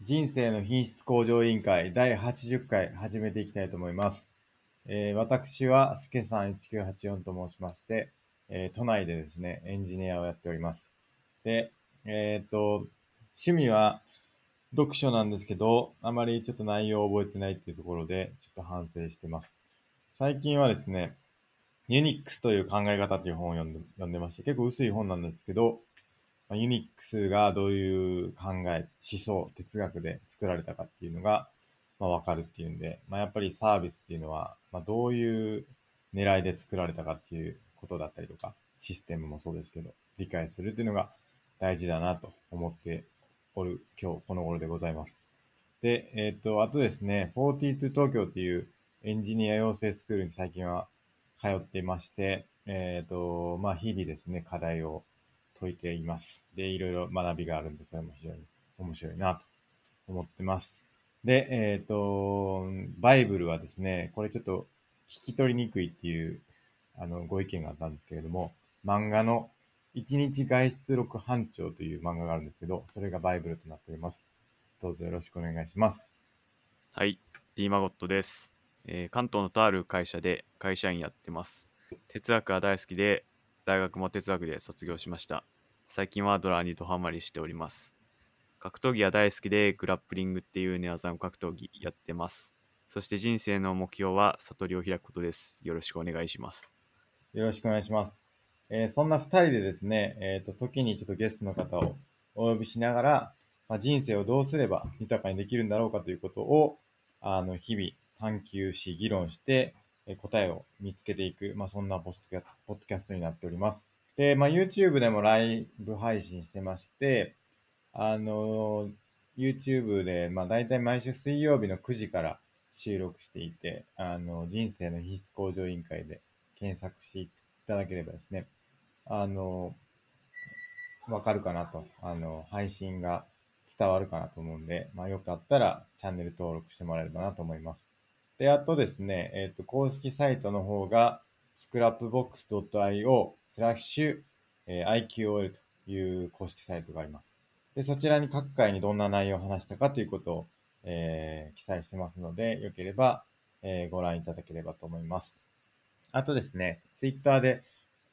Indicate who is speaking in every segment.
Speaker 1: 人生の品質向上委員会第80回始めていきたいと思います。えー私はすけさん1984と申しまして、えー都内でですね、エンジニアをやっております。で、えっ、と、趣味は読書なんですけど、あまりちょっと内容を覚えてないっていうところで、ちょっと反省してます。最近はですね、ユニックスという考え方っていう本を読んで読んでまして、結構薄い本なんですけど、まあユニックスがどういう考え、思想、哲学で作られたかっていうのが、まあ、わかるっていうんで、まあ、やっぱりサービスっていうのは、まあ、どういう狙いで作られたかっていうことだったりとか、システムもそうですけど、理解するっていうのが大事だなと思っておる今日この頃でございます。で、えっ、と、あとですね、42東京っていうエンジニア養成スクールに最近は通っていまして、えっ、と、まあ、日々ですね、課題を解いています。で、いろいろ学びがあるんで、それも非常に面白いなと思ってます。で、えっ、と、バイブルはですね、これちょっと聞き取りにくいっていう、あの、ご意見があったんですけれども、漫画の一日外出録班長という漫画があるんですけど、それがバイブルとなっております。どうぞよろしくお願いします。
Speaker 2: はい、D マゴットです、えー関東のとある会社で会社員やってます。哲学が大好きで、大学も哲学で卒業しました。最近はドラにドハマりしております。格闘技が大好きで、グラップリングっていう寝技の格闘技やってます。そして人生の目標は悟りを開くことです。よろしくお願いします。
Speaker 1: よろしくお願いします。えーそんな二人でですね、えっ、と、時にちょっとゲストの方をお呼びしながら、まあ、人生をどうすれば豊かにできるんだろうかということを、あの、日々探求し、議論して、えー答えを見つけていく、まあ、そんなポッドキャポッドキャストになっております。で、まあ、YouTube でもライブ配信してまして、あのー YouTube で、まあ、大体毎週水曜日の9時から収録していて、あの、人生の品質向上委員会で検索していただければですね、あの、わかるかなと、あの、配信が伝わるかなと思うんで、まあ、よかったらチャンネル登録してもらえればなと思います。で、あとですね、えっ、と、公式サイトの方が、scrapbox.io スラッシュえー IQOL という公式サイトがあります。で、そちらに各回にどんな内容を話したかということを、えー記載してますので、よければ、えーご覧いただければと思います。あとですね、Twitter で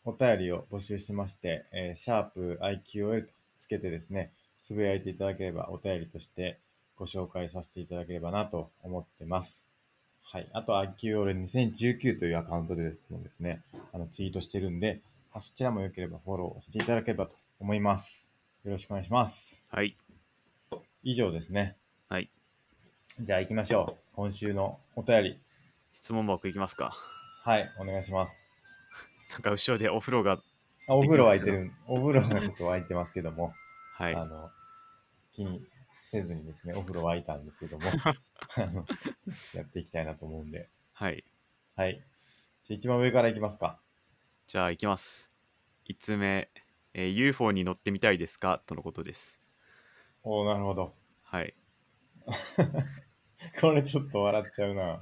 Speaker 1: お便りを募集してまして、えー、シャープ IQL とつけてですね、つぶやいていただければお便りとしてご紹介させていただければなと思ってます。はい。あと、IQL2019 というアカウントでもですね、あのツイートしてるんで、まあそちらもよければフォローしていただければと思います。よろしくお願いします。
Speaker 2: はい、
Speaker 1: 以上ですね。
Speaker 2: はい。
Speaker 1: じゃあ行きましょう。今週のお便り。
Speaker 2: 質問箱いきますか。
Speaker 1: はい、お願いします。
Speaker 2: なんか後ろでお風呂が、
Speaker 1: あお風呂沸いてる、お風呂がちょっと沸いてますけども、
Speaker 2: はい、
Speaker 1: あの、気にせずにですね、お風呂沸いたんですけ ども、あのやっていきたいなと思うんで。
Speaker 2: はい。
Speaker 1: はい。じゃあ一番上から行きますか。
Speaker 2: じゃあ行きます。5つ目、えー UFO に乗ってみたいですかとのことです。
Speaker 1: おおなるほど。
Speaker 2: はい。
Speaker 1: これちょっと笑っちゃうな。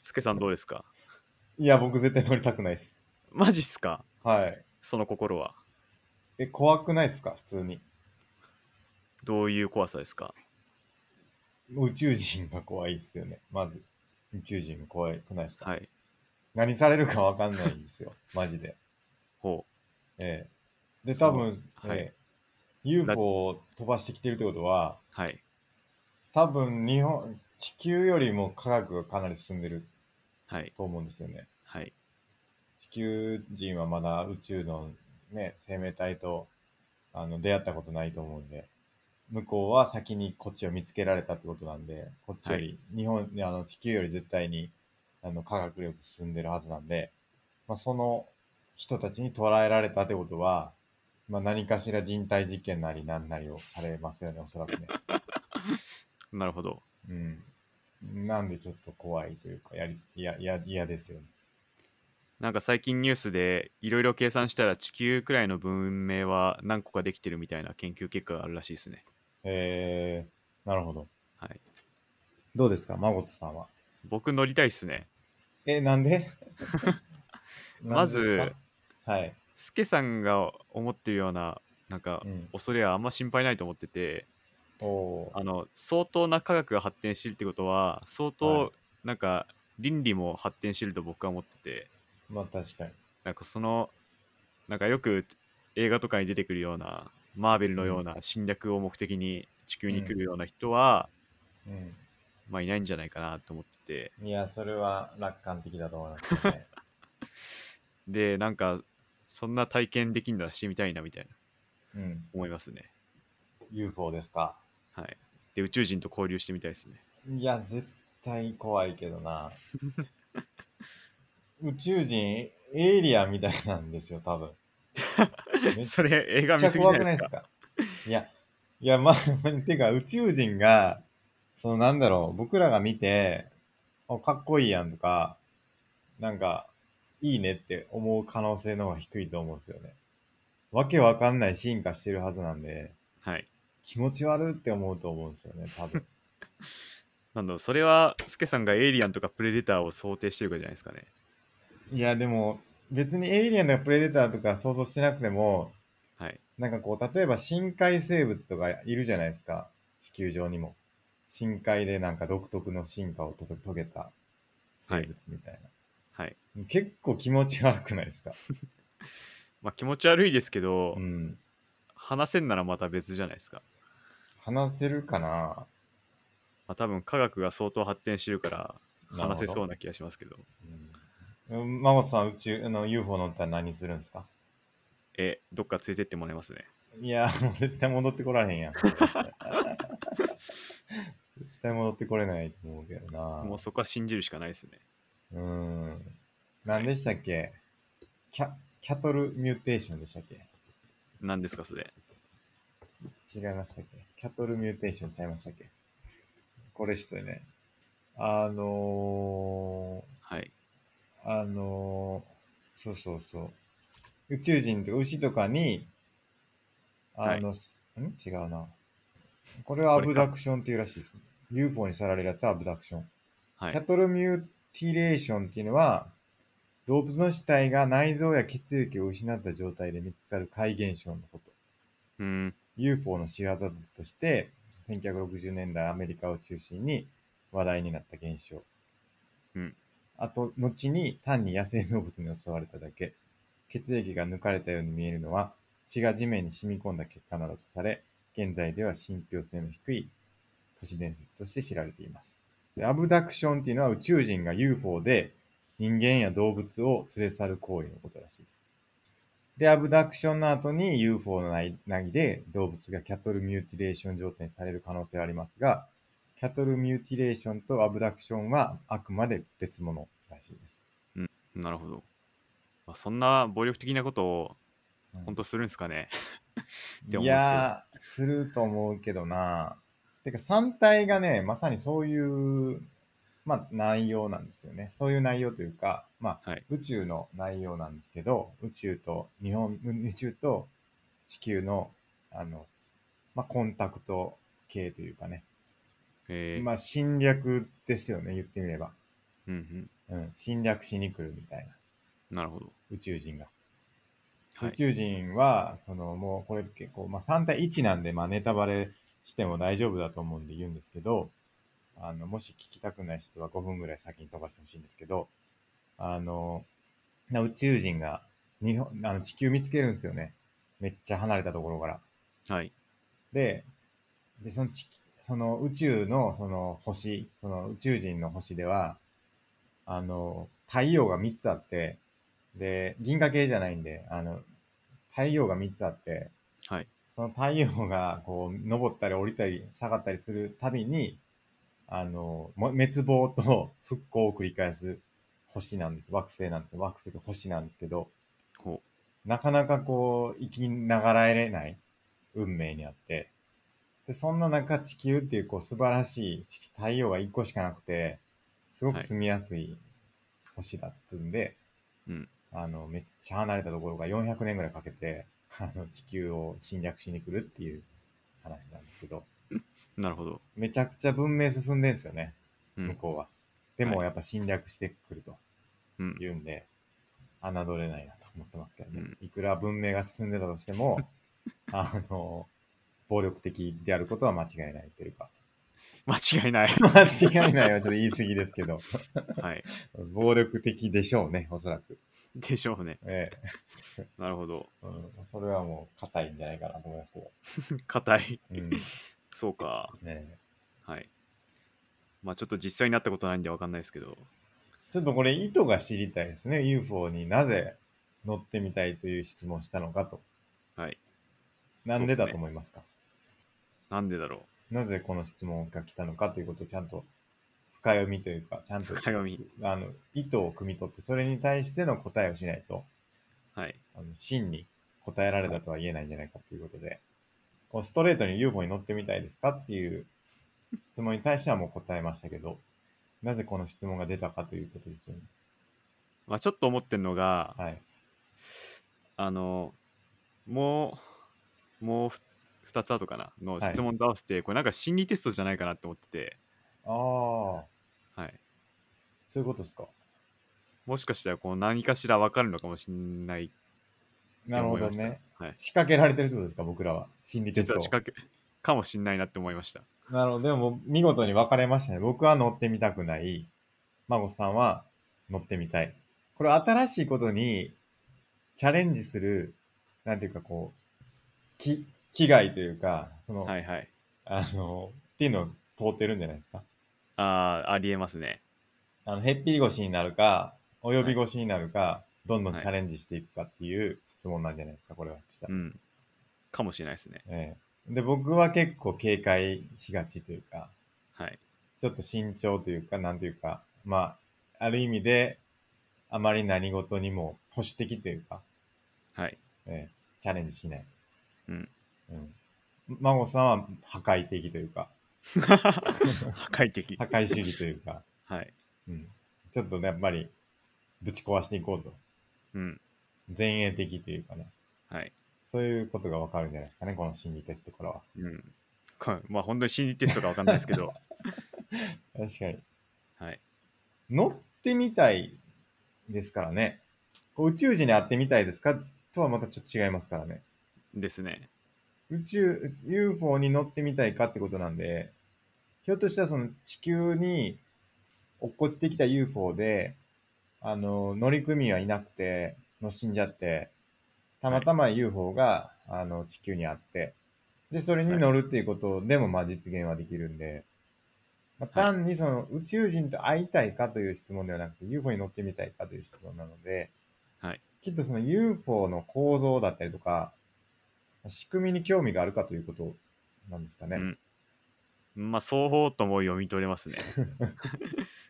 Speaker 2: スケさんどうですか
Speaker 1: いや、僕絶対乗りたくないです。
Speaker 2: マジっすか
Speaker 1: はい。
Speaker 2: その心は。
Speaker 1: え、怖くないですか普通に。
Speaker 2: どういう怖さですか
Speaker 1: 宇宙人が怖いですよね。まず。宇宙人が怖くないですか、
Speaker 2: はい。
Speaker 1: 何されるかわかんないんですよ。 マジで。
Speaker 2: ほ
Speaker 1: ええ。で、
Speaker 2: そう
Speaker 1: 多分、
Speaker 2: はい
Speaker 1: ええ UFO を飛ばしてきてるってことは、
Speaker 2: う。はい。
Speaker 1: 多分日本、地球よりも科学がかなり進んでる
Speaker 2: はい。
Speaker 1: と思うんですよね。
Speaker 2: はい。
Speaker 1: 地球人はまだ宇宙の、ね、生命体とあの出会ったことないと思うんで、向こうは先にこっちを見つけられたってことなんで、こっちより、日本、いやあの地球より絶対にあの科学力進んでるはずなんで、まあ、その人たちに捉えられたってことは、まあ、何かしら人体実験なりなんなりをされますよね、おそらくね。
Speaker 2: なるほど。
Speaker 1: うん。なんでちょっと怖いというか、やり、いや、いや、嫌ですよね。
Speaker 2: なんか最近ニュースでいろいろ計算したら地球くらいの文明は何個かできてるみたいな研究結果があるらしいですね。
Speaker 1: えー、なるほど。
Speaker 2: はい。
Speaker 1: どうですか、マゴットさんは。
Speaker 2: 僕乗りたいっすね。
Speaker 1: え、なんで
Speaker 2: まず
Speaker 1: なんですかはい。
Speaker 2: スケさんが思ってるような、なんか
Speaker 1: うん
Speaker 2: 恐れはあんま心配ないと思ってて、
Speaker 1: おお
Speaker 2: あの相当な科学が発展してるってことは相
Speaker 1: は
Speaker 2: 当なんか倫理も発展してると僕は思ってて
Speaker 1: ー。まあ確かに。
Speaker 2: なんかそのなんかよく映画とかに出てくるようなマーベルのような侵略を目的に地球に来るような人は、
Speaker 1: う
Speaker 2: まあいないんじゃないかなと思ってて
Speaker 1: ん。いや、それは楽観的だと思います よね。
Speaker 2: でなんかそんな体験できんならしてみたいなみたいな
Speaker 1: うん。
Speaker 2: 思いますね
Speaker 1: UFO ですか。
Speaker 2: はいで宇宙人と交流してみたいですね
Speaker 1: いや、絶対怖いけど な。宇宙人、エイリアンみたいなんですよ、多分。めっち
Speaker 2: それ映画見
Speaker 1: ゃ
Speaker 2: すぎじ
Speaker 1: 怖
Speaker 2: ゃな
Speaker 1: く
Speaker 2: い
Speaker 1: な
Speaker 2: で
Speaker 1: いで
Speaker 2: すか
Speaker 1: すかいや、いや、まあ、 てか、宇宙人が、そのなんだろう、僕らが見て、あかっこいいやんとか、なんか、いいねって思う可能性の方が低いと思うんですよね。わけわかんない進化してるはずなんで、
Speaker 2: はい
Speaker 1: 気持ち悪って思うと思うんですよね、多分。
Speaker 2: なんだろうそれはスケさんがエイリアンとかプレデターを想定してるからじゃないですかね
Speaker 1: いや、でも、別にエイリアンとかプレデターとか想像してなくても、
Speaker 2: はい
Speaker 1: なんかこう、例えば深海生物とかいるじゃないですか。地球上にも。深海でなんか独特の進化をと遂げた生物みたいな。
Speaker 2: はい
Speaker 1: 結構気持ち悪くないですか。
Speaker 2: まあ気持ち悪いですけど、
Speaker 1: うん。
Speaker 2: 話せんならまた別じゃないですか、
Speaker 1: 話せるかな
Speaker 2: まあ、多分科学が相当発展してるから
Speaker 1: なるほど
Speaker 2: 話せそうな気がしますけど
Speaker 1: うん。マモさん、宇宙、あの、UFO 乗ったら何するんですか
Speaker 2: えどっか連れてってもらえますね
Speaker 1: いや、もう絶対戻ってこられへ んやん。絶対戻ってこれないと思うけどな。
Speaker 2: もうそこは信じるしかないですね
Speaker 1: うーん。何でしたっけ、キャキャトルミューテーションでしたっけ
Speaker 2: 何ですかそれ
Speaker 1: 違いましたっけキャトルミューテーションちゃいましたっけこれ人ね。あの
Speaker 2: はい
Speaker 1: ー、あのー、そうそうそう。宇宙人とか牛とかに、あの、ん違うな。これはアブダクションっていうらしいです、ね。UFO にさられるやつはアブダクション。
Speaker 2: は
Speaker 1: キャ
Speaker 2: い
Speaker 1: トルミューティレーションっていうのは、動物の死体が内臓や血液を失った状態で見つかる怪現象のこと。
Speaker 2: うん、
Speaker 1: UFO の仕業だとして、1960年代アメリカを中心に話題になった現象。
Speaker 2: うん。
Speaker 1: あと、後に単に野生動物に襲われただけ。血液が抜かれたように見えるのは、血が地面に染み込んだ結果などとされ、現在では信憑性の低い都市伝説として知られています。でアブダクションっていうのは宇宙人が UFO で人間や動物を連れ去る行為のことらしいです。で、アブダクションの後に UFO の内内で動物がキャトルミューティレーション状態にされる可能性はありますが、キャトルミューティレーションとアブダクションはあくまで別物らしいです。
Speaker 2: なるほど、まあ、そんな暴力的なことを本当するんですかね、 って思うんですけど
Speaker 1: いやー、すると思うけどな。てか、3体がね、まさにそういう、まあ、内容なんですよね。そういう内容というか、まあ、
Speaker 2: はい
Speaker 1: 宇宙の内容なんですけど、宇宙と日本、宇宙と地球の、あの、まあ、コンタクト系というかね。
Speaker 2: えー
Speaker 1: まあ、侵略ですよね、言ってみれば。
Speaker 2: うん
Speaker 1: うん、侵略しに来るみたいな、
Speaker 2: うん、なるほど、
Speaker 1: 宇宙人が。宇
Speaker 2: はい、
Speaker 1: 宙人は、そのもうこれ結構、まあ、3対1なんで、まあ、ネタバレしても大丈夫だと思うんで言うんですけど、あの、もし聞きたくない人は5分ぐらい先に飛ばしてほしいんですけど、あの、な宇宙人が日本あの地球見つけるんですよね。めっちゃ離れたところから。
Speaker 2: はい
Speaker 1: で、で、その地、その宇宙のその星、その宇宙人の星では、あの、太陽が3つあって、で、銀河系じゃないんで、あの、太陽が3つあって、
Speaker 2: はい
Speaker 1: その太陽がこう、登ったり降りたり下がったりするたびに、あの、も滅亡と復興を繰り返す星なんです。惑星なんですよ。惑星と星なんですけど、
Speaker 2: ほ
Speaker 1: なかなかこう、生きながらえれない運命にあって、で、そんな中地球っていうこう素晴らしいち太陽が一個しかなくて、すごく住みやすい星だっつうんで、
Speaker 2: ううん
Speaker 1: あの、めっちゃ離れたところが400年ぐらいかけて、あの、地球を侵略しに来るっていう話なんですけど、
Speaker 2: なるほど、
Speaker 1: めちゃくちゃ文明進んでんすよね、
Speaker 2: う
Speaker 1: 向
Speaker 2: ん
Speaker 1: こうは。でも
Speaker 2: はい
Speaker 1: やっぱ侵略してくると。
Speaker 2: うん、
Speaker 1: 言うんで、侮れないなと思ってますけどね。
Speaker 2: うん
Speaker 1: いくら文明が進んでたとしても、あの、暴力的であることは間違いないという か、
Speaker 2: 間違いない。
Speaker 1: 間違いないはちょっと言い過ぎですけど、
Speaker 2: はい。
Speaker 1: 暴力的でしょうね、おそらく。
Speaker 2: でしょうね。
Speaker 1: ええ
Speaker 2: なるほど。
Speaker 1: うん、それはもう硬いんじゃないかなと思いますけど。
Speaker 2: 硬い。
Speaker 1: うん、
Speaker 2: そうか。
Speaker 1: ね
Speaker 2: はい。まあちょっと実際になったことないんでわかんないですけど。
Speaker 1: ちょっとこれ意図が知りたいですね。UFO になぜ乗ってみたいという質問をしたのかと。
Speaker 2: はい。
Speaker 1: なんで
Speaker 2: そうっす
Speaker 1: だ
Speaker 2: ね
Speaker 1: と思いますか
Speaker 2: なんでだろ
Speaker 1: なぜこの質問が来たのかということをちゃんと深読みというか、ちゃん
Speaker 2: う。
Speaker 1: と
Speaker 2: 深読み。
Speaker 1: あの意図を汲み取って、それに対しての答えをしないと、
Speaker 2: はい。
Speaker 1: あの真に答えられたとは言えないんじゃないかということで、こうストレートに UFO に乗ってみたいですかっていう質問に対してはもう答えましたけど、なぜこの質問が出たかということですよね。
Speaker 2: まあちょっと思ってんのが、
Speaker 1: はい。
Speaker 2: あの、もう、もうふ2つ後かなの
Speaker 1: はい
Speaker 2: 質問と合わせて、これなんか心理テストじゃないかなって思ってて、
Speaker 1: ああ、そ
Speaker 2: はい。
Speaker 1: ういうことですか。
Speaker 2: もしかしたらこう何かしら分かるのかもしれないって
Speaker 1: なる
Speaker 2: 思
Speaker 1: ほ
Speaker 2: い
Speaker 1: ど
Speaker 2: ました。
Speaker 1: ね。
Speaker 2: はい。
Speaker 1: 仕掛けられてるってことですか、僕らは。心理テス
Speaker 2: 実
Speaker 1: ト
Speaker 2: は
Speaker 1: を。
Speaker 2: 近くかもしれないなって思いました。
Speaker 1: なるほど。でも、見事に分かれましたね。僕は乗ってみたくない。孫さんは乗ってみたい。これ、新しいことにチャレンジする、なんていうか、こう、き、危害というか、その、
Speaker 2: はいはい。
Speaker 1: あの、っていうのを通ってるんじゃないですか。
Speaker 2: ああ、ありえますね。
Speaker 1: あの、へっぴり腰になるか、お呼び腰になるか、どんどん
Speaker 2: はい
Speaker 1: チャレンジしていくかっていう質問なんじゃないですか、これは。した
Speaker 2: う
Speaker 1: ら
Speaker 2: ん。かもしれないですね。
Speaker 1: ええで、僕は結構警戒しがちというか、
Speaker 2: はい。
Speaker 1: ちょっと慎重というか、なんというか、まあ、ある意味で、あまり何事にも保守的というか、
Speaker 2: はい。
Speaker 1: ええチャレンジしない。
Speaker 2: うん。
Speaker 1: うん。孫さんは破壊的というか、
Speaker 2: 破壊的
Speaker 1: 破。壊主義というか、
Speaker 2: はい。
Speaker 1: うん。ちょっとね、やっぱり、ぶち壊していこうと。
Speaker 2: うん。
Speaker 1: 前衛的というかね。
Speaker 2: はい。
Speaker 1: そういうことがわかるんじゃないですかね、この心理テストからは。
Speaker 2: うん。かまあ本当に心理テストか分かんないですけ ど、
Speaker 1: 確かに。
Speaker 2: はい。
Speaker 1: 乗ってみたいですからね。こう宇宙人に会ってみたいですかとはまたちょっと違いますからね。
Speaker 2: ですね。
Speaker 1: 宇宙、UFO に乗ってみたいかってことなんで、ひょっとしたらその地球に落っこちてきた UFO で、あの、乗組はいなくて、の死んじゃって、たまたま UFO が、あの地球にあって、で、それに乗るっていうことでも、まあ実現はできるんで、まあ、
Speaker 2: はい
Speaker 1: 単にその宇宙人と会いたいかという質問ではなくて、UFO に乗ってみたいかという質問なので、
Speaker 2: はい。
Speaker 1: きっとその UFO の構造だったりとか、仕組みに興味があるかということなんですかね。
Speaker 2: うんまあ双方とも読み取れますね。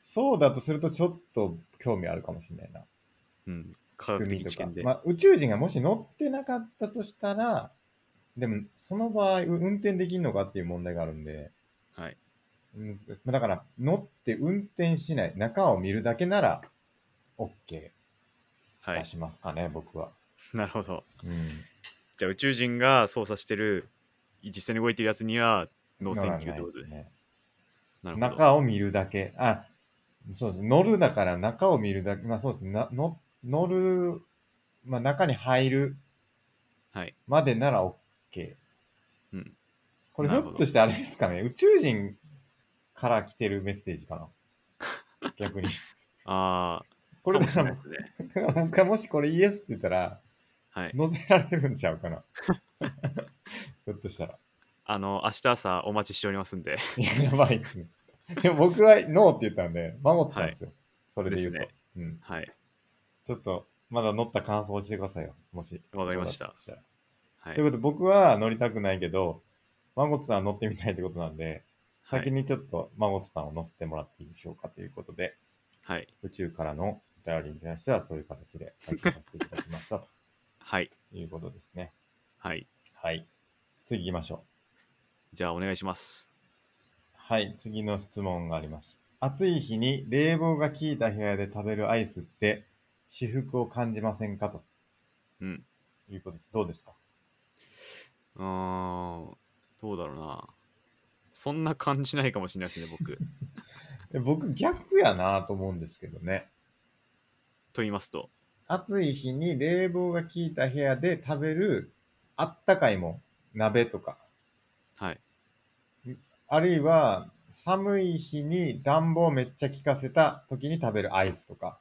Speaker 1: そうだとすると、ちょっと興味あるかもしれないな。
Speaker 2: うん。科学
Speaker 1: 仕組
Speaker 2: 的
Speaker 1: みと
Speaker 2: 知
Speaker 1: か
Speaker 2: 見で。
Speaker 1: まあ、宇宙人がもし乗ってなかったとしたら、でも、その場合、う運転できるのかっていう問題があるんで、
Speaker 2: はい。
Speaker 1: うんだから、乗って運転しない、中を見るだけなら、OK
Speaker 2: は
Speaker 1: 出
Speaker 2: い。
Speaker 1: しますかね、僕は。
Speaker 2: なるほど。
Speaker 1: うん。
Speaker 2: じゃあ宇宙人が操作してる実際に動いてるやつには脳
Speaker 1: 乗
Speaker 2: 選
Speaker 1: ら
Speaker 2: 球
Speaker 1: な
Speaker 2: っ
Speaker 1: いで
Speaker 2: てこと
Speaker 1: す
Speaker 2: で。
Speaker 1: ね。
Speaker 2: なるほど。
Speaker 1: 中を見るだけ。あ、そうです。乗るだから中を見るだけ。まあそうですね。なの乗る、まあ中に入る
Speaker 2: はい。
Speaker 1: までなら OK。
Speaker 2: うん。
Speaker 1: これひ
Speaker 2: なるほ
Speaker 1: ょ
Speaker 2: ど
Speaker 1: っとしてあれですかね。宇宙人から来てるメッセージか な。逆に。
Speaker 2: ああ、
Speaker 1: これ
Speaker 2: か
Speaker 1: だ
Speaker 2: もし
Speaker 1: か
Speaker 2: れない
Speaker 1: ら
Speaker 2: ですね。
Speaker 1: だから僕がもしこれイエスって言ったら、
Speaker 2: はい。
Speaker 1: 乗せられるんちゃうか な。ひょっとしたら。
Speaker 2: あの、明日朝お待ちしておりますんで。
Speaker 1: いややばいですね。でも僕はノーって言ったんで、守ってたんですよ。それで言うと。
Speaker 2: ですね
Speaker 1: うん。
Speaker 2: はい。
Speaker 1: ちょっと、まだ乗った感想を教えてくださいよ。もし。
Speaker 2: わかりました
Speaker 1: そうだとら
Speaker 2: は
Speaker 1: とい
Speaker 2: い。
Speaker 1: うことで、僕は乗りたくないけど、マンゴツさんは乗ってみたいってことなんで、
Speaker 2: は
Speaker 1: 先
Speaker 2: い。
Speaker 1: にちょっとマンゴツさんを乗せてもらっていいでしょうかということで、
Speaker 2: はい。
Speaker 1: 宇宙からのお便りに対してはそういう形で回答させていただきましたと
Speaker 2: はい。
Speaker 1: いうことですね。
Speaker 2: はい。
Speaker 1: はい。次行きましょ
Speaker 2: じゃあお願いします。
Speaker 1: う。はい。次の質問があります。暑い日に冷房が効いた部屋で食べるアイスって、至福を感じませんかと
Speaker 2: うん。
Speaker 1: いうことです。どうですか
Speaker 2: うーん。どうだろうな。そんな感じないかもしれないですね、 僕。
Speaker 1: え僕逆やなと思うんですけどね。
Speaker 2: と言いますと。
Speaker 1: 暑い日に冷房が効いた部屋で食べるあったかいもん、鍋とか、
Speaker 2: はい。
Speaker 1: あるいは、寒い日に暖房めっちゃ効かせた時に食べるアイスとか、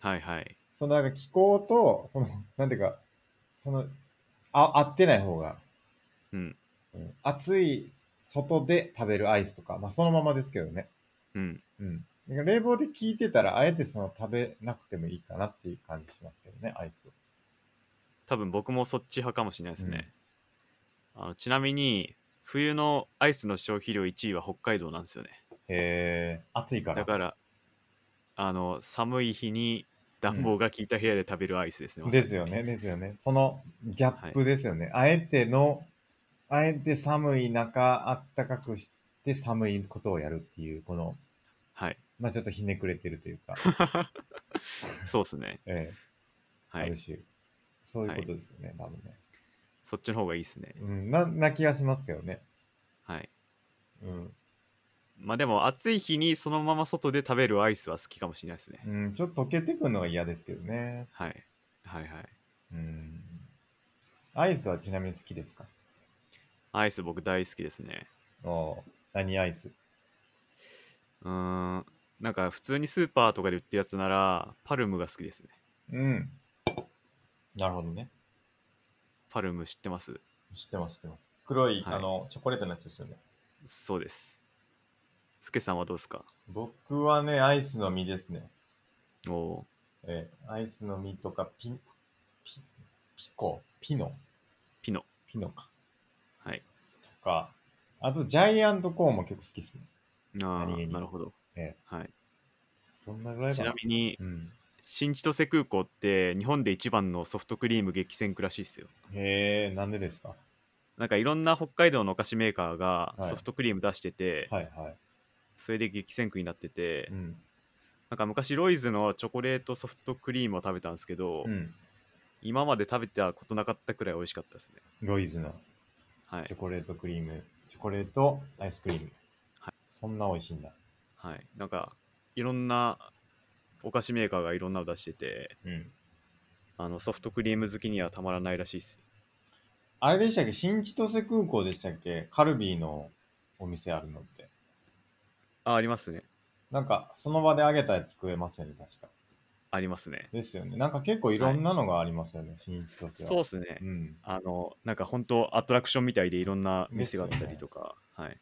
Speaker 2: はいはい。
Speaker 1: そのなんか気候と、その、なんていうか、その、あ合ってない方が、
Speaker 2: うん。
Speaker 1: うん、暑い外で食べるアイスとか、まあそのままですけどね。
Speaker 2: うん。
Speaker 1: うん。だから冷房で効いてたら、あえてその食べなくてもいいかなっていう感じしますけどね、アイスを。
Speaker 2: 多分僕もそっち派かもしれないですね。あのちなみに、冬のアイスの消費量1位は北海道なんですよね。
Speaker 1: へえ、暑いから。
Speaker 2: だから、あの、寒い日に暖房が効いた部屋で食べるアイスですね。まさに
Speaker 1: ですよね、。ですよね。そのギャップですよね。あえての、あえて寒い中、あったかくして寒いことをやるっていう、この、
Speaker 2: はい。
Speaker 1: まあちょっとひねくれてると いうか、
Speaker 2: そうですね。
Speaker 1: ええ
Speaker 2: は
Speaker 1: あ
Speaker 2: い
Speaker 1: る。種、そういうことですよね、多分ね。
Speaker 2: そっちの方がいいですね。
Speaker 1: うん、な、な気がしますけどね。
Speaker 2: はい。
Speaker 1: うん。
Speaker 2: まあでも、暑い日にそのまま外で食べるアイスは好きかもしれないですね。
Speaker 1: うん、ちょっと溶けてくのは嫌ですけどね。
Speaker 2: はい。はいはい。
Speaker 1: うん。アイスはちなみに好きですか
Speaker 2: アイス僕大好きですね。
Speaker 1: おう何アイス
Speaker 2: うーん。なんか普通にスーパーとかで売ってるやつなら、パルムが好きですね。
Speaker 1: うん。なるほどね。
Speaker 2: パルム知ってます
Speaker 1: 知ってます、知ってます。黒い、
Speaker 2: はい
Speaker 1: あの、チョコレートのやつですよね。
Speaker 2: そうです。スケさんはどうですか
Speaker 1: 僕はね、アイスの実ですね。
Speaker 2: おお
Speaker 1: えーアイスの実とかピ、ピ、ピコ、ピノ、
Speaker 2: ー、ピノ。
Speaker 1: ピノか。
Speaker 2: はい。
Speaker 1: とか、あとジャイアントコーンも結構好きですね。
Speaker 2: あ
Speaker 1: 何気
Speaker 2: あ、
Speaker 1: に
Speaker 2: なるほど。
Speaker 1: え
Speaker 2: はい、
Speaker 1: そんなぐらい
Speaker 2: ち
Speaker 1: か
Speaker 2: な
Speaker 1: な。
Speaker 2: みに、
Speaker 1: うん。
Speaker 2: 新千歳空港って日本で一番のソフトクリーム激戦区らしいですよ。
Speaker 1: へえ、なんでですか
Speaker 2: なんかいろんな北海道のお菓子メーカーが
Speaker 1: はい
Speaker 2: ソフトクリーム出してて、
Speaker 1: はいはい。
Speaker 2: それで激戦区になってて、
Speaker 1: うん。
Speaker 2: なんか昔ロイズのチョコレートソフトクリームを食べたんですけど、
Speaker 1: うん。
Speaker 2: 今まで食べたことなかったくらい美味しかったですね。
Speaker 1: ロイズの
Speaker 2: は
Speaker 1: チョ
Speaker 2: い。
Speaker 1: コレートクリーム、チョコレートアイスクリーム。
Speaker 2: はい
Speaker 1: そんな美味しいんだ。
Speaker 2: はい、なんかいろんなお菓子メーカーがいろんなの出してて、
Speaker 1: うん。
Speaker 2: あのソフトクリーム好きにはたまらないらしいです。
Speaker 1: あれでしたっけ新千歳空港でしたっけカルビーのお店あるのって。
Speaker 2: あ、ありますね。
Speaker 1: なんか、その場で揚げたやつ食えますよね、確か。
Speaker 2: ありますね。
Speaker 1: ですよね。なんか結構いろんなのがありますよね、新千歳は。
Speaker 2: そうですね
Speaker 1: う。ん。
Speaker 2: あの、なんか本当アトラクションみたいでいろんな店があった
Speaker 1: ですよね
Speaker 2: りとか、はい。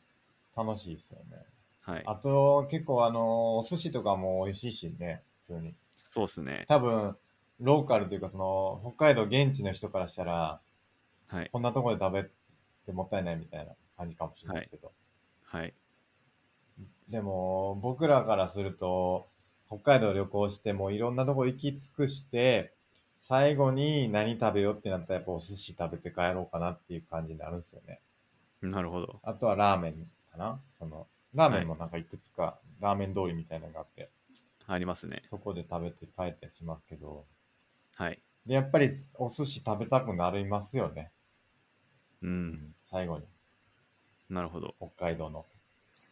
Speaker 1: 楽しいですよね。
Speaker 2: はい。
Speaker 1: あと、結構あのーお寿司とかも美味しいしね、普通に。
Speaker 2: そうですね。
Speaker 1: 多分、ローカルというか、その、北海道現地の人からしたら、
Speaker 2: はい。
Speaker 1: こんなとこで食べてもったいないみたいな感じかもしれないですけど。
Speaker 2: はい。
Speaker 1: でも、僕らからすると、北海道旅行して、もういろんなとこ行き尽くして、最後に何食べようってなったら、やっぱお寿司食べて帰ろうかなっていう感じになるんですよね。
Speaker 2: なるほど。
Speaker 1: あとはラーメンかなその、ラーメンもなんかいくつか、ラーメン通りみたいなのがあって、
Speaker 2: ありますね。
Speaker 1: そこで食べて帰ったりしますけど、
Speaker 2: はい。
Speaker 1: で、やっぱりお寿司食べたくなりますよね。
Speaker 2: うん。
Speaker 1: 最後に、
Speaker 2: なるほど。
Speaker 1: 北海道の。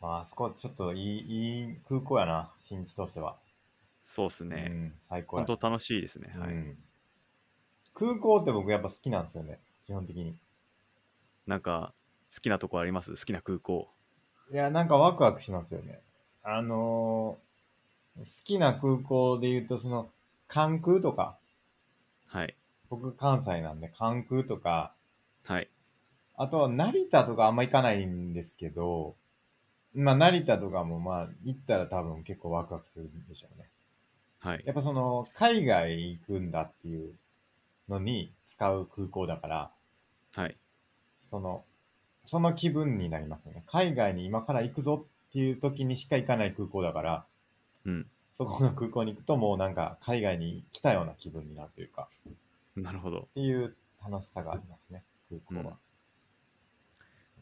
Speaker 1: まあ、あそこちょっといい、いい空港やな、新千歳は。
Speaker 2: そうですね。
Speaker 1: うん、最高や。
Speaker 2: 本当楽しいですね。は
Speaker 1: う
Speaker 2: い。
Speaker 1: ん空港って僕やっぱ好きなんですよね、基本的に。
Speaker 2: なんか、好きなとこあります好きな空港。
Speaker 1: いや、なんかワクワクしますよね。あのー好きな空港で言うと、その、関空とか、
Speaker 2: はい。
Speaker 1: 僕関西なんで関空とか、
Speaker 2: はい。
Speaker 1: あとは成田とかあんま行かないんですけど、まあ成田とかもまあ行ったら多分結構ワクワクするんでしょうね。
Speaker 2: はい。
Speaker 1: やっぱその海外行くんだっていうのに使う空港だから、
Speaker 2: はい。
Speaker 1: その、その気分になりますよね。海外に今から行くぞっていう時にしか行かない空港だから、
Speaker 2: うん。
Speaker 1: そこの空港に行くともうなんか海外に来たような気分になるというか、
Speaker 2: なるほど。
Speaker 1: っていう楽しさがありますね、空港は。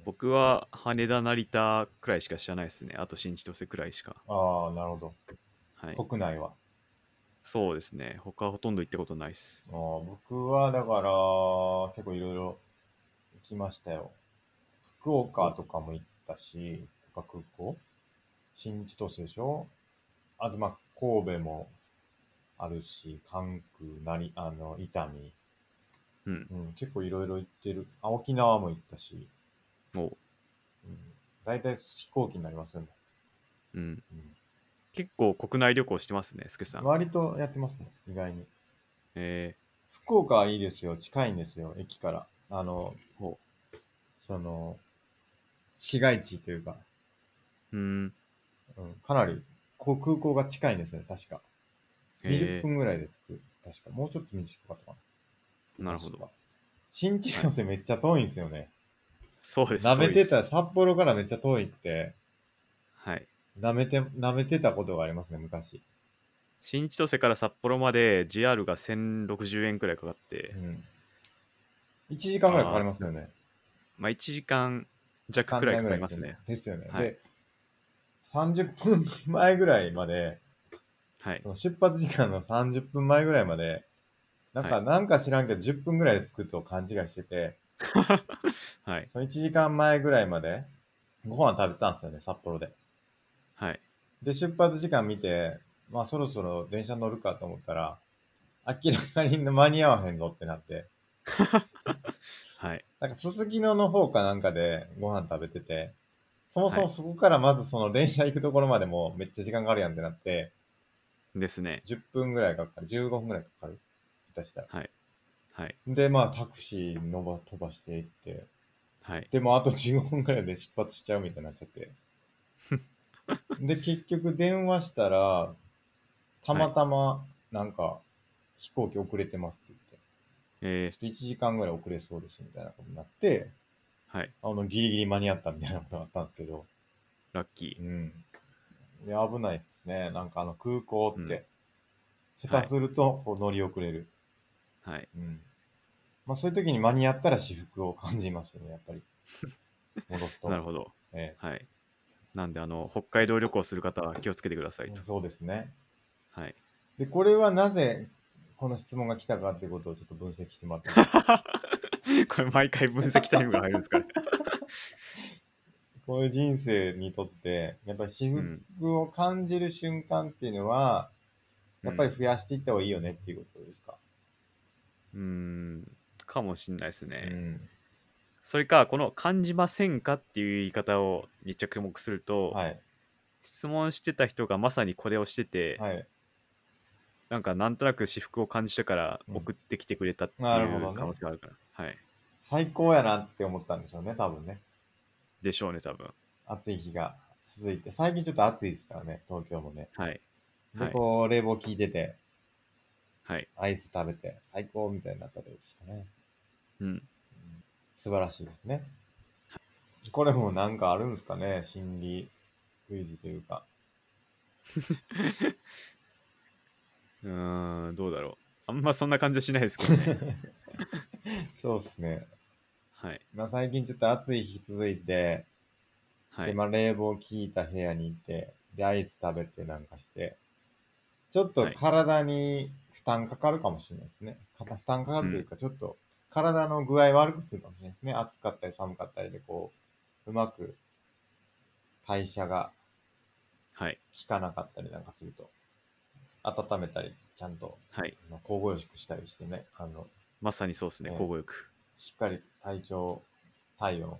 Speaker 2: 僕は羽田、成田くらいしか知らないですね。あと新千歳くらいしか。
Speaker 1: ああ、なるほ
Speaker 2: はい。
Speaker 1: ど。国内は。
Speaker 2: そうですね。他ほとんど行ったことないです。
Speaker 1: あー僕はだから、結構いろいろ行きましたよ。福岡とかも行ったし、福岡空港新千歳でしょあと、まあ、神戸もあるし、関空、なり、あの、伊丹、
Speaker 2: うん。
Speaker 1: うん、結構いろいろ行ってる。あ、沖縄も行ったし、
Speaker 2: お
Speaker 1: うん、大体飛行機になりますよね。
Speaker 2: うん
Speaker 1: うん
Speaker 2: 結構国内旅行してますね、スケさん。
Speaker 1: 割とやってますね、意外に。
Speaker 2: え
Speaker 1: 福岡はいいですよ、近いんですよ、駅から。あの、
Speaker 2: ほ
Speaker 1: その、市街地というか、
Speaker 2: ー、うん。
Speaker 1: うん、かなりこう空港が近いんですよね、確か。20
Speaker 2: えー、
Speaker 1: 分ぐらいで着く。確か。もうちょっと短かったかな。
Speaker 2: なるほど
Speaker 1: 確。か。新千歳めっちゃ遠いんですよね。
Speaker 2: そうです。
Speaker 1: 舐め
Speaker 2: 遠いで
Speaker 1: て
Speaker 2: す
Speaker 1: た、札幌からめっちゃ遠いくて、
Speaker 2: はい。
Speaker 1: 舐めて、舐めてたことがありますね、昔。
Speaker 2: 新千歳から札幌まで JR が1060円くらいかかって
Speaker 1: う、ん。1時間ぐらいかかりますよね。
Speaker 2: まあ1時間弱くらいかかりますね。
Speaker 1: ですよね。
Speaker 2: はい
Speaker 1: で、30分前ぐらいまで、
Speaker 2: はい
Speaker 1: そ。の出発時間の30分前ぐらいまで、なんか、
Speaker 2: は
Speaker 1: なんか知らんけど、10分ぐらいで着くと勘違いしてて、
Speaker 2: はい。
Speaker 1: その1時間前ぐらいまで、ご飯食べてたんですよね、札幌で。
Speaker 2: はい。
Speaker 1: で、出発時間見て、まあそろそろ電車乗るかと思ったら、明らかに間に合わへんぞってなって、
Speaker 2: はい。
Speaker 1: なんかすすきのの方かなんかでご飯食べてて、そもそも
Speaker 2: は
Speaker 1: そこからまずその電車行くところまでもめっちゃ時間かかるやんってなって、
Speaker 2: ですね。
Speaker 1: 10分ぐらいかかる、15分ぐらいかかる。下手したら。
Speaker 2: はい。はい。
Speaker 1: で、まあタクシーのば飛ばしていって、
Speaker 2: はい。
Speaker 1: でもあと15分ぐらいで出発しちゃうみたいになっちゃって。で、結局電話したら、たまたまなんか飛行機遅れてますって言
Speaker 2: え
Speaker 1: って、ちょっと1時間ぐらい遅れそうですみたいなことになって、
Speaker 2: ー、はい。
Speaker 1: あの、ギリギリ間に合ったみたいなことがあったんですけど、
Speaker 2: ラッキ
Speaker 1: う
Speaker 2: ー。
Speaker 1: ん。いや、危ないですね。なんかあの空港っ
Speaker 2: うん
Speaker 1: て、下手するとこう乗り遅れる。
Speaker 2: はい。
Speaker 1: うん。まあそういう時に間に合ったら私服を感じますよね、やっ ぱり。戻すと。
Speaker 2: なるほど。
Speaker 1: ええ
Speaker 2: はい。なんで、あの、北海道旅行する方は気をつけてくださいと。
Speaker 1: そうですね。
Speaker 2: はい。
Speaker 1: で、これはなぜこの質問が来たかっていうことをちょっと分析してもらってもいいで すか
Speaker 2: これ毎回分析タイムが入るんですかね。
Speaker 1: こういう人生にとって、やっぱり私
Speaker 2: うん
Speaker 1: 服を感じる瞬間っていうのは、 やっぱり
Speaker 2: うん
Speaker 1: 増やしていった方がいいよねっていうことですか。
Speaker 2: うーん。かもしんないです
Speaker 1: う
Speaker 2: ね。
Speaker 1: ん。
Speaker 2: それか、この感じませんかっていう言い方をに着目すると、
Speaker 1: はい。
Speaker 2: 質問してた人がまさにこれをしてて、
Speaker 1: はい。
Speaker 2: なんかなんとなく私服を感じたから
Speaker 1: うん
Speaker 2: 送ってきてくれたってい
Speaker 1: なるほど
Speaker 2: う
Speaker 1: ね
Speaker 2: 可能性があるから。はい。
Speaker 1: 最高やなって思ったんでしょうね、多分ね。
Speaker 2: でしょうね、多分。
Speaker 1: 暑い日が続いて。最近ちょっと暑いですからね、東京もね。
Speaker 2: はい。
Speaker 1: で、
Speaker 2: はい
Speaker 1: こう、冷房効いてて、
Speaker 2: はい。
Speaker 1: アイス食べて、最高みたいになったってことですかね。
Speaker 2: うん。
Speaker 1: 素晴らしいですね。これもなんかあるんですかね心理クイズという か。
Speaker 2: うーん、どうだろう。あんまそんな感じはしないですけど ね。
Speaker 1: そうですね。
Speaker 2: はい。
Speaker 1: まあ、最近ちょっと暑い日続いて、
Speaker 2: は
Speaker 1: で
Speaker 2: い。
Speaker 1: まあ、冷房効いた部屋に行って、で、アイス食べてなんかして、ちょっと
Speaker 2: はい
Speaker 1: 体に負担かかるかもしれないですね。か負担かかるというか、ちょっと体の具合悪くするかもしれないですね。暑かったり寒かったりで、こう、うまく代謝が
Speaker 2: はい。
Speaker 1: 効かなかったりなんかすると、温めたり、ちゃんと、
Speaker 2: はい。
Speaker 1: まあ、交互予縮したりしてね、あの、
Speaker 2: まさにそうですね、
Speaker 1: ええ
Speaker 2: 交互よく。
Speaker 1: しっかり体調、体温、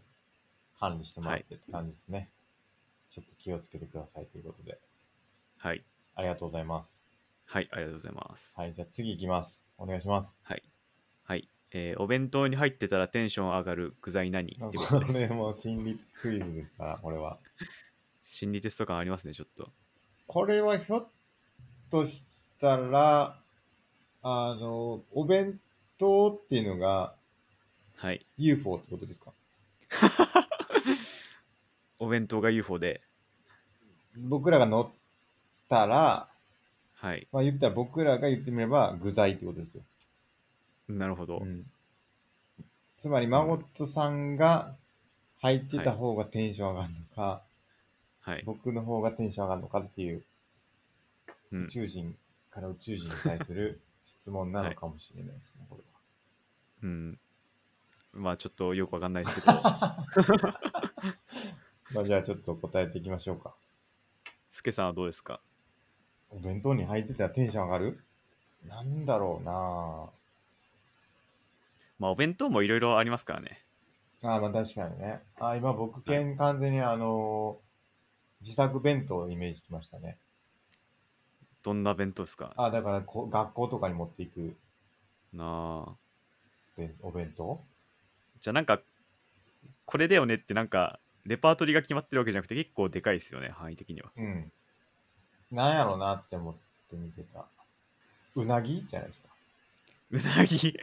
Speaker 1: 管理してもらってって感じですね。ちょっと気をつけてくださいということで、
Speaker 2: はい。
Speaker 1: ありがとうございます。
Speaker 2: はい。ありがとうございます。
Speaker 1: はい、じゃあ次行きます。お願いします。
Speaker 2: はい。はい。えーお弁当に入ってたらテンション上がる具材何って
Speaker 1: こ
Speaker 2: いうことで
Speaker 1: れ
Speaker 2: す。
Speaker 1: も心理クイズですから、これは。
Speaker 2: 心理テスト感ありますね、ちょっと。
Speaker 1: これはひょっとしたら、あの、お弁当っていうのが
Speaker 2: はい。
Speaker 1: UFO ってことですか
Speaker 2: お弁当が UFO で、
Speaker 1: 僕らが乗ったら、
Speaker 2: はい。
Speaker 1: まあ言ったら僕らが言ってみれば具材ってことですよ。
Speaker 2: なるほど。
Speaker 1: つまり、マゴットさんが入ってた方がテンション上がるのか、
Speaker 2: はい。
Speaker 1: 僕の方がテンション上がるのかっていう、
Speaker 2: うん
Speaker 1: 宇宙人から宇宙人に対する質問なのかもしれないですね、これ
Speaker 2: うん。まあちょっとよくわかんない ですけど、
Speaker 1: は。まあじゃあちょっと答えていきましょうか。
Speaker 2: スケさんはどうですか
Speaker 1: お弁当に入ってたらテンション上がるなんだろうなぁ。
Speaker 2: まあお弁当もいろいろありますからね。
Speaker 1: ああ、まあ確かにね。ああ、今僕兼完全にあのー自作弁当をイメージしましたね。
Speaker 2: どんな弁当ですか
Speaker 1: ああ、だからこ学校とかに持っていく
Speaker 2: なあ
Speaker 1: 弁お弁当
Speaker 2: じゃあなんかこれだよねってなんかレパートリーが決まってるわけじゃなくて結構でかいですよね範囲的には
Speaker 1: うん。なんやろうなって思って見てた。うなぎじゃないですか。
Speaker 2: うなぎ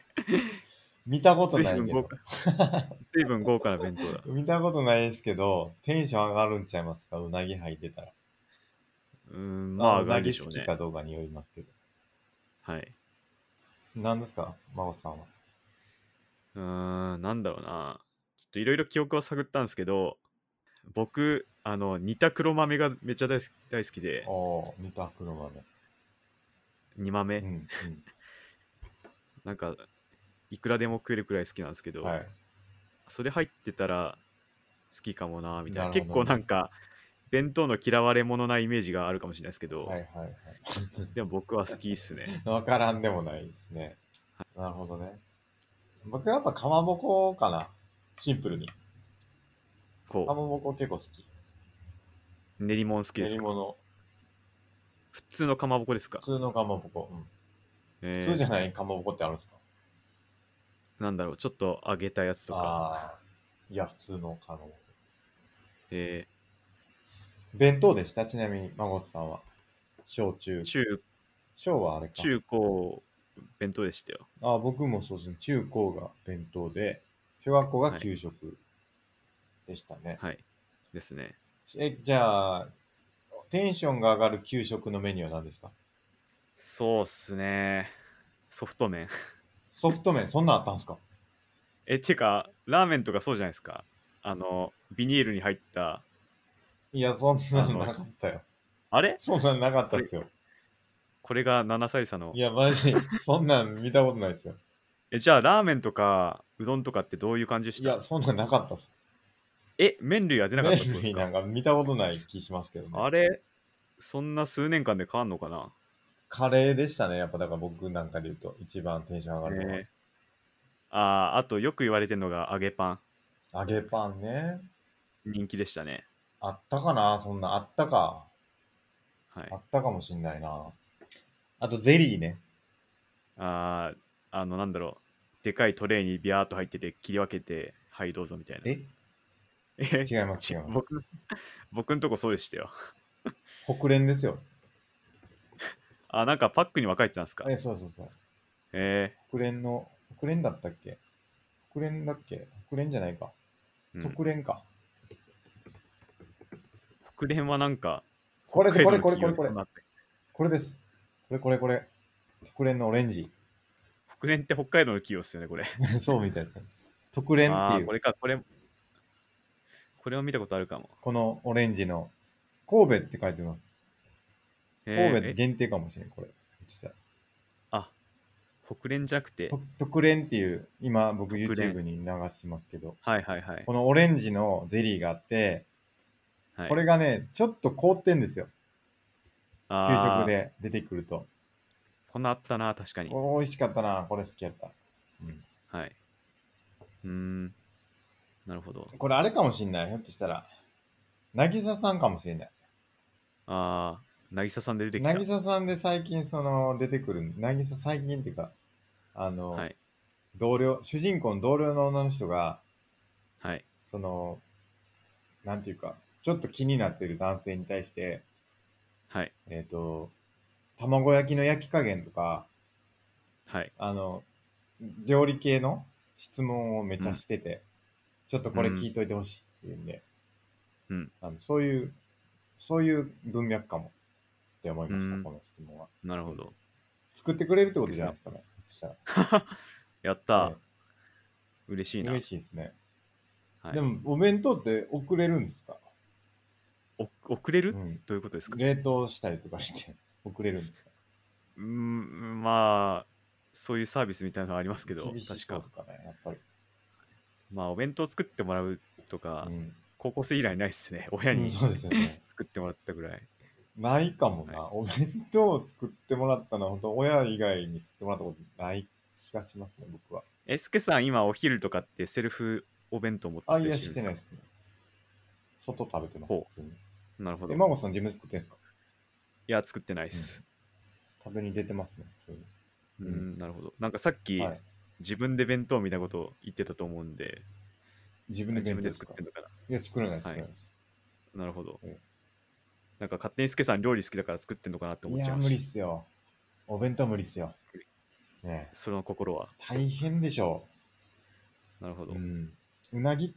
Speaker 1: 見たこと
Speaker 2: 随
Speaker 1: ない
Speaker 2: 分
Speaker 1: け
Speaker 2: 豪
Speaker 1: ど。
Speaker 2: 華 随分豪華な弁当だ
Speaker 1: 見たことないですけど、テンション上がるんちゃいますかうなぎ入ってたら。
Speaker 2: うーんまあ
Speaker 1: う
Speaker 2: 上が
Speaker 1: な
Speaker 2: るで
Speaker 1: ぎ
Speaker 2: しょ
Speaker 1: 好
Speaker 2: う
Speaker 1: き
Speaker 2: ね
Speaker 1: かどうかによりますけど。
Speaker 2: はい
Speaker 1: 何ですか真帆さんは。
Speaker 2: うーんなんだろうなちょっといろいろ記憶を探ったんですけど僕あの煮た黒豆がめっちゃ大好き大好きで
Speaker 1: おおー、煮た黒豆。
Speaker 2: 煮豆、
Speaker 1: うん、
Speaker 2: なんかいくらでも食えるくらい好きなんですけ
Speaker 1: う
Speaker 2: ど、
Speaker 1: ん。はい。
Speaker 2: それ入ってたら好きかもなみたいな
Speaker 1: なる
Speaker 2: 結
Speaker 1: ほどね
Speaker 2: 構なんか弁当の嫌われ者なイメージがあるかもしれないですけど、
Speaker 1: はいはいはい。
Speaker 2: でも僕は好きっす ね
Speaker 1: わからんでもないですね。なるほどね。僕はやっぱかまぼこかな。シンプルに。かま
Speaker 2: こ
Speaker 1: ぼこ結構好き。
Speaker 2: う練り物好きで
Speaker 1: 練
Speaker 2: す
Speaker 1: り
Speaker 2: か
Speaker 1: 物。
Speaker 2: 普通のかまぼこですか
Speaker 1: 普、通のかまぼこ。うん
Speaker 2: えー
Speaker 1: 普通じゃないかまぼこってあるんですか
Speaker 2: なんだろうちょっと揚げたやつとか、
Speaker 1: ああー。いや、普通のかまぼこ。
Speaker 2: え
Speaker 1: 弁当でしたちなみに、まごつさんは。小中
Speaker 2: ー。中
Speaker 1: 小はあれか。
Speaker 2: 中高弁当でしたよ
Speaker 1: あー僕もそうですね。中高が弁当で、小学校が
Speaker 2: はい
Speaker 1: 給食でしたね。
Speaker 2: はいですね
Speaker 1: え、じゃあ、テンションが上がる給食のメニューは何ですか
Speaker 2: そうっすねソフト麺
Speaker 1: ソフト麺、そんなんあったんすか
Speaker 2: えてかラーメンとかそうじゃないですかあのビニールに入った
Speaker 1: いや、そんな
Speaker 2: あの
Speaker 1: んなかったよ。
Speaker 2: あれ
Speaker 1: そんなんなかったっすよ。
Speaker 2: これが七サリさの
Speaker 1: いや、マジ、そんなん見たことないですよ。
Speaker 2: えじゃあラーメンとかうどんとかってどういう感じでし
Speaker 1: い
Speaker 2: た
Speaker 1: や、そんなんなかったっす。
Speaker 2: え麺類は出なかったってこと
Speaker 1: 麺
Speaker 2: で
Speaker 1: 類
Speaker 2: す
Speaker 1: な
Speaker 2: か
Speaker 1: んか見たことない気しますけどね。
Speaker 2: あれそんな数年間で変わんのかな
Speaker 1: カレーでしたね。やっぱだから僕なんかで言うと、一番テンション上がるのは。
Speaker 2: えーあーあとよく言われてるのが揚げパン
Speaker 1: 揚げパンね。
Speaker 2: 人気でしたね
Speaker 1: あったかなそんな、あったか。
Speaker 2: はい
Speaker 1: あったかもしんないな。あとゼリーね。
Speaker 2: あーあのなんだろうでかいトレイにビャーっと入ってて切り分けてはいどうぞみたいな
Speaker 1: え
Speaker 2: え
Speaker 1: 違います
Speaker 2: ち
Speaker 1: 違います。
Speaker 2: 僕 僕んとこそうでしたよ
Speaker 1: 北連ですよ。
Speaker 2: あなんかパックに分かれてたんですか
Speaker 1: え、そうそうそう。
Speaker 2: え
Speaker 1: 北連の、北連だったっけ北連だっけ北連じゃないか。
Speaker 2: ーうん
Speaker 1: 特連か。
Speaker 2: 国連はなんか
Speaker 1: これ
Speaker 2: 北海道の
Speaker 1: これこれこれ
Speaker 2: 企業にそんなあった
Speaker 1: これです。これこれこれ。特連のオレンジ。
Speaker 2: 国連って北海道の企業ですよねこれ
Speaker 1: そうみたいですね。特連っ
Speaker 2: あ
Speaker 1: てい
Speaker 2: ー
Speaker 1: う、
Speaker 2: こ
Speaker 1: こ
Speaker 2: れか、これ。これを見たことあるかも。
Speaker 1: のオレンジの、神戸って書いてます。
Speaker 2: えー
Speaker 1: 神戸
Speaker 2: え
Speaker 1: 限定かもしれん、これ。実は
Speaker 2: あ、北連じゃなくて。
Speaker 1: と特連っていう、今僕
Speaker 2: 特連
Speaker 1: YouTube に流しますけど、
Speaker 2: はいはいはい
Speaker 1: こ。のオレンジのゼリーがあって、
Speaker 2: はい、
Speaker 1: これがね、ちょっと凍ってんですよ。給
Speaker 2: あー
Speaker 1: 食。で出てくると。
Speaker 2: こんなあったな、確かに。
Speaker 1: お美味しかったな、これ好きやった。うん
Speaker 2: はい。うーん。なるほど。
Speaker 1: これあれかもしんない、ひょっとしたら。渚さんかもしれない。
Speaker 2: ああ、渚さんで出てきた。
Speaker 1: 渚さんで最近その出てくる、渚最近っていうか、あの、
Speaker 2: はい。
Speaker 1: 同僚、主人公の同僚の女の人が、
Speaker 2: はい。
Speaker 1: その、なんていうか、ちょっと気になってる男性に対して、
Speaker 2: はい。
Speaker 1: えっ、と、卵焼きの焼き加減とか、
Speaker 2: はい。
Speaker 1: あの、料理系の質問をめちゃしてて、ちょっとこれ聞いといてほしいっていうんで、
Speaker 2: うん
Speaker 1: あの、そういう、そういう文脈かもって思いました、
Speaker 2: うん
Speaker 1: この質問は。
Speaker 2: なるほど。
Speaker 1: 作ってくれるってことじゃないですかね。そしたら。
Speaker 2: やったー、
Speaker 1: はい
Speaker 2: 嬉しいな。
Speaker 1: 嬉しいですね。
Speaker 2: はい、
Speaker 1: でも、お弁当って送れるんですか、
Speaker 2: お、遅れる、
Speaker 1: うん、
Speaker 2: どういうことですか
Speaker 1: 冷凍したりとかして送れるんですか
Speaker 2: うーん、まあ、そういうサービスみたいなのはありますけど、
Speaker 1: 厳し
Speaker 2: 確
Speaker 1: そう
Speaker 2: か
Speaker 1: で。すかね、やっぱり。
Speaker 2: まあ、お弁当作ってもらうとか、
Speaker 1: うん
Speaker 2: 高校生以来ないっすね。親
Speaker 1: う
Speaker 2: に
Speaker 1: んそうですよね。
Speaker 2: 作ってもらったぐらい。
Speaker 1: ないかもな。
Speaker 2: は
Speaker 1: お弁当を作ってもらったのは、本当親以外に作ってもらったことない気がしますね、僕は。
Speaker 2: え、すけさん、今お昼とかってセルフお弁当持って
Speaker 1: あ、
Speaker 2: っ
Speaker 1: い
Speaker 2: て
Speaker 1: や、
Speaker 2: るし
Speaker 1: 知ってないですね。外食べてます、
Speaker 2: ほう
Speaker 1: 普通に。
Speaker 2: なるほど。
Speaker 1: え、
Speaker 2: い
Speaker 1: マゴさん自分作ってんですか
Speaker 2: や、作ってないです。
Speaker 1: 食べに出てますね、普通に。
Speaker 2: う、
Speaker 1: うんん
Speaker 2: なるほど。なんかさっき、
Speaker 1: はい
Speaker 2: 自分で弁当みたいなこと言ってたと思うんで、
Speaker 1: 自分で
Speaker 2: 自
Speaker 1: 弁
Speaker 2: 分
Speaker 1: 当
Speaker 2: です作
Speaker 1: か
Speaker 2: ってるのかな。
Speaker 1: いや、作らないです、
Speaker 2: はい
Speaker 1: 作らないです
Speaker 2: なるほど
Speaker 1: ええ。
Speaker 2: なんか勝手にスケさん料理好きだから作ってんのかなって思
Speaker 1: い
Speaker 2: っちゃ
Speaker 1: や、
Speaker 2: いま
Speaker 1: 無理っ
Speaker 2: した。
Speaker 1: すよ。お弁当無理っすよ。ねえ
Speaker 2: その心は。
Speaker 1: 大変でしょ
Speaker 2: なるほ
Speaker 1: う。
Speaker 2: ど。
Speaker 1: うん。うなぎ、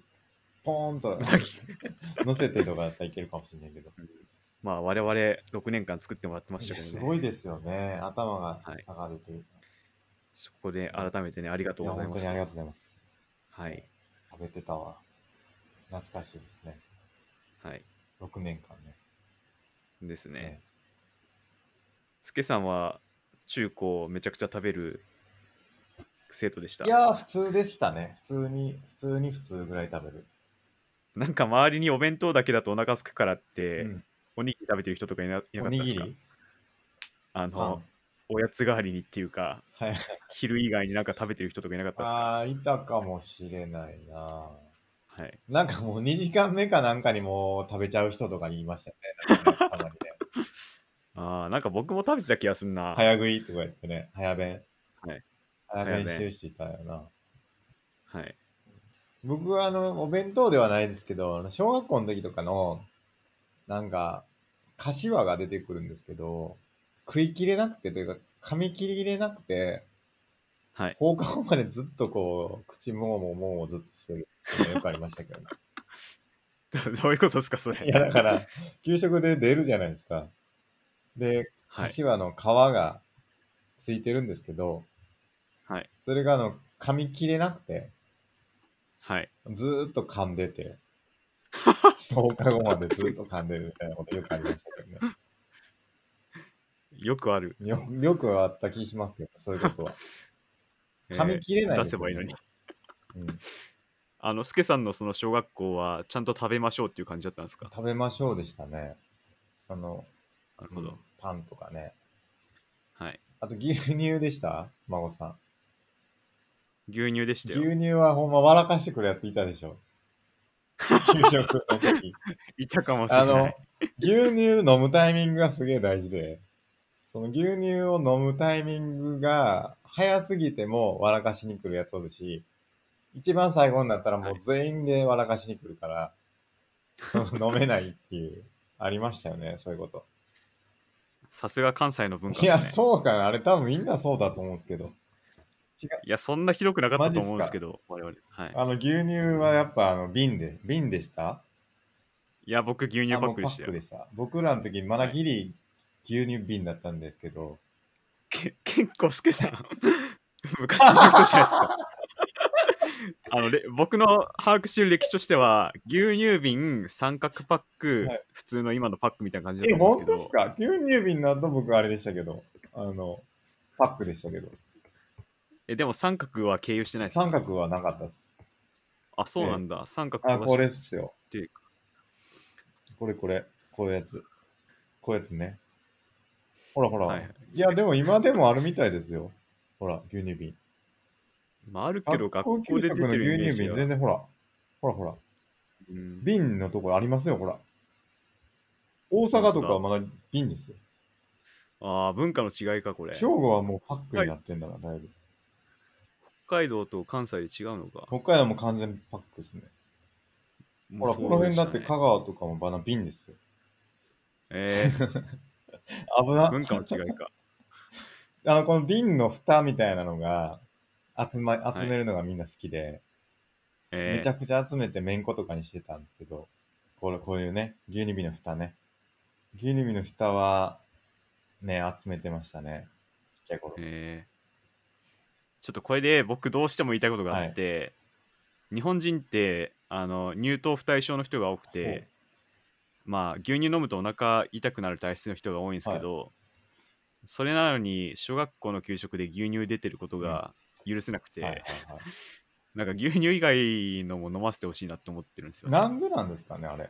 Speaker 1: ポーンと
Speaker 2: うなぎ
Speaker 1: 乗せてとかだったらいけるかもしれないけど。
Speaker 2: まあ我々6年間作ってもらってまし
Speaker 1: い
Speaker 2: た
Speaker 1: や
Speaker 2: けどね。
Speaker 1: すごいですよね。頭が
Speaker 2: はい
Speaker 1: 下がるというか。
Speaker 2: ここで改めてね、ありがと
Speaker 1: いうや、
Speaker 2: ござい
Speaker 1: 本
Speaker 2: ま
Speaker 1: 当
Speaker 2: す
Speaker 1: にあ。りがとうございます。
Speaker 2: はい。
Speaker 1: 食べてたわ。懐かしいですね。
Speaker 2: はい。
Speaker 1: 6年間ね。
Speaker 2: ですね
Speaker 1: ね。
Speaker 2: スケさんは中高めちゃくちゃ食べる生徒でした
Speaker 1: い。やー、普通でしたね。普通に、普通に普通ぐらい食べる。
Speaker 2: なんか周りにお弁当だけだとお腹空くからって、
Speaker 1: うん
Speaker 2: おにぎり食べてる人とかいないうなか
Speaker 1: ん、お
Speaker 2: った
Speaker 1: に
Speaker 2: です
Speaker 1: ぎ
Speaker 2: か
Speaker 1: り
Speaker 2: あ
Speaker 1: パン
Speaker 2: の、おやつ代わりにっていうか、
Speaker 1: はい。
Speaker 2: 昼以外になんか食べてる人とかいなかったですか
Speaker 1: ああ、いたかもしれないな。
Speaker 2: はい。
Speaker 1: なんかもう2時間目かなんかにもう食べちゃう人とかにいましたね。な んかねたまにね
Speaker 2: ああ、なんか僕も食べてた気がすんな。
Speaker 1: 早食いとか言ってね、早弁。
Speaker 2: はい
Speaker 1: 早弁してる人いたよな。
Speaker 2: はい。
Speaker 1: 僕はあの、お弁当ではないですけど、あの小学校の時とかの、なんか、柏が出てくるんですけど、食い切れなくてというか、噛み切り切れなくて、
Speaker 2: はい。
Speaker 1: 放課後までずっとこう、口もももをずっとしてるっていうのがよくありましたけどね。
Speaker 2: どういうことですか、それ。
Speaker 1: いや、だから、給食で出るじゃないですか。で、
Speaker 2: はい。
Speaker 1: 柏の皮がついてるんですけど、
Speaker 2: はい。
Speaker 1: それがあの、噛み切れなくて、
Speaker 2: はい。
Speaker 1: ずーっと噛んで て、放課後までずーっと噛んでるみたいなことよくありましたけどね。
Speaker 2: よくある。
Speaker 1: よよくあった気しますけど、そういうことは。
Speaker 2: えー
Speaker 1: 噛み切れないん
Speaker 2: 出
Speaker 1: です
Speaker 2: せ
Speaker 1: よ
Speaker 2: ば
Speaker 1: ね、
Speaker 2: いいのに。
Speaker 1: うん。
Speaker 2: あの、スケさんのその小学校は、ちゃんと食べましょうっていう感じだったんですか
Speaker 1: 食べましょうでしたね。あの、
Speaker 2: なるほど。
Speaker 1: パンとかね。
Speaker 2: はい。
Speaker 1: あと牛乳でした孫さん。
Speaker 2: 牛乳でしたよ。
Speaker 1: 牛乳はほんま笑かしてくるやついたで しょ。給食の時。
Speaker 2: いたかもしれ
Speaker 1: あ
Speaker 2: な
Speaker 1: の
Speaker 2: い。、
Speaker 1: 牛乳飲むタイミングがすげえ大事で、その牛乳を飲むタイミングが早すぎても笑かしに来るやつおるし、一番最後になったらもう全員で笑かしに来るから、 その飲めないっていう、ありましたよね、そういうこと。
Speaker 2: さすが関西の文化
Speaker 1: い
Speaker 2: で
Speaker 1: や、
Speaker 2: すね。
Speaker 1: そうかな、あれ多分みんなそうだと思うんですけど、
Speaker 2: いや、そんなひどくなかったと思う
Speaker 1: マ
Speaker 2: んで
Speaker 1: ジっす
Speaker 2: す
Speaker 1: か
Speaker 2: けど、我々。はい。
Speaker 1: あの牛乳はやっぱあの瓶で、瓶でした
Speaker 2: いや、僕、牛乳パ
Speaker 1: あも
Speaker 2: ッ
Speaker 1: う
Speaker 2: クでしたよ。
Speaker 1: 僕らの時まだギリ牛乳瓶だったんですけど、
Speaker 2: け結構すけさん昔の歴史じゃないです かあのれ僕の把握してる歴史としては牛乳瓶三角パック、
Speaker 1: はい
Speaker 2: 普通の今のパックみたいな感じだ
Speaker 1: え、
Speaker 2: と思うん
Speaker 1: 本
Speaker 2: で
Speaker 1: 当ですす
Speaker 2: けど
Speaker 1: か牛乳瓶の後僕あれでしたけど、あの、パックでしたけど、
Speaker 2: えでも三角は経由してないですか
Speaker 1: 三角はなかったです。
Speaker 2: あそうなんだ、三角
Speaker 1: あ、
Speaker 2: は
Speaker 1: これっすよ
Speaker 2: で。
Speaker 1: これこれ、こういうやつ。こういうやつね。ほらほら。
Speaker 2: は
Speaker 1: い
Speaker 2: いはい
Speaker 1: や、でも今でもあるみたいですよ。ほら、牛乳瓶。
Speaker 2: まあ、あるけど学校で出て
Speaker 1: 学
Speaker 2: るイ
Speaker 1: の
Speaker 2: メー
Speaker 1: 牛乳
Speaker 2: ジ
Speaker 1: 瓶、
Speaker 2: は
Speaker 1: 全然ほら。ほらほら。
Speaker 2: うん
Speaker 1: 瓶のところありますよ、ほら。大阪とかはまだ瓶ですよ。
Speaker 2: あー文化の違いかこれ
Speaker 1: 兵
Speaker 2: 北
Speaker 1: 庫はもうパックになってんだから、だいぶ。
Speaker 2: 海道と関西で違うのか
Speaker 1: 北海道も完全パックですね。ほら、
Speaker 2: もう
Speaker 1: この辺だって
Speaker 2: そうでした
Speaker 1: 香
Speaker 2: ね
Speaker 1: 川とかもバナ瓶ですよ。
Speaker 2: え
Speaker 1: 危
Speaker 2: ー
Speaker 1: な。
Speaker 2: 文化の違いか
Speaker 1: あの、この瓶の蓋みたいなのが、集ま、
Speaker 2: い
Speaker 1: 集めるのがみんな好きで、
Speaker 2: え
Speaker 1: めち
Speaker 2: ー
Speaker 1: ゃくちゃ集めてめんことかにしてたんですけど、これ、こういうね、牛乳瓶の蓋ね。牛乳瓶の蓋は、ね、集めてましたね。ちっちゃい頃。
Speaker 2: えーちょっとこれで僕どうしても言いたいことがあって、日本人ってあの乳糖不対症の人が多くてまあ牛乳飲むとお腹痛くなる体質の人が多いんですけど、それなのに小学校の給食で牛乳出てることが許せなくて、
Speaker 1: はいはいは
Speaker 2: なんか牛乳以外のも飲ませてほしいなって思ってるんですよ、
Speaker 1: い、
Speaker 2: ま
Speaker 1: なんでなんですかね、あれ。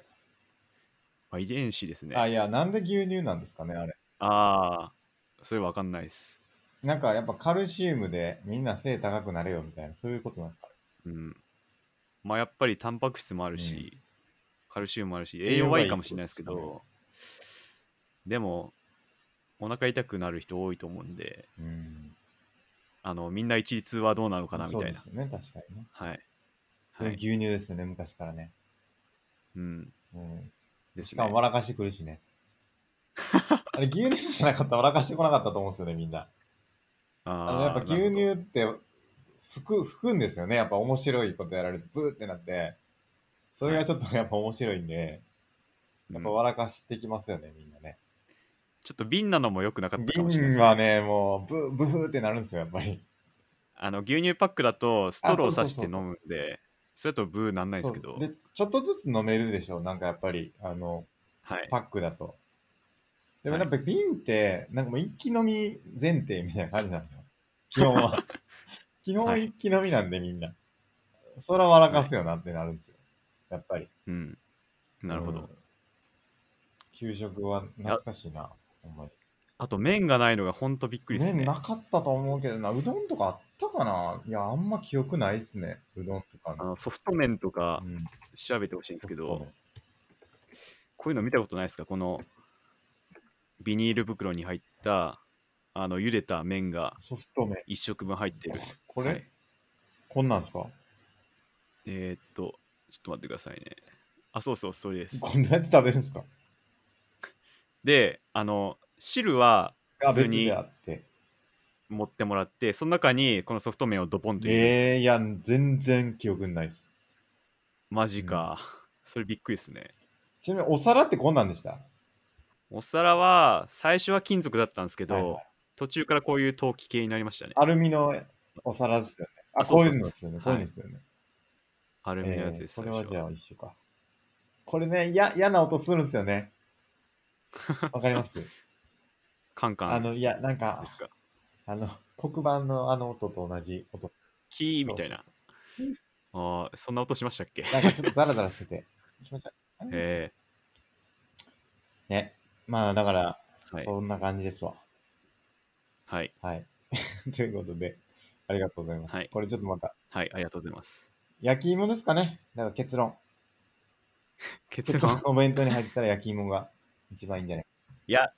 Speaker 2: あ、遺伝子ですね
Speaker 1: あ、いや、なんで牛乳なんですかね、あれ。
Speaker 2: ああそれわかんないです
Speaker 1: なんかやっぱカルシウムでみんな背高くなれよみたいな、そういうことなんですか
Speaker 2: うんまあやっぱりタンパク質もあるし、カルシウムもあるし、栄養はいいかもしれないですけ
Speaker 1: 栄養はいい
Speaker 2: ど、でも、お腹痛くなる人多いと思うんで、
Speaker 1: うん。
Speaker 2: あの、みんな一律はどうなのかなみ
Speaker 1: そう
Speaker 2: た
Speaker 1: で
Speaker 2: いな
Speaker 1: す。よね、確かにね。
Speaker 2: はい。
Speaker 1: こ
Speaker 2: は
Speaker 1: れ
Speaker 2: い。
Speaker 1: 牛乳ですよね、昔からね。
Speaker 2: うん。
Speaker 1: うん。
Speaker 2: です
Speaker 1: し
Speaker 2: ね
Speaker 1: かも笑かしてくる しね。あれ牛乳じゃなかったら笑かしてこなかったと思うんですよね、みんな。あのやっぱ
Speaker 2: あー
Speaker 1: 牛
Speaker 2: なる
Speaker 1: 乳って吹く、吹くんですよね。やっぱ面白いことやられて、ブーってなって、それがちょっとやっぱ面白いんで、
Speaker 2: ほど
Speaker 1: やっ
Speaker 2: うん
Speaker 1: ぱ笑かしてきますよね、みんなね。
Speaker 2: ちょっと瓶なのも良くなかったかもしれない
Speaker 1: 瓶
Speaker 2: ですね
Speaker 1: はね、もう、ブー、ブーってなるんですよ、やっぱり。
Speaker 2: あの牛乳パックだとストローを刺し
Speaker 1: あそうそうそう
Speaker 2: て飲
Speaker 1: そう
Speaker 2: むんで、それだとブーなんないですけど
Speaker 1: そう、で、ちょっとずつ飲めるでしょ、なんかやっぱり、あの、
Speaker 2: はい
Speaker 1: パ。ックだと。でも
Speaker 2: はい
Speaker 1: やっぱり瓶って、なんかもう一気飲み前提みたいな感じなんですよ。基本 は。基本は一気飲みなんで、みんな。そら笑かすよなってなるんですよ。やっぱり。
Speaker 2: うん。なるほど。
Speaker 1: うん。給食は懐かしいな、ほんまに。
Speaker 2: あと麺がないのがほんとびっくりです
Speaker 1: 麺
Speaker 2: ね。
Speaker 1: なかったと思うけどな、うどんとかあったかないや、あんま記憶ないですね。うどんとか
Speaker 2: あ
Speaker 1: の。
Speaker 2: のソフト麺とか
Speaker 1: うん、
Speaker 2: 調べてほしいんですけ
Speaker 1: そう
Speaker 2: ど
Speaker 1: ね、
Speaker 2: こういうの見たことないですかこのビニール袋に入ったあの茹でた麺が
Speaker 1: ソフト麺。
Speaker 2: 1食分入ってる。
Speaker 1: これ、
Speaker 2: はい
Speaker 1: こんなんですか
Speaker 2: えーっと、ちょっと待ってくださいね。あ、そうそう、それです。
Speaker 1: こんどうやって食べるんですか
Speaker 2: で、あの、汁は
Speaker 1: あ、
Speaker 2: 普通
Speaker 1: 別
Speaker 2: に
Speaker 1: であって。
Speaker 2: 持ってもらって、その中にこのソフト麺をドポンと入れるんですよ
Speaker 1: えー、いや、全然記憶にないです。
Speaker 2: マジか。それびっくりですね。
Speaker 1: ちなみにお皿ってこんなんでした
Speaker 2: お皿は最初は金属だったんですけど、
Speaker 1: はいはい
Speaker 2: 途中からこういう陶器系になりましたね。
Speaker 1: アルミのお皿ですよね。あ、
Speaker 2: あそ
Speaker 1: こ
Speaker 2: う
Speaker 1: うい
Speaker 2: そう
Speaker 1: う
Speaker 2: そ
Speaker 1: のですよ
Speaker 2: う
Speaker 1: ね。こう
Speaker 2: はい
Speaker 1: いうのですよね。
Speaker 2: アルミのやつです。
Speaker 1: えーこれ
Speaker 2: 最
Speaker 1: は
Speaker 2: 初
Speaker 1: じ
Speaker 2: は
Speaker 1: ゃあ一緒か。これね、や嫌な音するんですよ ね。わかります
Speaker 2: カンカ
Speaker 1: あ
Speaker 2: ン
Speaker 1: の、いや、なんか
Speaker 2: で、すか。
Speaker 1: あの、黒板のあの音と同じ音。
Speaker 2: キーみたいな。
Speaker 1: そうそう
Speaker 2: あーそんな音しましたっけ
Speaker 1: なんかちょっとザラザラしてて。気持ち悪い
Speaker 2: え
Speaker 1: ね。まあ、だから、
Speaker 2: ー、はい。
Speaker 1: そんな感じですわ。
Speaker 2: はい。
Speaker 1: はい。 ということで、ありがとうございます。
Speaker 2: はい
Speaker 1: これちょっとまた、
Speaker 2: はい。ありがとうございます。
Speaker 1: 焼き芋ですかね。だから結論。
Speaker 2: 結論
Speaker 1: お弁当に入ってたら焼き芋が一番いいんじゃない
Speaker 2: いや、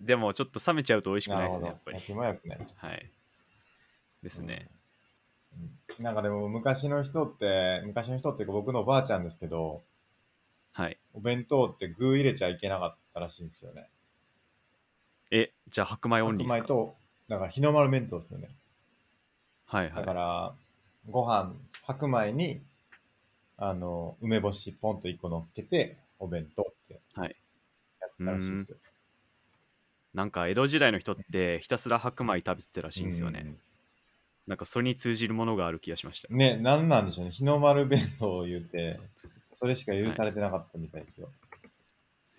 Speaker 2: でもちょっと冷めちゃうと美味しくな
Speaker 1: なる
Speaker 2: いで
Speaker 1: ほ
Speaker 2: す
Speaker 1: ど
Speaker 2: ね、やっぱり
Speaker 1: 焼。き芋は良くない。で
Speaker 2: はい。ですね。。
Speaker 1: うん、なんかでも昔の人って、昔の人っていうか僕のおばあちゃんですけど、
Speaker 2: はい。
Speaker 1: お弁当って具入れちゃいけなかったらしいんですよね。
Speaker 2: え、じゃあ白米オンリ
Speaker 1: 白
Speaker 2: ーで
Speaker 1: 米
Speaker 2: すか
Speaker 1: と、だから日の丸弁当ですよね。
Speaker 2: はいは
Speaker 1: だ
Speaker 2: い
Speaker 1: か。ら、ご飯、白米に、あの、梅干しポンと1個乗っけて、お弁当って
Speaker 2: はい。
Speaker 1: やってたらしいですよ。
Speaker 2: なんか江戸時代の人ってひたすら白米食べてたらしいんですよね。なんかそれに通じるものがある気がしました
Speaker 1: う。ん。ね、なんなんでしょうね。日の丸弁当を言うて、それしか許されてなかったみたいですよ。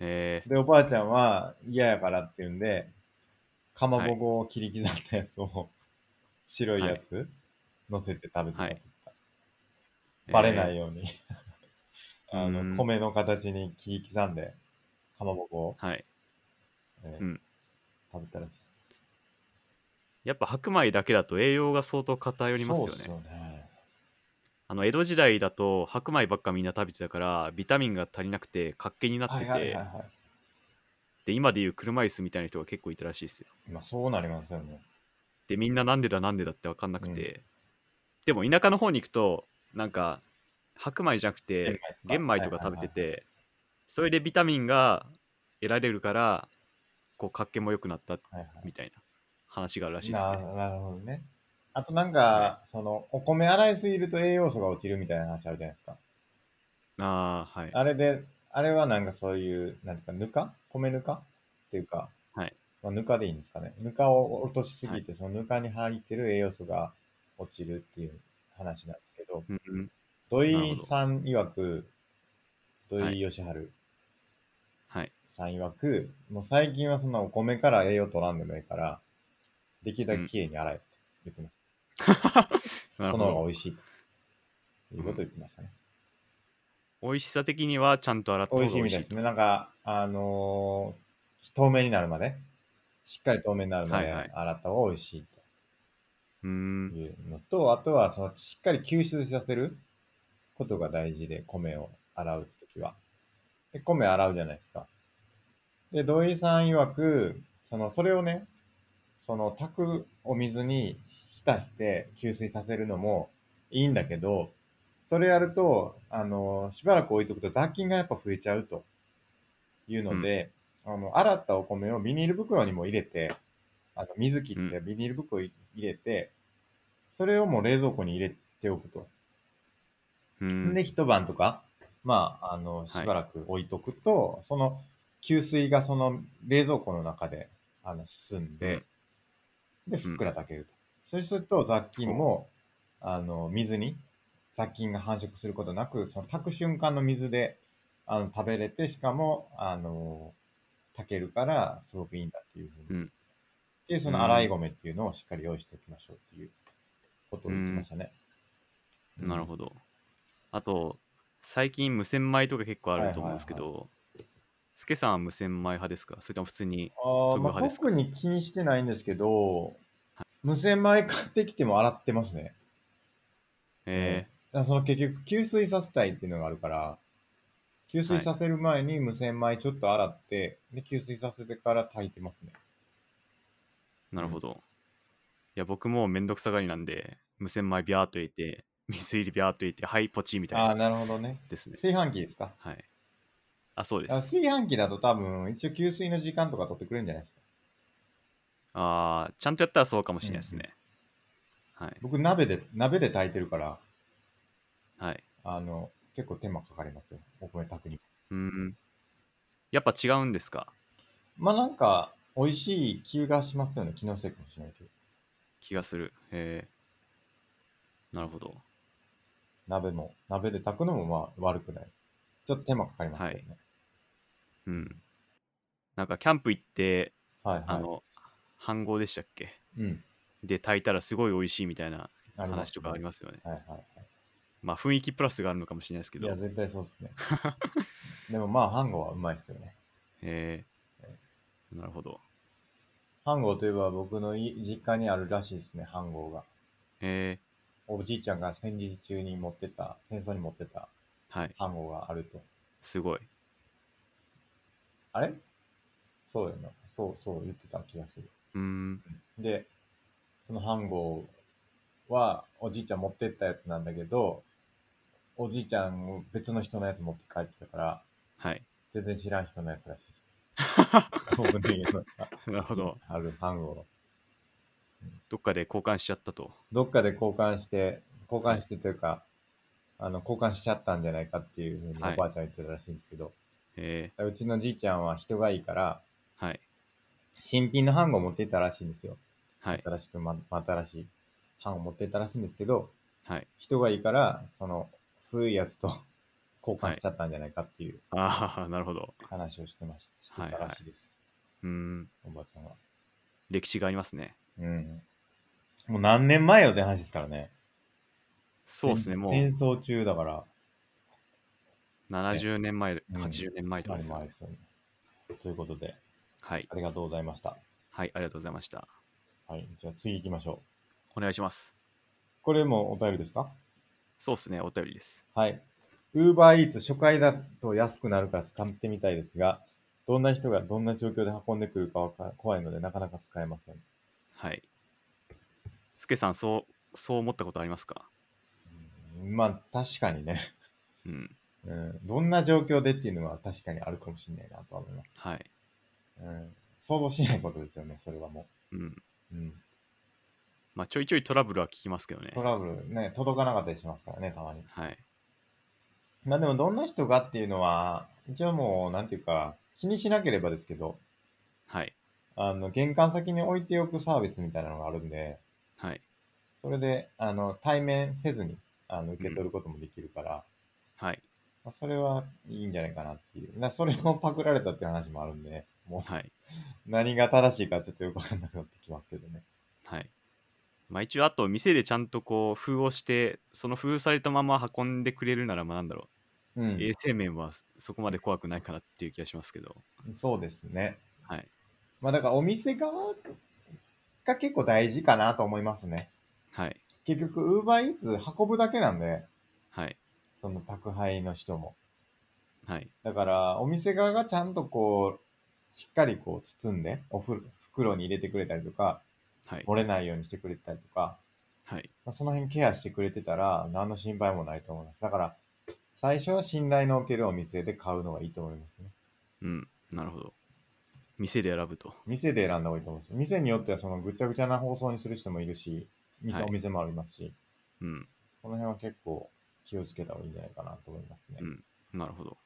Speaker 2: え
Speaker 1: で、おばあちゃんは嫌やからって言うんで、かまぼこを切り刻んだやつを、白いやつ、乗せて食べてたって言ってた、
Speaker 2: ー、
Speaker 1: バレな
Speaker 2: え
Speaker 1: い
Speaker 2: ー
Speaker 1: ように。
Speaker 2: え
Speaker 1: あ
Speaker 2: う
Speaker 1: の、
Speaker 2: ん
Speaker 1: 米の形に切り刻んで、かまぼこを、
Speaker 2: はい。
Speaker 1: えー
Speaker 2: うん
Speaker 1: 食べたらしいです。
Speaker 2: やっぱ白米だけだと栄養が相当偏りますよ
Speaker 1: そうっ
Speaker 2: ね。
Speaker 1: すよね。
Speaker 2: あの江戸時代だと白米ばっかみんな食べてたからビタミンが足りなくて活気になって
Speaker 1: はい
Speaker 2: て、
Speaker 1: はいはいは
Speaker 2: で今でいう車椅子みたいな人が結構いたらしいですよ。
Speaker 1: い。まあそうなりますよね。
Speaker 2: でみんななんでだなんでだって分かんなくて、でも田舎の方に行くとなんか白米じゃなくて玄米とか食べてて、それでビタミンが得られるからこう活気も良くなった
Speaker 1: はいはいはいはい
Speaker 2: みたいな話があるらしいです
Speaker 1: な
Speaker 2: ね。
Speaker 1: なるほどね。あとなんか、
Speaker 2: は
Speaker 1: その、お米洗いすぎると栄養素が落ちるみたいな話あるじゃないですか。
Speaker 2: ああはい
Speaker 1: あれで、あれはなんかそういう、なんていうか、ぬか米ぬかっていうか、
Speaker 2: はい
Speaker 1: まあ、ぬかでいいんですかね。ぬかを落としすぎて、そのぬかに入ってる栄養素が落ちるっていう話なんですけど、
Speaker 2: うんうん
Speaker 1: 土
Speaker 2: なる
Speaker 1: 井
Speaker 2: ほど
Speaker 1: さん曰く、土
Speaker 2: はい
Speaker 1: 井善晴
Speaker 2: はい
Speaker 1: さん曰く、もう最近はそんなお米から栄養取らんでもいいから、できるだけきれいに洗えって言ってまし
Speaker 2: な
Speaker 1: た。
Speaker 2: る
Speaker 1: そ
Speaker 2: ほ
Speaker 1: の方が
Speaker 2: ど
Speaker 1: 美味しい。ということを言ってましたね。
Speaker 2: 美味しさ的にはちゃんと洗った方
Speaker 1: 美味
Speaker 2: が
Speaker 1: しい
Speaker 2: 美
Speaker 1: み
Speaker 2: 味
Speaker 1: た
Speaker 2: し
Speaker 1: い
Speaker 2: い
Speaker 1: ですね。なんか、あのー透明になるまで、しっかり透明になるまで
Speaker 2: はいはい
Speaker 1: 洗った方が美味しいと
Speaker 2: うーん
Speaker 1: いうのと、あとはそのしっかり吸収させることが大事で、米を洗うときは。で、米洗うじゃないですか。で、土井さん曰く、その、それをね、その、炊くお水に浸して吸水させるのもいいんだけど、それやると、あの、しばらく置いとくと雑菌がやっぱ増えちゃうというので、あの、洗ったお米をビニール袋にも入れて、あの水切って
Speaker 2: う
Speaker 1: ビニール袋に入れて、それをもう冷蔵庫に入れておくと。
Speaker 2: うん
Speaker 1: で、一晩とか、まあ、あの、しばらく置いとくと、その、吸水がその冷蔵庫の中で、あの、進んで、で、ふっくら炊けると。そうすると、雑菌も、あの、水に、雑菌が繁殖することなく、その、炊く瞬間の水で、あの、食べれて、しかも、あの、炊けるから、すごくいいんだっていうふうに。
Speaker 2: うん
Speaker 1: で、その、洗い米っていうのをしっかり用意しておきましょうっていうことを言ってましたね。
Speaker 2: なるほど。あと、最近無洗米とか結構あると思うんですけど、スケさんは無洗米派ですかそれとも普通に。
Speaker 1: あー
Speaker 2: 特
Speaker 1: まあ、
Speaker 2: 派ですか
Speaker 1: 特に気にしてないんですけど、無洗米買ってきても洗ってますね。
Speaker 2: え
Speaker 1: だからその結局、吸水させたいっていうのがあるから、吸水させる前に無洗米ちょっと洗って、で吸水させてから炊いてますね。
Speaker 2: ー、なるほど。いや、僕もめんどくさがりなんで、無洗米ビャーっと入れて、 水入りビャーっと入れて、はい、ポチみたい
Speaker 1: ああー、な
Speaker 2: な
Speaker 1: るほどね。
Speaker 2: ですね。
Speaker 1: 炊飯器ですか
Speaker 2: はい。あ、そうで
Speaker 1: あ
Speaker 2: す。
Speaker 1: 炊飯器だと多分、一応吸水の時間とか取ってくれるんじゃないですか。
Speaker 2: あーちゃんとやったらそうかもしれないですね。はい。
Speaker 1: 僕、鍋で、鍋で炊いてるから、
Speaker 2: はい。
Speaker 1: あの、結構手間かかりますよ。お米炊くに。
Speaker 2: うん。やっぱ違うんですか
Speaker 1: まあなんか、美味しい気がしますよね。気のせいかもしれないけど。
Speaker 2: 気がする。へえ。なるほど。
Speaker 1: 鍋も、鍋で炊くのもまあ悪くない。ちょっと手間かかりますけどね。
Speaker 2: うん。なんかキャンプ行って、
Speaker 1: はい、はい、
Speaker 2: あの、飯盒でしたっけ
Speaker 1: うん。
Speaker 2: で炊いたらすごい美味しいみたいな
Speaker 1: あります
Speaker 2: 話とかありますよね。
Speaker 1: はいはい。
Speaker 2: まあ雰囲気プラスがあるのかもしれないですけ
Speaker 1: い
Speaker 2: ど
Speaker 1: や、。絶対そうです ね。でもまあ、ハンゴはうまいですよね。
Speaker 2: えー、なるほど。
Speaker 1: ハンゴといえば僕のい実家にあるらしいですね、ハンゴが。
Speaker 2: え
Speaker 1: おじいちゃんが戦時中に持ってた、戦争に持ってた
Speaker 2: ー、はい。
Speaker 1: ハンゴがあると。
Speaker 2: すごい。
Speaker 1: あれそうやな。そうそう言ってた気がする。
Speaker 2: うーん。
Speaker 1: で、その飯盒はおじいちゃん持ってったやつなんだけど、おじいちゃんを別の人のやつ持って帰ってたから、
Speaker 2: はい。
Speaker 1: 全然知らん人のやつらしいです。僕の家の
Speaker 2: なるほど。
Speaker 1: ある飯盒を。
Speaker 2: どっかで交換しちゃったと。
Speaker 1: どっかで交換して、交換してというか、あの、交換しちゃったんじゃないかっていうふうに
Speaker 2: はい
Speaker 1: おばあちゃん言ってたらしいんですけど、
Speaker 2: え
Speaker 1: うちのじいちゃんは人がいいから、
Speaker 2: ー、はい。
Speaker 1: 新品の飯盒を持っていったらしいんですよ。
Speaker 2: はい。
Speaker 1: 新しく、ま、また新しい飯を持っていったらしいんですけど、
Speaker 2: はい。
Speaker 1: 人がいいから、その古いやつと 交換しちゃったんじゃないかっていう
Speaker 2: ああ、なるほど。
Speaker 1: 話をしてました。
Speaker 2: はい
Speaker 1: してたらしいです、
Speaker 2: うーん。
Speaker 1: おばあちゃんは。
Speaker 2: 歴史がありますね。
Speaker 1: うん。もう何年前よって話ですからね。
Speaker 2: そうですね。も
Speaker 1: 戦
Speaker 2: う
Speaker 1: 争中だから、
Speaker 2: 70年前、
Speaker 1: うん
Speaker 2: 80年前と
Speaker 1: 前
Speaker 2: かですよ
Speaker 1: 々
Speaker 2: ね。
Speaker 1: ですよね。ということで、
Speaker 2: はい。
Speaker 1: ありがとうございました。
Speaker 2: はい。ありがとうございました。
Speaker 1: はい。じゃあ次行きましょう。
Speaker 2: お願いします。
Speaker 1: これもお便りですか
Speaker 2: そうですね。お便りです。
Speaker 1: はい。Uber Eats 初回だと安くなるから使ってみたいですが、どんな人がどんな状況で運んでくるかわか怖いのでなかなか使えません。
Speaker 2: はい。すけさん、そう、そう思ったことありますか
Speaker 1: うんまあ確かにね、
Speaker 2: うん。
Speaker 1: うん。どんな状況でっていうのは確かにあるかもしれないなとは思います。
Speaker 2: はい。
Speaker 1: うん。想像しないことですよね、それはも
Speaker 2: うん。
Speaker 1: う。うん。
Speaker 2: まあ、ちょいちょいトラブルは聞きますけどね
Speaker 1: ト。ラブルね、届かなかったりしますからね、たまに。
Speaker 2: はい。
Speaker 1: まあでもどんな人がっていうのは、一応もう、なんていうか、気にしなければですけど、
Speaker 2: はい。
Speaker 1: あの、玄関先に置いておくサービスみたいなのがあるんで、
Speaker 2: はい。
Speaker 1: それで、あの、対面せずに、あの、受け取ることもできるから、
Speaker 2: はい。
Speaker 1: まあそれはいいんじゃないかなっていう。なそれもパクられたっていう話もあるんで、もう、
Speaker 2: はい。
Speaker 1: 何が正しいかちょっとよくわかんなくなってきますけどね。
Speaker 2: はい。まあ、一応、あと、店でちゃんとこう、封をして、その封されたまま運んでくれるなら、まあ、なんだろ
Speaker 1: う
Speaker 2: う。
Speaker 1: ん。
Speaker 2: 衛生面はそこまで怖くないかなっていう気がしますけど。
Speaker 1: そうですね。
Speaker 2: はい。
Speaker 1: まあだからお店側が結構大事かなと思いますね。
Speaker 2: はい。
Speaker 1: 結局、Uber Eats 運ぶだけなんで、
Speaker 2: はい。
Speaker 1: その宅配の人も。
Speaker 2: はい。
Speaker 1: だから、お店側がちゃんとこう、しっかりこう包んで、おふ袋に入れてくれたりとか、
Speaker 2: はい。
Speaker 1: 漏れないようにしてくれてたりとか、
Speaker 2: はい。
Speaker 1: まあその辺ケアしてくれてたら、何の心配もないと思います。だから、最初は信頼のおけるお店で買うのがいいと思いますね。
Speaker 2: うん。なるほど。店で選ぶと。
Speaker 1: 店で選んだ方がいいと思うんですよ。店によってはそのぐちゃぐちゃな包装にする人もいるし、店
Speaker 2: はい
Speaker 1: お店もありますし、
Speaker 2: うん。
Speaker 1: この辺は結構気をつけた方がいいんじゃないかなと思いますね。
Speaker 2: うんなるほど。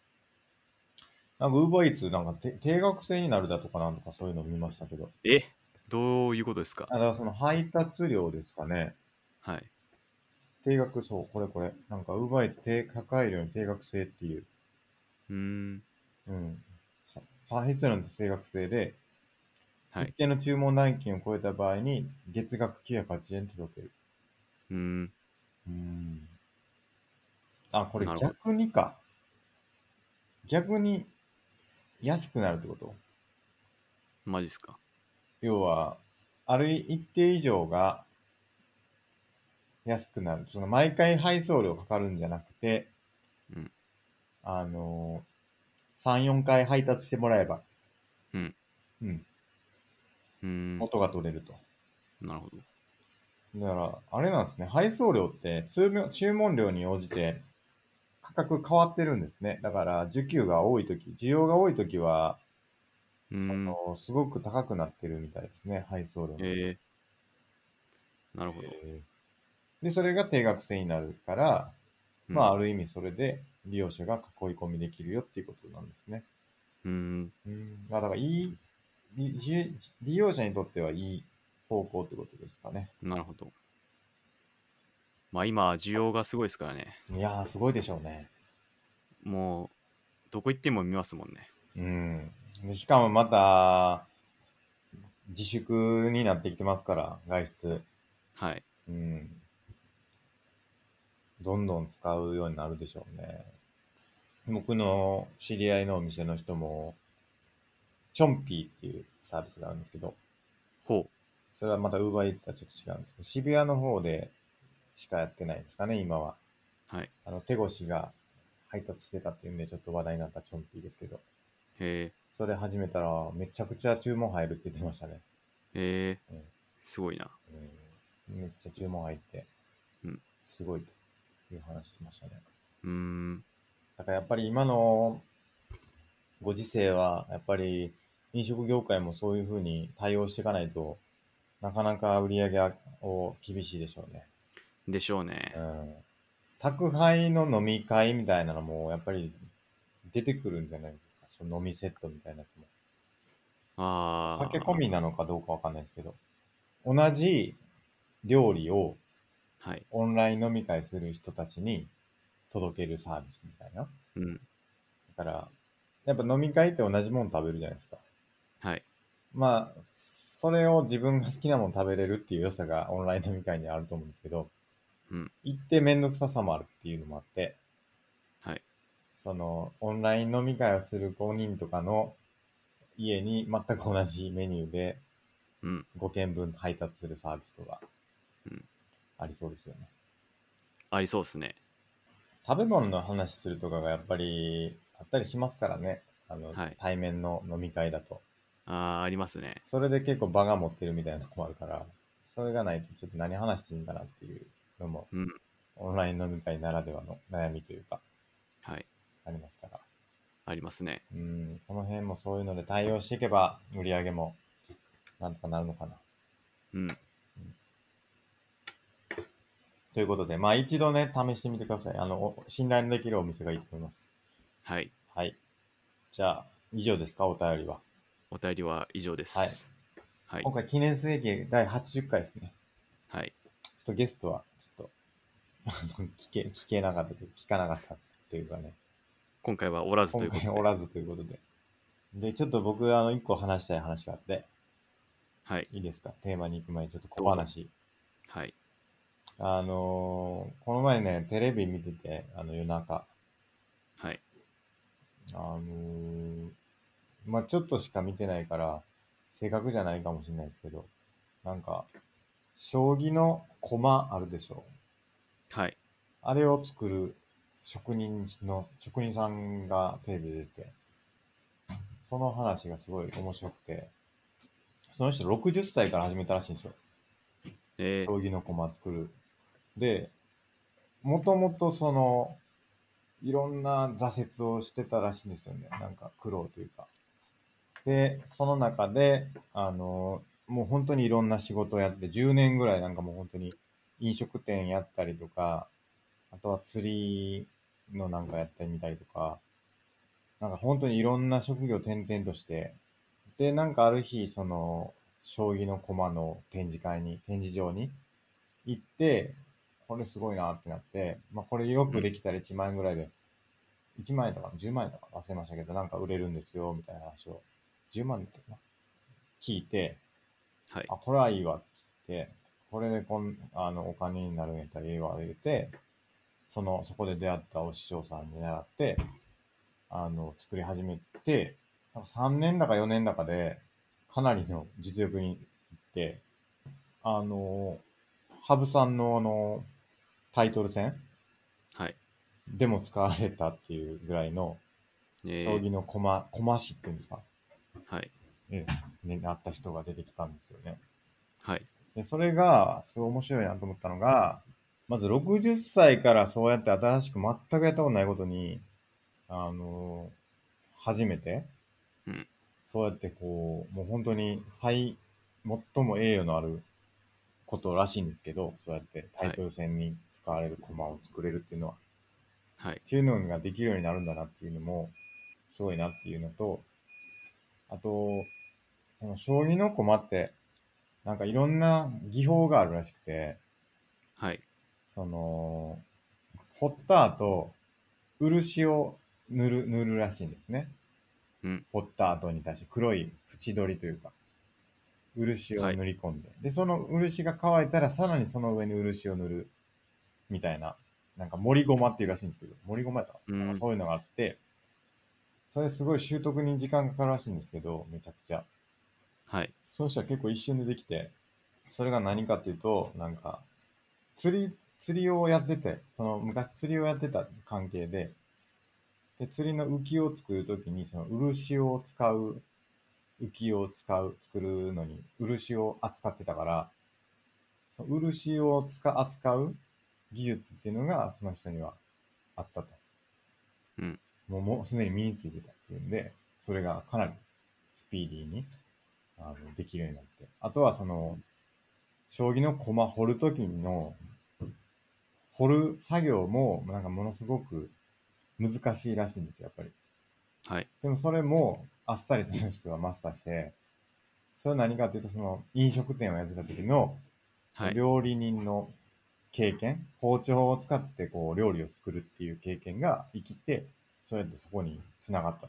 Speaker 1: なんかウーバーイーツなんかて定額制になるだとかなんとかそういうの見ましたけど、
Speaker 2: えどういうことですか
Speaker 1: あだからその配達料ですかね。
Speaker 2: はい。
Speaker 1: 定額、そう、これこれ。なんかウーバーイーツ低高い量に定額制っていう、
Speaker 2: うーん。
Speaker 1: うん。さサービス料の定額制で、
Speaker 2: は
Speaker 1: 一
Speaker 2: い。
Speaker 1: 定の注文代金を超えた場合に月額980円届ける。
Speaker 2: うーん。
Speaker 1: うん。あ、これ
Speaker 2: なるほど
Speaker 1: 逆にか。逆に安くなるってこと
Speaker 2: マジっすか。
Speaker 1: 要は、ある一定以上が安くなる。その毎回配送料かかるんじゃなくて、
Speaker 2: うん
Speaker 1: あのー、3、4回配達してもらえば、
Speaker 2: うん。
Speaker 1: うん、
Speaker 2: うーん。な
Speaker 1: 元が取れると。
Speaker 2: るほ
Speaker 1: だ
Speaker 2: ど。
Speaker 1: から、あれなんですね。配送料って、注文注文量に応じて価格変わってるんですね。だから、需給が多いとき、需要が多いときは、
Speaker 2: うー
Speaker 1: あ
Speaker 2: ん。
Speaker 1: の、すごく高くなってるみたいですね。配送料の。
Speaker 2: えー。なるほど。
Speaker 1: えーで、それが定額制になるから、まあ、あ
Speaker 2: あ。
Speaker 1: る意味それで利用者が囲い込みできるよっていうことなんですね。
Speaker 2: うーん。
Speaker 1: うん。まあ、だから、いい、いいじ利用者にとってはいい方向ってことですかね。
Speaker 2: なるほど。まあ今、需要がすごいですからね。
Speaker 1: いやー、すごいでしょうね。
Speaker 2: もう、どこ行っても見ますもんね。
Speaker 1: うん。でしかもまた、自粛になってきてますから、外出。
Speaker 2: はい。
Speaker 1: うん。どんどん使うようになるでしょうね。僕の知り合いのお店の人も、チョンピーっていうサービスがあるんですけど、
Speaker 2: ほ
Speaker 1: それはまた Uber Eats とはちょっと違うんですけど、渋谷の方でしかやってないんですかね、今は。
Speaker 2: う。はい。
Speaker 1: あの、手越しが配達してたっていうんで、ちょっと話題になったチョンピーですけど、
Speaker 2: へ
Speaker 1: それ始めたら、めちゃくちゃ注文入るって言ってましたね。
Speaker 2: え。へえ
Speaker 1: うん。
Speaker 2: すごいな。
Speaker 1: うん、めっちゃ注文入って、
Speaker 2: うん
Speaker 1: すごいという話してましたね。
Speaker 2: うーん。
Speaker 1: だからやっぱり今のご時世は、やっぱり飲食業界もそういうふうに対応していかないとなかなか売り上げを厳しいでしょうね。
Speaker 2: でしょうね
Speaker 1: う。ん。宅配の飲み会みたいなのもやっぱり出てくるんじゃないですか。その飲みセットみたいなやつも。
Speaker 2: ああ。
Speaker 1: 酒込みなのかどうかわかんないですけど、同じ料理を
Speaker 2: はい。
Speaker 1: オンライン飲み会する人たちに届けるサービスみたいな。
Speaker 2: うん。
Speaker 1: だから、やっぱ飲み会って同じもの食べるじゃないですか。
Speaker 2: はい。
Speaker 1: まあ、それを自分が好きなもの食べれるっていう良さがオンライン飲み会にはあると思うんですけど、
Speaker 2: うん
Speaker 1: 行ってめんどくささもあるっていうのもあって、
Speaker 2: はい。
Speaker 1: その、オンライン飲み会をする5人とかの家に全く同じメニューで
Speaker 2: うん。
Speaker 1: 5件分配達するサービスとか
Speaker 2: うん、
Speaker 1: ありそうですよね。
Speaker 2: ありそうですね。
Speaker 1: 食べ物の話するとかがやっぱりあったりしますからね。あの、
Speaker 2: はい
Speaker 1: 対面の飲み会だと。
Speaker 2: ああ、ありますね。
Speaker 1: それで結構場が持ってるみたいなのもあるから、それがないとちょっと何話していいんだなっていうのも、
Speaker 2: うん
Speaker 1: オンライン飲み会ならではの悩みというか、
Speaker 2: はい。
Speaker 1: ありますから。
Speaker 2: ありますね。
Speaker 1: うん、その辺もそういうので対応していけば、売り上げもなんとかなるのかな。
Speaker 2: うん。
Speaker 1: ということで、まあ一度ね、試してみてください。あの、お信頼のできるお店がいいと思います。
Speaker 2: はい。
Speaker 1: はい。じゃあ、以上ですか、お便りは。
Speaker 2: お便りは以上です。
Speaker 1: はい。
Speaker 2: はい
Speaker 1: 今。回記念すべき第80回ですね。
Speaker 2: はい。
Speaker 1: ちょっとゲストは、ちょっと、 あの聞け、聞けなかったという、聞かなかったというかね、
Speaker 2: 今回はおらずとい
Speaker 1: 今
Speaker 2: うこと
Speaker 1: 回
Speaker 2: で。
Speaker 1: おらずということで。で、ちょっと僕、あの、一個話したい話があって、
Speaker 2: はい。
Speaker 1: いいですかテーマに行く前にちょっと
Speaker 2: ど
Speaker 1: 小
Speaker 2: うぞ
Speaker 1: 話。
Speaker 2: はい。
Speaker 1: あのーこの前ね、テレビ見てて、あの、夜中。
Speaker 2: はい。
Speaker 1: あのーまあちょっとしか見てないから、正確じゃないかもしれないですけど、なんか、将棋の駒あるでしょ
Speaker 2: はい。
Speaker 1: あれを作る職人の、職人さんがテレビで出て、その話がすごい面白くて、その人60歳から始めたらしいんですよ。
Speaker 2: えー、
Speaker 1: 将棋の駒作る。で、もともとその、いろんな挫折をしてたらしいんですよね。なんか苦労というか。で、その中で、あの、もう本当にいろんな仕事をやって、10年ぐらいなんかもう本当に飲食店やったりとか、あとは釣りのなんかやってみたりとか、なんか本当にいろんな職業転々として、で、なんかある日、その、将棋の駒の展示会に、展示場に行って、これすごいなってなって、まあこれよくできたら1万円ぐらいで、1万円とか10万円とか忘れましたけど、なんか売れるんですよ、みたいな話を、10万だったかな聞いて、
Speaker 2: はい。
Speaker 1: あ、これはいいわって言って、これでこん、あの、お金になるんやったらいいわ、言って、その、そこで出会ったお師匠さんに習って、あの、作り始めて、なんか3年だか4年だかで、かなりの実力にいって、あの、羽生さんのあの、タイトル戦
Speaker 2: はい。
Speaker 1: でも使われたっていうぐらいの、
Speaker 2: え
Speaker 1: 将
Speaker 2: ー
Speaker 1: 棋の駒、駒師っていうんですか、
Speaker 2: はい。
Speaker 1: になった人が出てきたんですよね。
Speaker 2: はい。
Speaker 1: で、それが、すごい面白いなと思ったのが、まず60歳からそうやって新しく全くやったことないことに、あの、初めて、
Speaker 2: うん
Speaker 1: そうやってこう、もう本当に最、最も栄誉のあることらしいんですけど、そうやってタイトル戦に使われる駒を作れるっていうのは、
Speaker 2: はい
Speaker 1: っ。ていうのができるようになるんだなっていうのも、すごいなっていうのと、あと、その将棋の駒って、なんかいろんな技法があるらしくて、
Speaker 2: はい。
Speaker 1: その、彫った後、漆を塗る、塗るらしいんですね。
Speaker 2: うん。
Speaker 1: 掘った後に対して黒い縁取りというか、漆を塗り込んで、で、その漆が乾いたら、さらにその上に漆を塗る、みたいな、なんか森ごまっていうらしいんですけど、森ごまやったか
Speaker 2: う
Speaker 1: な、
Speaker 2: ん
Speaker 1: そういうのがあって、それすごい習得に時間かかるらしいんですけど、めちゃくちゃ。
Speaker 2: はい。
Speaker 1: そうしたら結構一瞬でできて、それが何かっていうと、なんか、釣り、釣りをやってて、その昔釣りをやってた関係で、で、釣りの浮きを作るときに、その漆を使う、浮きを使う、作るのに、漆を扱ってたから、漆を使扱う技術っていうのが、その人にはあったと。
Speaker 2: うん。
Speaker 1: もう、もうすでに身についてたっていうんで、それがかなりスピーディーにあのできるようになって。あとはその、将棋の駒掘るときの、掘る作業もなんかものすごく難しいらしいんですよ、やっぱり。
Speaker 2: はい。
Speaker 1: でもそれもあっさりその人はマスターして、それは何かっていうと、その飲食店をやってた時の
Speaker 2: はい。
Speaker 1: 料理人の経験、包丁を使ってこう料理を作るっていう経験が生きて、そうやってそこに繋がったと。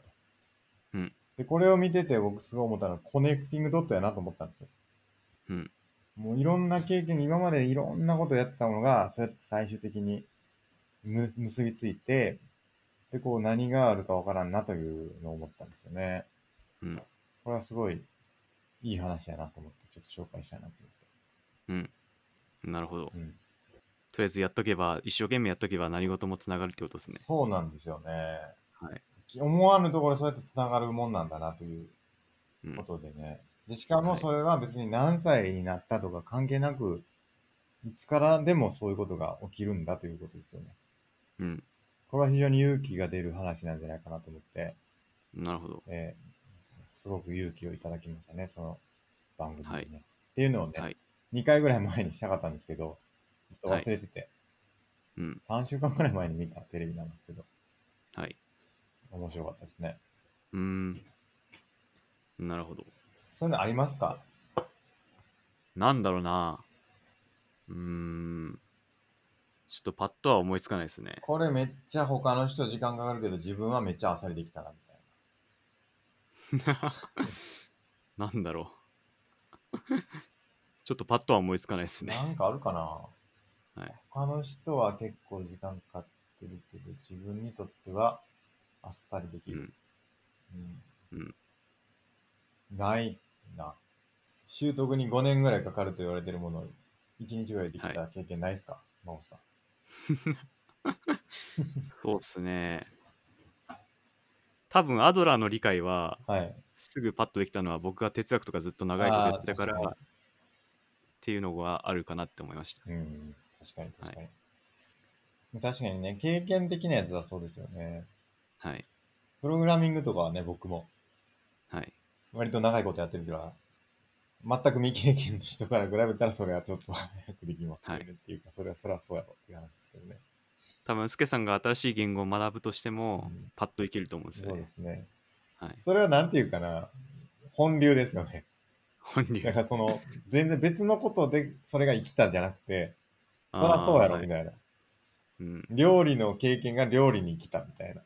Speaker 2: うん
Speaker 1: で、これを見てて僕すごい思ったのはコネクティングドットやなと思ったんですよ。
Speaker 2: うん。
Speaker 1: もういろんな経験、今までいろんなことやってたものが、そうやって最終的にむ結びついて、で、こう何があるかわからんなというのを思ったんですよね。
Speaker 2: うん。
Speaker 1: これはすごいいい話やなと思って、ちょっと紹介したいなと思
Speaker 2: うん。なるほど。
Speaker 1: って。うん
Speaker 2: とりあえずやっとけば、一生懸命やっとけば何事もつながるってことですね。
Speaker 1: そうなんですよね。
Speaker 2: はい。
Speaker 1: き思わぬところでそうやってつながるもんなんだなという
Speaker 2: うん
Speaker 1: こ。とでね。で、しかも
Speaker 2: はい
Speaker 1: それは別に何歳になったとか関係なく、いつからでもそういうことが起きるんだということですよね。
Speaker 2: うん。
Speaker 1: これは非常に勇気が出る話なんじゃないかなと思って、
Speaker 2: なるほど。
Speaker 1: えーすごく勇気をいただきましたね、その番組にね。
Speaker 2: はい
Speaker 1: っていうのをね、
Speaker 2: はい
Speaker 1: 2回ぐらい前にしたかったんですけど、ちょっと忘れてて、
Speaker 2: うん。
Speaker 1: 3週間ぐらい前に見たテレビなんですけど、
Speaker 2: はい。
Speaker 1: 面白かったですね。
Speaker 2: うーん。なるほど。
Speaker 1: そういうのありますか
Speaker 2: なんだろうな。うーん。ちょっとパッとは思いつかないですね。
Speaker 1: これめっちゃ他の人時間かかるけど、自分はめっちゃあっさりできたな、みたいな。
Speaker 2: なんだろう。 ちょっとパッとは思いつかないです ね。
Speaker 1: なんかあるかな、
Speaker 2: はい
Speaker 1: 他の人は結構時間かかってるけど、自分にとってはあっさりでき
Speaker 2: う
Speaker 1: る。
Speaker 2: ん。うん
Speaker 1: ないな。習得に5年ぐらいかかると言われてるもの、1日ぐらいできた経験ないですか、真帆さん。
Speaker 2: そうっすね。多分アドラーの理解は
Speaker 1: はい。
Speaker 2: すぐパッとできたのは僕が哲学とかずっと長いことやってたから
Speaker 1: あー確
Speaker 2: っ
Speaker 1: か
Speaker 2: ていうのがあるかなって思いました。
Speaker 1: にうん。確かに確かに。確かにね、経験的なやつはそうですよね。
Speaker 2: はい。
Speaker 1: プログラミングとかはね、僕も
Speaker 2: はい。
Speaker 1: 割と長いことやってるから、全く未経験の人から比べたらそれはちょっと早くできますよねっていうか、それはそれはそうやろっていう話ですけどね。
Speaker 2: 多分、スケさんが新しい言語を学ぶとしても、
Speaker 1: うん
Speaker 2: パッといけると思うんです
Speaker 1: そ
Speaker 2: よ
Speaker 1: う
Speaker 2: ね
Speaker 1: で。すね。
Speaker 2: はい。
Speaker 1: それはなんていうかな、本流ですよね。
Speaker 2: 本流。
Speaker 1: だからその、全然別のことでそれが生きたんじゃなくて、そらそうやろ
Speaker 2: あーは
Speaker 1: み
Speaker 2: い
Speaker 1: たいな。
Speaker 2: うん。
Speaker 1: 料理の経験が料理に来たみたいな。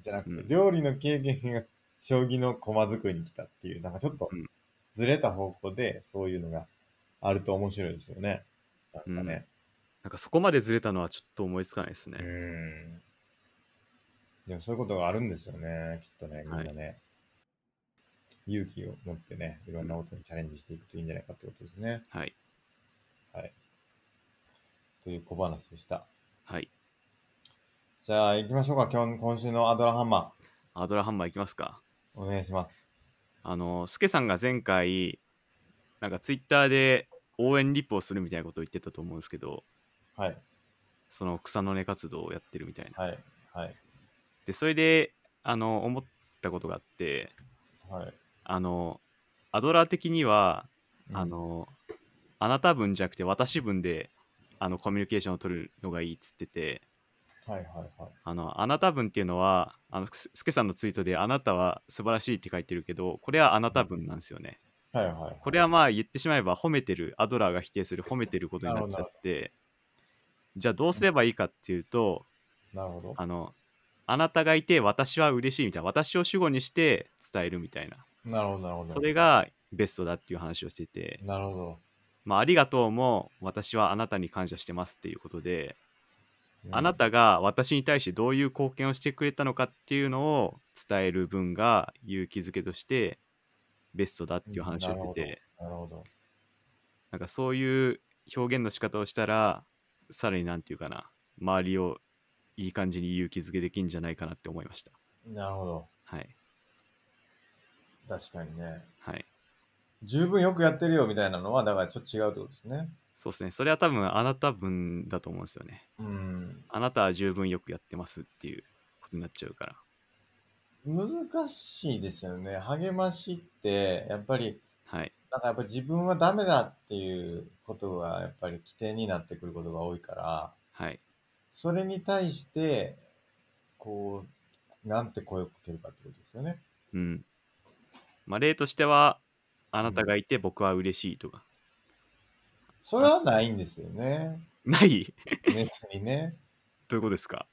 Speaker 1: じゃなくて、
Speaker 2: うん
Speaker 1: 料理の経験が将棋の駒作りに来たっていう、なんかちょっと
Speaker 2: うん
Speaker 1: ずれた方向でそういうのがあると面白いですよね。なんかね。
Speaker 2: なんかそこまでずれたのはちょっと思いつかないですね。
Speaker 1: ん。でもそういうことがあるんですよね、きっとね、みんなね。勇気を持ってね、いろんなことにチャレンジしていくといいんじゃないかってことですね。
Speaker 2: はい。
Speaker 1: という小話でした。
Speaker 2: はい。
Speaker 1: じゃあ行きましょうか、今日今週のアドラハンマ
Speaker 2: アドラーハンマーいきますか。
Speaker 1: ー。お願いします。
Speaker 2: あの、スケさんが前回、なんかツイッターで応援リップをするみたいなことを言ってたと思うんですけど、
Speaker 1: はい、
Speaker 2: その草の根活動をやってるみたいな。
Speaker 1: はい、はい、
Speaker 2: で、それで、あの、思ったことがあって、
Speaker 1: はい。
Speaker 2: あの、アドラー的には、あの、あなた分じゃなくて私分で、あの、コミュニケーションを取るのがいいっつってて、
Speaker 1: はいはいはい。
Speaker 2: あの、あなた分っていうのは、あの、すすけさんのツイートで、あなたは素晴らしいって書いてるけど、これはあなた分なんですよね。
Speaker 1: はいはい。
Speaker 2: これはまあ言ってしまえば褒めてる、アドラーが否定する褒めてることになっちゃって、じゃあどうすればいいかっていうと、
Speaker 1: なるほど。
Speaker 2: あの、あなたがいて私は嬉しいみたいな、私を主語にして伝えるみたいな、
Speaker 1: なるほど、なるほど。
Speaker 2: それがベストだっていう話をしてて、
Speaker 1: なるほど。
Speaker 2: まあ、ありがとうも私はあなたに感謝してますっていうことで、
Speaker 1: うん
Speaker 2: あなたが私に対してどういう貢献をしてくれたのかっていうのを伝える分が勇気づけとしてベストだっていう話をしてて、
Speaker 1: なるほど。
Speaker 2: なんかそういう表現の仕方をしたらさらになんていうかな周りをいい感じに勇気づけできんじゃないかなって思いました
Speaker 1: なるほど。
Speaker 2: はい
Speaker 1: 確かにね。
Speaker 2: はい
Speaker 1: 十分よくやってるよみたいなのは、だからちょっと違うってことですね。
Speaker 2: そうですねそれは多分あなた分だと思うんですよね
Speaker 1: うん。
Speaker 2: あなたは十分よくやってますっていうことになっちゃうから
Speaker 1: 難しいですよね。励ましって、やっぱり、
Speaker 2: はい
Speaker 1: なんかやっぱり自分はダメだっていうことが、やっぱり起点になってくることが多いから、
Speaker 2: はい
Speaker 1: それに対して、こう、なんて声をかけるかってことですよね。
Speaker 2: うん。まあ、例としては、あなたがいて僕は嬉しいとか。
Speaker 1: それはないんですよね。
Speaker 2: ない
Speaker 1: 別にね。
Speaker 2: どういうことですか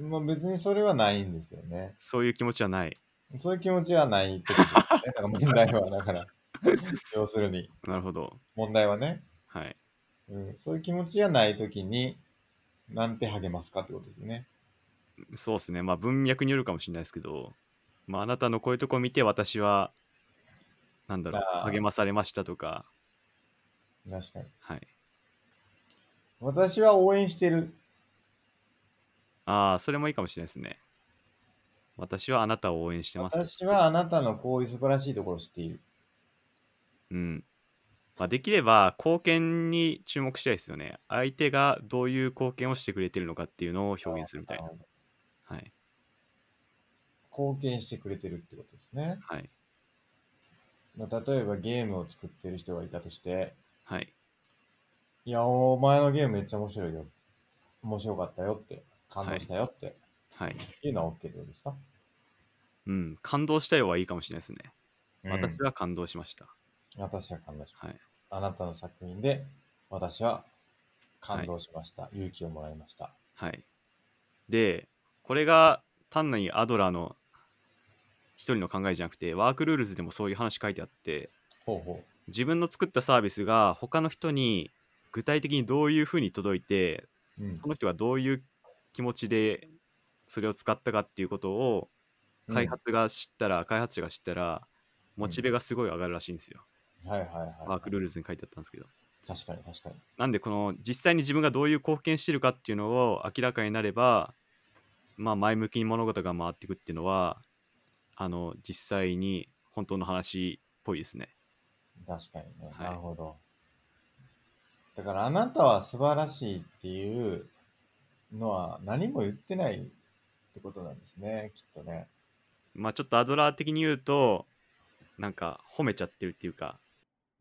Speaker 1: まあ別にそれはないんですよね。
Speaker 2: そういう気持ちはない。
Speaker 1: そういう気持ちはないってことですね。だから問題は、だから、要するに、
Speaker 2: なるほど。
Speaker 1: 問題はね、
Speaker 2: はい。
Speaker 1: うん、そういう気持ちがないときに、なんて励ますかってことですね。
Speaker 2: そうですね。まあ、文脈によるかもしれないですけど、まあ、あなたのこういうとこ見て私は、なんだろ
Speaker 1: あ
Speaker 2: う、
Speaker 1: ー
Speaker 2: 励まされましたとか、
Speaker 1: 確かに。
Speaker 2: はい。
Speaker 1: 私は応援してる。
Speaker 2: ああ、それもいいかもしれないですね。私はあなたを応援してます。
Speaker 1: 私はあなたのこういう素晴らしいところを知っている。
Speaker 2: うん。まあ、できれば、貢献に注目したいですよね。相手がどういう貢献をしてくれてるのかっていうのを表現するみたいな。
Speaker 1: あの
Speaker 2: はい。
Speaker 1: 貢献してくれてるってことですね。
Speaker 2: はい。
Speaker 1: まあ例えばゲームを作ってる人がいたとして、
Speaker 2: はい。
Speaker 1: いや、お前のゲームめっちゃ面白いよ。面白かったよって、感動したよって、い、
Speaker 2: は
Speaker 1: っ
Speaker 2: い。
Speaker 1: ていうのは OK ってことですか、
Speaker 2: うん。感動したよはいいかもしれないですね。私
Speaker 1: は。
Speaker 2: は感動しました。
Speaker 1: 私は感動しました。
Speaker 2: はい。
Speaker 1: あなたの作品で、私は感動しました。勇気をもらいました。
Speaker 2: はい。で、これが単なるアドラーの一人の考えじゃなくて、ワークルールズでもそういう話書いてあって、
Speaker 1: ほうほ
Speaker 2: 自分の作ったサービスが他の人に具体的にどういうふうに届いて、
Speaker 1: う。うん
Speaker 2: その人がどういう気持ちでそれを使ったかっていうことを開発が知ったら、開発者が知ったら、モチベがすごい上がるらしいんですよ。
Speaker 1: うんはいはいはい。
Speaker 2: ワークルールズに書いてあったんですけど。
Speaker 1: 確かに確かに。
Speaker 2: なんでこの実際に自分がどういう貢献してるかっていうのを明らかになれば、まあ、前向きに物事が回っていくっていうのはあの実際に本当の話っぽいですね。
Speaker 1: 確かにね。
Speaker 2: はい
Speaker 1: なるほど。だから、あなたは素晴らしいっていうのは何も言ってないってことなんですね、きっとね。
Speaker 2: まあちょっとアドラー的に言うとなんか褒めちゃってるっていうか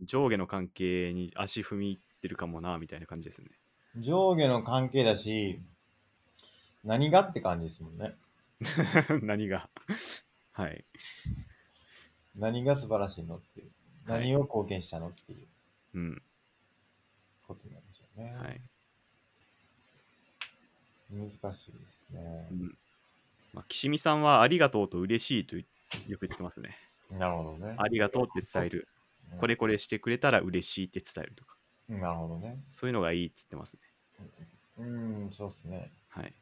Speaker 2: 上下の関係に足踏み入ってるかもなみたいな感じですね。
Speaker 1: 上下の関係だし、何がって感じですもんね。
Speaker 2: 何がはい
Speaker 1: 何が素晴らしいのっていう。
Speaker 2: はい
Speaker 1: 何を貢献したのっていう
Speaker 2: うん
Speaker 1: ことなんでしょうね。
Speaker 2: はい、
Speaker 1: 難しいですね
Speaker 2: う。んまあ、岸見さんは「ありがとう」と「嬉しい」とよく言ってますね。
Speaker 1: なるほどね。
Speaker 2: ありがとうって伝える。
Speaker 1: うん
Speaker 2: これこれしてくれたら嬉しいって伝えるとか。
Speaker 1: なるほどね。
Speaker 2: そういうのがいいっつってますね。
Speaker 1: うん、そうですね。
Speaker 2: はい。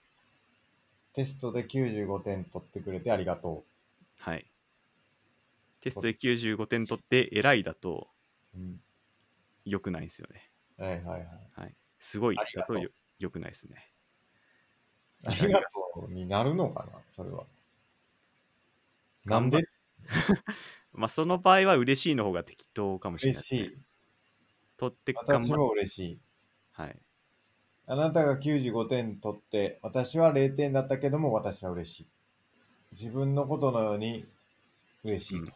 Speaker 1: テストで95点取ってくれてありがと
Speaker 2: はい。テストで95点取って偉いだと
Speaker 1: う。うん。
Speaker 2: 良くないんですよね。
Speaker 1: はいはいはい。
Speaker 2: はい。すごい
Speaker 1: あり
Speaker 2: だ
Speaker 1: がと
Speaker 2: と
Speaker 1: う
Speaker 2: よ良くないですね。
Speaker 1: ありがとうになるのかな、それは。なん
Speaker 2: 頑張っ
Speaker 1: で
Speaker 2: まあその場合は嬉しいの方が適当かもしれな
Speaker 1: 嬉
Speaker 2: い。
Speaker 1: しい。
Speaker 2: 取って頑
Speaker 1: 私
Speaker 2: 張っ
Speaker 1: も嬉しい。
Speaker 2: はい。
Speaker 1: あなたが95点取って、私は0点だったけども、私は嬉しい。自分のことのように嬉しいと。
Speaker 2: うん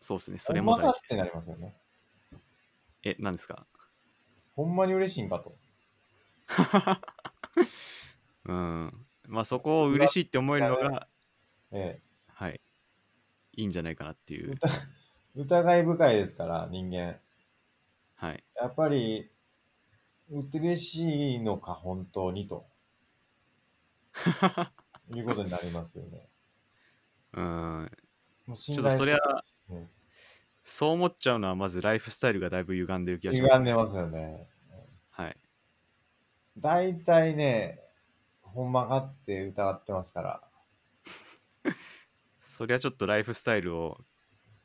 Speaker 2: そうですね。それも
Speaker 1: ほんまだ
Speaker 2: 大事
Speaker 1: って
Speaker 2: です、
Speaker 1: な
Speaker 2: ね
Speaker 1: り。ますよね。
Speaker 2: え、何ですか
Speaker 1: ほんまに嬉しいんかと。
Speaker 2: うん。まあそこを嬉しいって思えるのが、
Speaker 1: え
Speaker 2: はい。いいんじゃないかなっていう。
Speaker 1: え、疑い深いですから、人間。
Speaker 2: はい。
Speaker 1: やっぱり、嬉しいのか、本当に と。いうことになりますよね。
Speaker 2: うん。
Speaker 1: もう
Speaker 2: ち
Speaker 1: 信
Speaker 2: ょっと
Speaker 1: 頼
Speaker 2: それは、
Speaker 1: する
Speaker 2: そう思っちゃうのはまずライフスタイルがだいぶ歪んでる気がします、
Speaker 1: 歪んでますよね。
Speaker 2: はい。
Speaker 1: 大体ね、ほんまかって疑ってますから、
Speaker 2: そりゃちょっとライフスタイルを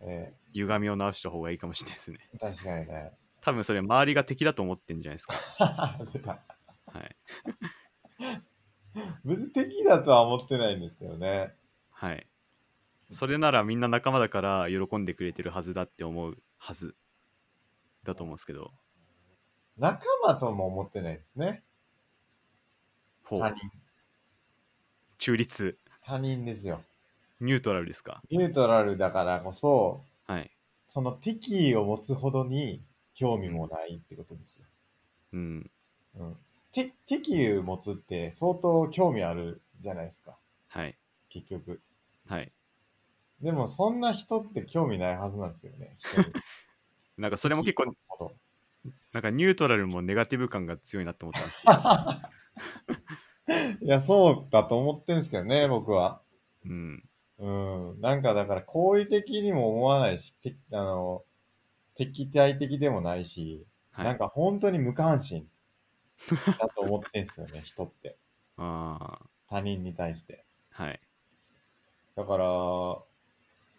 Speaker 1: え
Speaker 2: 歪みを直した方がいいかもしれないですね。
Speaker 1: え確かにね。
Speaker 2: 多分それ周りが敵だと思ってんじゃないですか。
Speaker 1: 出た
Speaker 2: はい。
Speaker 1: 別に敵だとは思ってないんですけどね。
Speaker 2: はい。それならみんな仲間だから喜んでくれてるはずだって思うはずだと思うんですけど。
Speaker 1: 仲間とも思ってないですね。
Speaker 2: ほ
Speaker 1: 他
Speaker 2: う
Speaker 1: 人。。
Speaker 2: 中立。
Speaker 1: 他人ですよ。
Speaker 2: ニュートラルですか。
Speaker 1: ニュートラルだからこそ、
Speaker 2: はい。
Speaker 1: その敵意を持つほどに興味もないってことですよ。
Speaker 2: うん。
Speaker 1: うん。て敵意を持つって相当興味あるじゃないですか。
Speaker 2: はい。
Speaker 1: 結局。
Speaker 2: はい。
Speaker 1: でもそんな人って興味ないはずなんですよ ね。人に
Speaker 2: なんかそれも結構、
Speaker 1: こと
Speaker 2: なんかニュートラルもネガティブ感が強いなって思ったん ですけ
Speaker 1: いや、そうだと 思ってんですけどね、僕は。
Speaker 2: ど。うん。
Speaker 1: うん。なんかだから、好意的にも思わないし、てあの、敵対的でもないし、
Speaker 2: はい。
Speaker 1: なんか本当に無関心だと思ってんすよね、人って。
Speaker 2: あ
Speaker 1: 他人に対して。
Speaker 2: あ。はい。
Speaker 1: だから、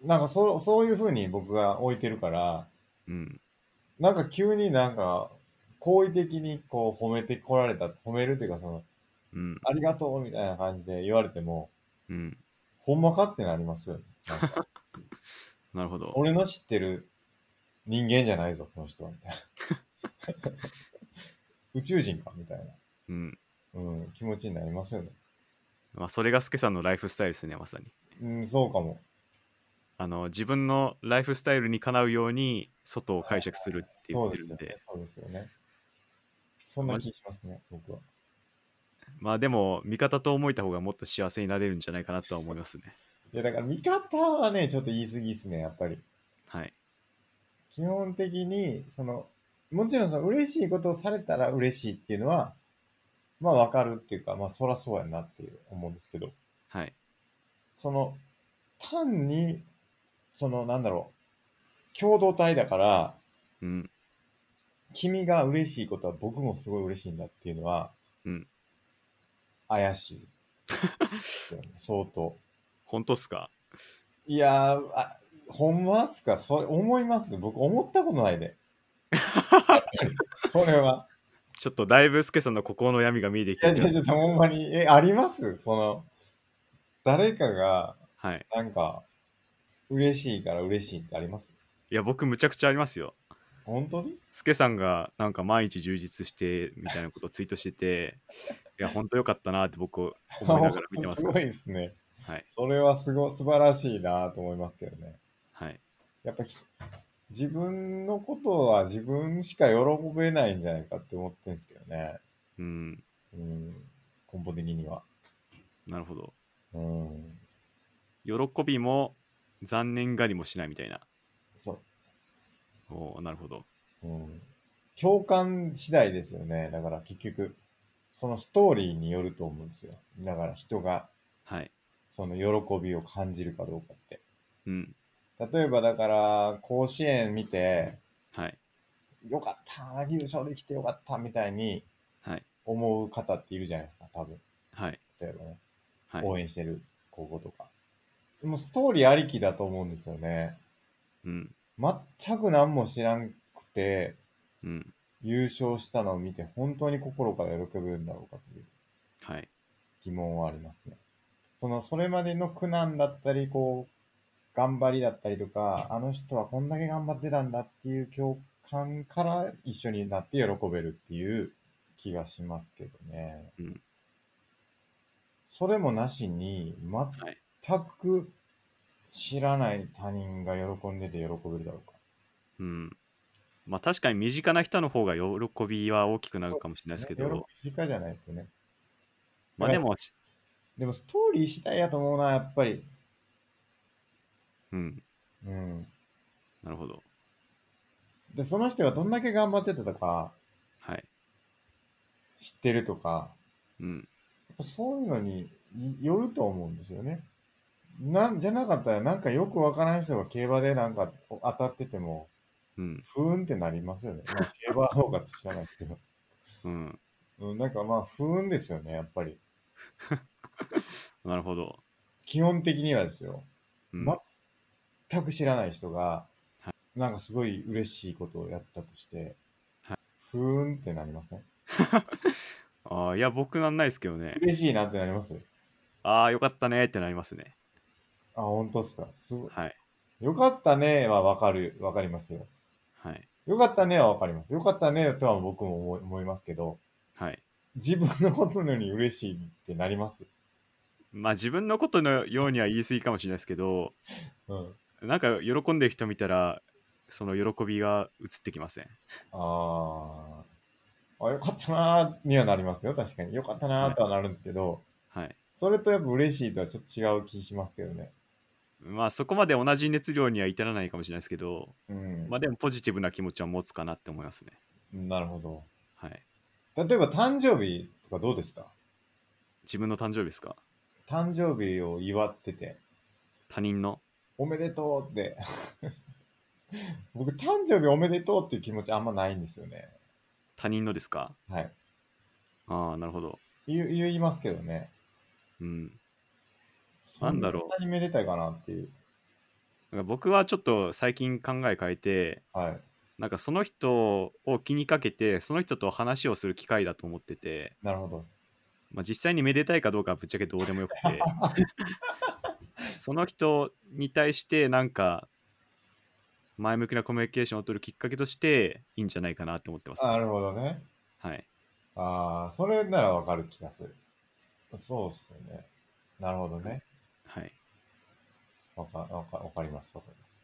Speaker 1: なんかそそういう風に僕が置いてるから、
Speaker 2: うん。
Speaker 1: なんか急になんか、好意的にこう褒めてこられた、褒めるっていうかその、
Speaker 2: うん。
Speaker 1: ありがとうみたいな感じで言われても、
Speaker 2: うん。
Speaker 1: ほんまかってなりますよね。なんか
Speaker 2: なるほど。
Speaker 1: 俺の知ってる人間じゃないぞ、この人は、みたいな。 宇宙人か、みたいな、
Speaker 2: うん。
Speaker 1: うん、気持ちになりますよね。
Speaker 2: まあ、それがスケさんのライフスタイルですね、まさに。
Speaker 1: うん、そうかも。
Speaker 2: あの自分のライフスタイルにかなうように外を解釈するって言
Speaker 1: そ
Speaker 2: っ
Speaker 1: う
Speaker 2: て
Speaker 1: で
Speaker 2: る
Speaker 1: す
Speaker 2: んで
Speaker 1: よね。そうですよね。そんな気しますね、僕は。
Speaker 2: まあでも味方と思えた方がもっと幸せになれるんじゃないかなとは思いますね
Speaker 1: いや、だから見方はね、ちょっと言い過ぎですね、やっぱり。
Speaker 2: はい
Speaker 1: 基本的に、その、もちろんその嬉しいことをされたら嬉しいっていうのは、まあわかるっていうか、まあそらそうやなっていう思うんですけど、
Speaker 2: はい
Speaker 1: その、単に、その、なんだろう、共同体だから、
Speaker 2: うん
Speaker 1: 君が嬉しいことは僕もすごい嬉しいんだっていうのは、
Speaker 2: うん
Speaker 1: 怪し いですよね。相当。
Speaker 2: 本当っすか
Speaker 1: いやー、あ、ほんまっすかそれ思います僕思ったことないで。それは。
Speaker 2: ちょっとだいぶスケさんの心の闇が見えてき
Speaker 1: いや、
Speaker 2: て
Speaker 1: ちょ、ちょ、ほんまに、え、ありますその、誰かが、
Speaker 2: はい。
Speaker 1: なんか、嬉しいから嬉しいってあります
Speaker 2: いや、僕むちゃくちゃありますよ。
Speaker 1: 本当に
Speaker 2: スケさんがなんか毎日充実してみたいなことをツイートしてて、いや、ほんとよかったなって僕思いながら見てま す
Speaker 1: す
Speaker 2: よ。
Speaker 1: ごいですね。
Speaker 2: はい。
Speaker 1: それはすご、素晴らしいなと思いますけどね。
Speaker 2: はい。
Speaker 1: やっぱひ自分のことは自分しか喜べないんじゃないかって思ってるんですけどね。
Speaker 2: うん。
Speaker 1: うん、根本的には。
Speaker 2: なるほど。
Speaker 1: うん、
Speaker 2: 喜びも残念がりもしないみたいな。
Speaker 1: そ
Speaker 2: おーなるほど。
Speaker 1: う。うん。共感次第ですよね。だから結局、そのストーリーによると思うんですよ。だから人が
Speaker 2: はい。
Speaker 1: その喜びを感じるかどうかって。
Speaker 2: うん。
Speaker 1: 例えばだから、甲子園見て、
Speaker 2: はい。
Speaker 1: よかった、優勝できてよかったみたいに
Speaker 2: はい。
Speaker 1: 思う方っているじゃないですか、多分。
Speaker 2: はい。
Speaker 1: 例えばね。
Speaker 2: はい。
Speaker 1: 応援してる高校とか。でもストーリーありきだと思うんですよね。
Speaker 2: うん。
Speaker 1: 全く何も知らんくて、
Speaker 2: うん。
Speaker 1: 優勝したのを見て本当に心から喜ぶんだろうかという
Speaker 2: はい。
Speaker 1: 疑問はありますね。その、それまでの苦難だったり、こう、頑張りだったりとか、あの人はこんだけ頑張ってたんだっていう共感から一緒になって喜べるっていう気がしますけどね。
Speaker 2: うん
Speaker 1: それもなしに、全く知らない他人が喜んでて喜べるだろうか。
Speaker 2: うん。まあ確かに身近な人の方が喜びは大きくなるかもしれないですけど、
Speaker 1: そうですね喜び近じゃないとね。
Speaker 2: まあでも、し
Speaker 1: でもストーリー次第やと思うな、やっぱり。
Speaker 2: うん。
Speaker 1: うん。
Speaker 2: なるほど。
Speaker 1: で、その人がどんだけ頑張ってたとか、
Speaker 2: はい。
Speaker 1: 知ってるとか、
Speaker 2: うん。
Speaker 1: やっぱそういうのによると思うんですよね。なんじゃなかったら、なんかよくわからん人が競馬でなんか当たってても、
Speaker 2: うん。
Speaker 1: ふーんってなりますよね。まあ、競馬の方が知らないですけど。
Speaker 2: うん。
Speaker 1: うん、なんかまあ、ふーんですよね、やっぱり。
Speaker 2: なるほど。
Speaker 1: 基本的にはですよ。
Speaker 2: うん。
Speaker 1: ま全く知らない人が、なんかすごい嬉しいことをやったとして、
Speaker 2: は
Speaker 1: ふーんってなりません
Speaker 2: ああ、いや、僕なんないですけど ね。
Speaker 1: 嬉しいなってなります
Speaker 2: ああ、よかったねってなりますね。
Speaker 1: あ、本当っすか。すごい。
Speaker 2: はい。
Speaker 1: よかったねはわかる、わかりますよ。
Speaker 2: はい。
Speaker 1: よかったねはわかります。よかったねとは僕も思い思いますけど、
Speaker 2: はい。
Speaker 1: 自分のことのように嬉しいってなります。
Speaker 2: まあ自分のことのようには言い過ぎかもしれないですけど、
Speaker 1: うん。
Speaker 2: なんか喜んでる人見たら、その喜びが移ってきません。
Speaker 1: あーあ。よかったなーにはなりますよ、確かに。よかったなーとはなるんですけど、
Speaker 2: はい。
Speaker 1: それとやっぱ嬉しいとはちょっと違う気しますけどね。
Speaker 2: まあそこまで同じ熱量には至らないかもしれないですけど、
Speaker 1: うん。
Speaker 2: まあでもポジティブな気持ちは持つかなって思いますね。
Speaker 1: なるほど。
Speaker 2: はい。
Speaker 1: 例えば誕生日とかどうですか
Speaker 2: 自分の誕生日ですか
Speaker 1: 誕生日を祝ってて、
Speaker 2: 他人の
Speaker 1: おめでとうって。 僕、誕生日おめでとうっていう気持ちあんまないんですよね。
Speaker 2: 他人のですか
Speaker 1: はい。
Speaker 2: ああ、なるほど。
Speaker 1: 言う言いますけどね。
Speaker 2: うん。なんだろう
Speaker 1: そんなにめでたいかなっていう。
Speaker 2: なんか僕はちょっと最近考え変えて、
Speaker 1: はい。
Speaker 2: なんかその人を気にかけて、その人と話をする機会だと思ってて、
Speaker 1: なるほど。
Speaker 2: まあ、実際にめでたいかどうかはぶっちゃけどうでもよくてその人に対してなんか前向きなコミュニケーションを取るきっかけとしていいんじゃないかなと思ってます、
Speaker 1: な
Speaker 2: ね、
Speaker 1: るほどね。
Speaker 2: はい
Speaker 1: ああ、それならわかる気がする。そうっすよね。なるほどね。
Speaker 2: はい
Speaker 1: わかわかわかります、わかります。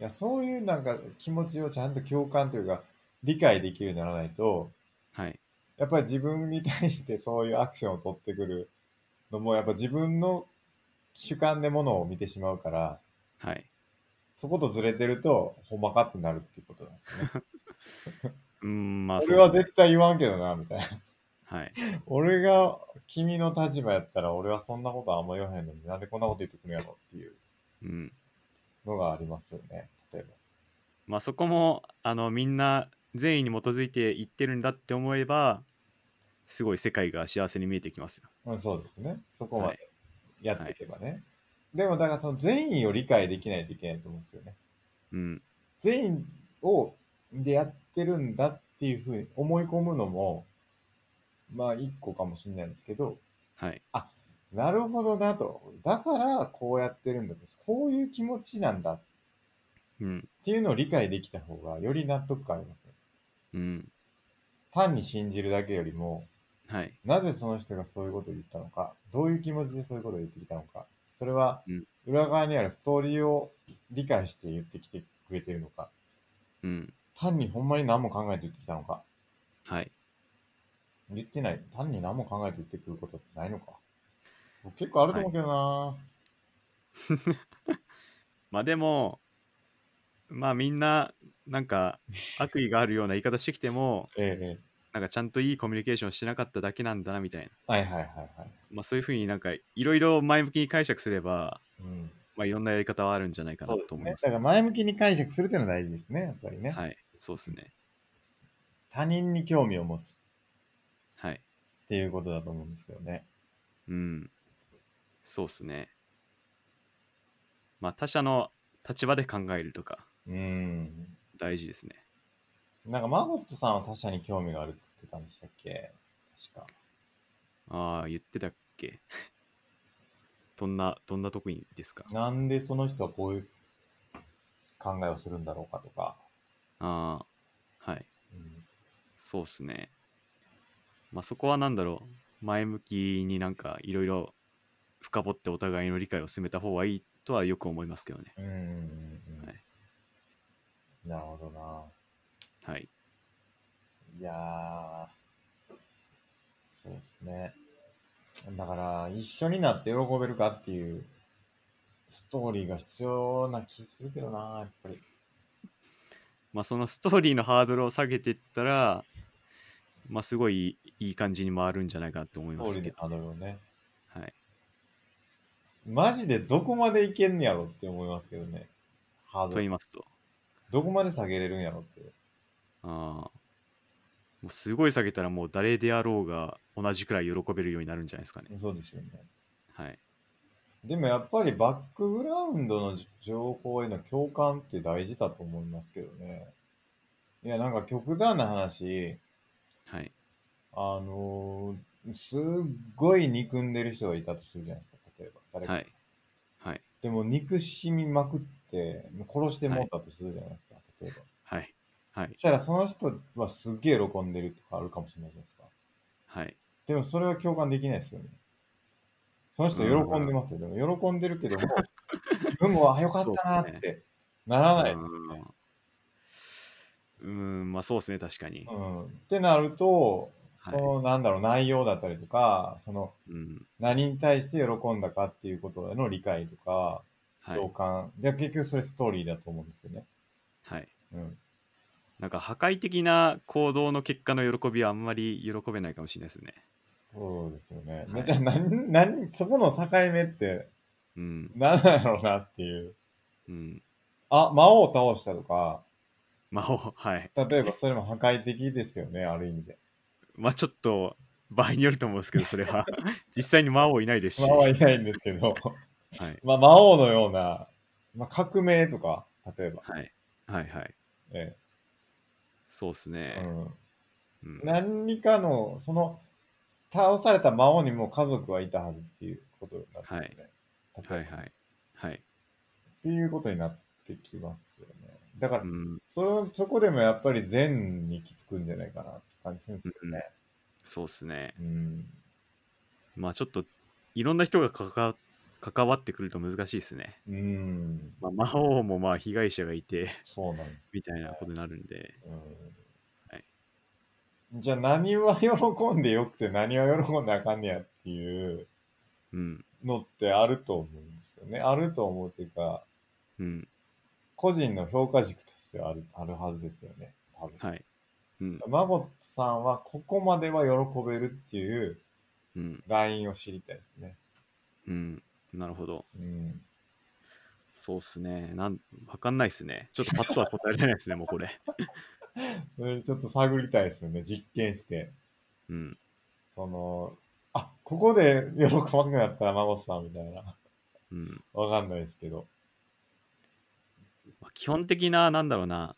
Speaker 1: いや、そういうなんか気持ちをちゃんと共感というか、理解できるようにならないと、
Speaker 2: はい
Speaker 1: やっぱり自分に対して そういうアクションを取ってくるのも、やっぱ自分の主観でものを見てしまうから、
Speaker 2: はい
Speaker 1: そことずれてると、ほんまかってなるっていうことなんですよね。
Speaker 2: うーんまあ
Speaker 1: 俺は
Speaker 2: ですね
Speaker 1: 絶対言わんけどな、みたいな。
Speaker 2: はい
Speaker 1: 俺が君の立場やったら、俺はそんなことあんま言わへんのになんでこんなこと言ってくるんやろっていう
Speaker 2: うん
Speaker 1: のがありますよね、例えば。
Speaker 2: まあそこもあのみんな善意に基づいて言ってるんだって思えばすごい世界が幸せに見えてきますよ
Speaker 1: うん、そうですね。そこま
Speaker 2: はい
Speaker 1: でやっていけばね。でも、だからその善意を理解できないといけないと思うんですよね。
Speaker 2: うん
Speaker 1: 善意をでやってるんだっていうふうに思い込むのも、まあ一個かもしれないんですけど、
Speaker 2: はい。
Speaker 1: なるほどなと。だからこうやってるんだと。こういう気持ちなんだっ
Speaker 2: うん。
Speaker 1: ていうのを理解できた方がより納得感ありますね。
Speaker 2: うん。
Speaker 1: 単に信じるだけよりも、
Speaker 2: はい。
Speaker 1: なぜその人がそういうことを言ったのか、どういう気持ちでそういうことを言ってきたのか、それは
Speaker 2: うん
Speaker 1: 裏側にあるストーリーを理解して言ってきてくれてるのか、
Speaker 2: うん。
Speaker 1: 単にほんまに何も考えて言ってきたのか、
Speaker 2: はい。
Speaker 1: 言ってない、単に何も考えて言ってくることってないのか。僕結構あると思うけどな、
Speaker 2: まあでも、まあみんな、なんか悪意があるような言い方してきても、
Speaker 1: ええええ
Speaker 2: なんかちゃんといいコミュニケーションしなかっただけなんだなみたいな。
Speaker 1: はいはいはいはい。
Speaker 2: まあそういうふうになんかいろいろ前向きに解釈すれば、
Speaker 1: うん、
Speaker 2: まあいろんなやり方はあるんじゃないか
Speaker 1: そ
Speaker 2: な
Speaker 1: うで
Speaker 2: と
Speaker 1: す
Speaker 2: 思い
Speaker 1: ね
Speaker 2: ま。す。
Speaker 1: だから前向きに解釈するっていうのは大事ですね、やっぱりね。
Speaker 2: はい。そうですね。
Speaker 1: 他人に興味を持つっ
Speaker 2: はい。
Speaker 1: ていうことだと思うんですけどね。
Speaker 2: うん。そうですね。まあ他者の立場で考えるとか
Speaker 1: うん。
Speaker 2: 大事ですね。
Speaker 1: なんか、マゴットさんは他者に興味があるって言ってたんでしたっけ確か。
Speaker 2: ああ、言ってたっけ どんな、どんな特にですか
Speaker 1: なんでその人はこういう考えをするんだろうかとか。
Speaker 2: ああ、はい。
Speaker 1: うん
Speaker 2: そうっすね。まあそこはなんだろう。前向きになんかいろいろ深掘ってお互いの理解を進めた方がいいとはよく思いますけどね。。
Speaker 1: うんうんうん。
Speaker 2: はい
Speaker 1: なるほどな。
Speaker 2: はい。
Speaker 1: いやー、そうですね。だから、一緒になって喜べるかっていうストーリーが必要な気するけどな、やっぱり。
Speaker 2: まあそのストーリーのハードルを下げていったら、まあすごいいい感じに回るんじゃないかなと思いま
Speaker 1: スト
Speaker 2: す
Speaker 1: ーリ
Speaker 2: け
Speaker 1: ーの
Speaker 2: ど。
Speaker 1: ハードルをね。
Speaker 2: はい。
Speaker 1: マジでどこまでいけんやろって思いますけどね。ハー
Speaker 2: と
Speaker 1: ド
Speaker 2: 言い
Speaker 1: ル。
Speaker 2: ますと、
Speaker 1: どこまで下げれるんやろって。
Speaker 2: あーもうすごい下げたらもう誰であろうが同じくらい喜べるようになるんじゃないですかね。
Speaker 1: そうですよね。
Speaker 2: はい。
Speaker 1: でもやっぱりバックグラウンドの情報への共感って大事だと思いますけどね。いや、なんか極端な話、
Speaker 2: はい。
Speaker 1: あのーすっごい憎んでる人がいたとするじゃないですか、例えば。誰か
Speaker 2: はい。はい。
Speaker 1: でも憎しみまくって、もう殺してもうたとするじゃないですか、例えば。
Speaker 2: はい。はい
Speaker 1: そ。したらその人はすっげえ喜んでるとかあるかもしれないじゃないですか。
Speaker 2: はい。
Speaker 1: でもそれは共感できないですよね。その人喜んでますよ。でも喜んでるけども、自分もあよかったな
Speaker 2: そう
Speaker 1: ー
Speaker 2: っ
Speaker 1: っ
Speaker 2: す
Speaker 1: てならないですよね。
Speaker 2: うーん、まあそうですね、確かに
Speaker 1: う。ん、ってなると、
Speaker 2: は
Speaker 1: そ
Speaker 2: い
Speaker 1: のなんだろう、内容だったりとか、その
Speaker 2: うん。
Speaker 1: 何に対して喜んだかっていうことへの理解とか、
Speaker 2: は
Speaker 1: 共
Speaker 2: い。
Speaker 1: 感、で結局それストーリーだと思うんですよね。
Speaker 2: はい。
Speaker 1: うん、
Speaker 2: なんか破壊的な行動の結果の喜びはあんまり喜べないかもしれないですね。
Speaker 1: そうですよね。
Speaker 2: はい
Speaker 1: じゃあ何、何、そこの境目って
Speaker 2: うん。
Speaker 1: 何だろうなっていう。
Speaker 2: うん。
Speaker 1: あ、魔王を倒したとか、
Speaker 2: まあ、おはい。
Speaker 1: 例えばそれも破壊的ですよね、ある意味で。
Speaker 2: まあちょっと場合によると思うんですけど、それ は。実際に魔王いないですし。
Speaker 1: 魔王はいないんですけど、
Speaker 2: はい。
Speaker 1: まあ、魔王のような、まあ、革命とか、例えば、
Speaker 2: はい。はいはい。
Speaker 1: え
Speaker 2: そうです
Speaker 1: えう
Speaker 2: ね。
Speaker 1: ん、
Speaker 2: うん
Speaker 1: 何かの、その、倒された魔王にも家族はいたはずっていうことになってますよね。
Speaker 2: はい
Speaker 1: 例えば
Speaker 2: はい。はい。
Speaker 1: っていうことになってきますよね。だから、
Speaker 2: うん、
Speaker 1: それそこでもやっぱり善に行き着くんじゃないかなって感じするんですけどね。
Speaker 2: そうですね。
Speaker 1: うん、
Speaker 2: まあちょっと、いろんな人が関わ関わってくると難しいですね。
Speaker 1: うん、
Speaker 2: まあ、魔王もまあ被害者がいて
Speaker 1: そうなんです。
Speaker 2: みたいなことになるんで、
Speaker 1: うん
Speaker 2: はい
Speaker 1: じゃあ何は喜んでよくて何は喜んであかんねやっていう
Speaker 2: うん、
Speaker 1: のってあると思うんですよね。あると思うっていうか、
Speaker 2: うん、
Speaker 1: 個人の評価軸としてはあるあるはずですよね。多分。
Speaker 2: はい、うん、
Speaker 1: マゴットさんはここまでは喜べるっていう
Speaker 2: うん、
Speaker 1: ラインを知りたいですね。
Speaker 2: うん、なるほど。
Speaker 1: うん。
Speaker 2: そうっすね。なん、わかんないっすね。ちょっとパッとは答えられないですね、もうこれ。
Speaker 1: それちょっと探りたいですよね。実験して。
Speaker 2: うん、
Speaker 1: その、あ、ここで喜ばなくなったらマゴットさんみたいな。
Speaker 2: うん。
Speaker 1: わかんないですけど。
Speaker 2: まあ基本的な、なんだろうな、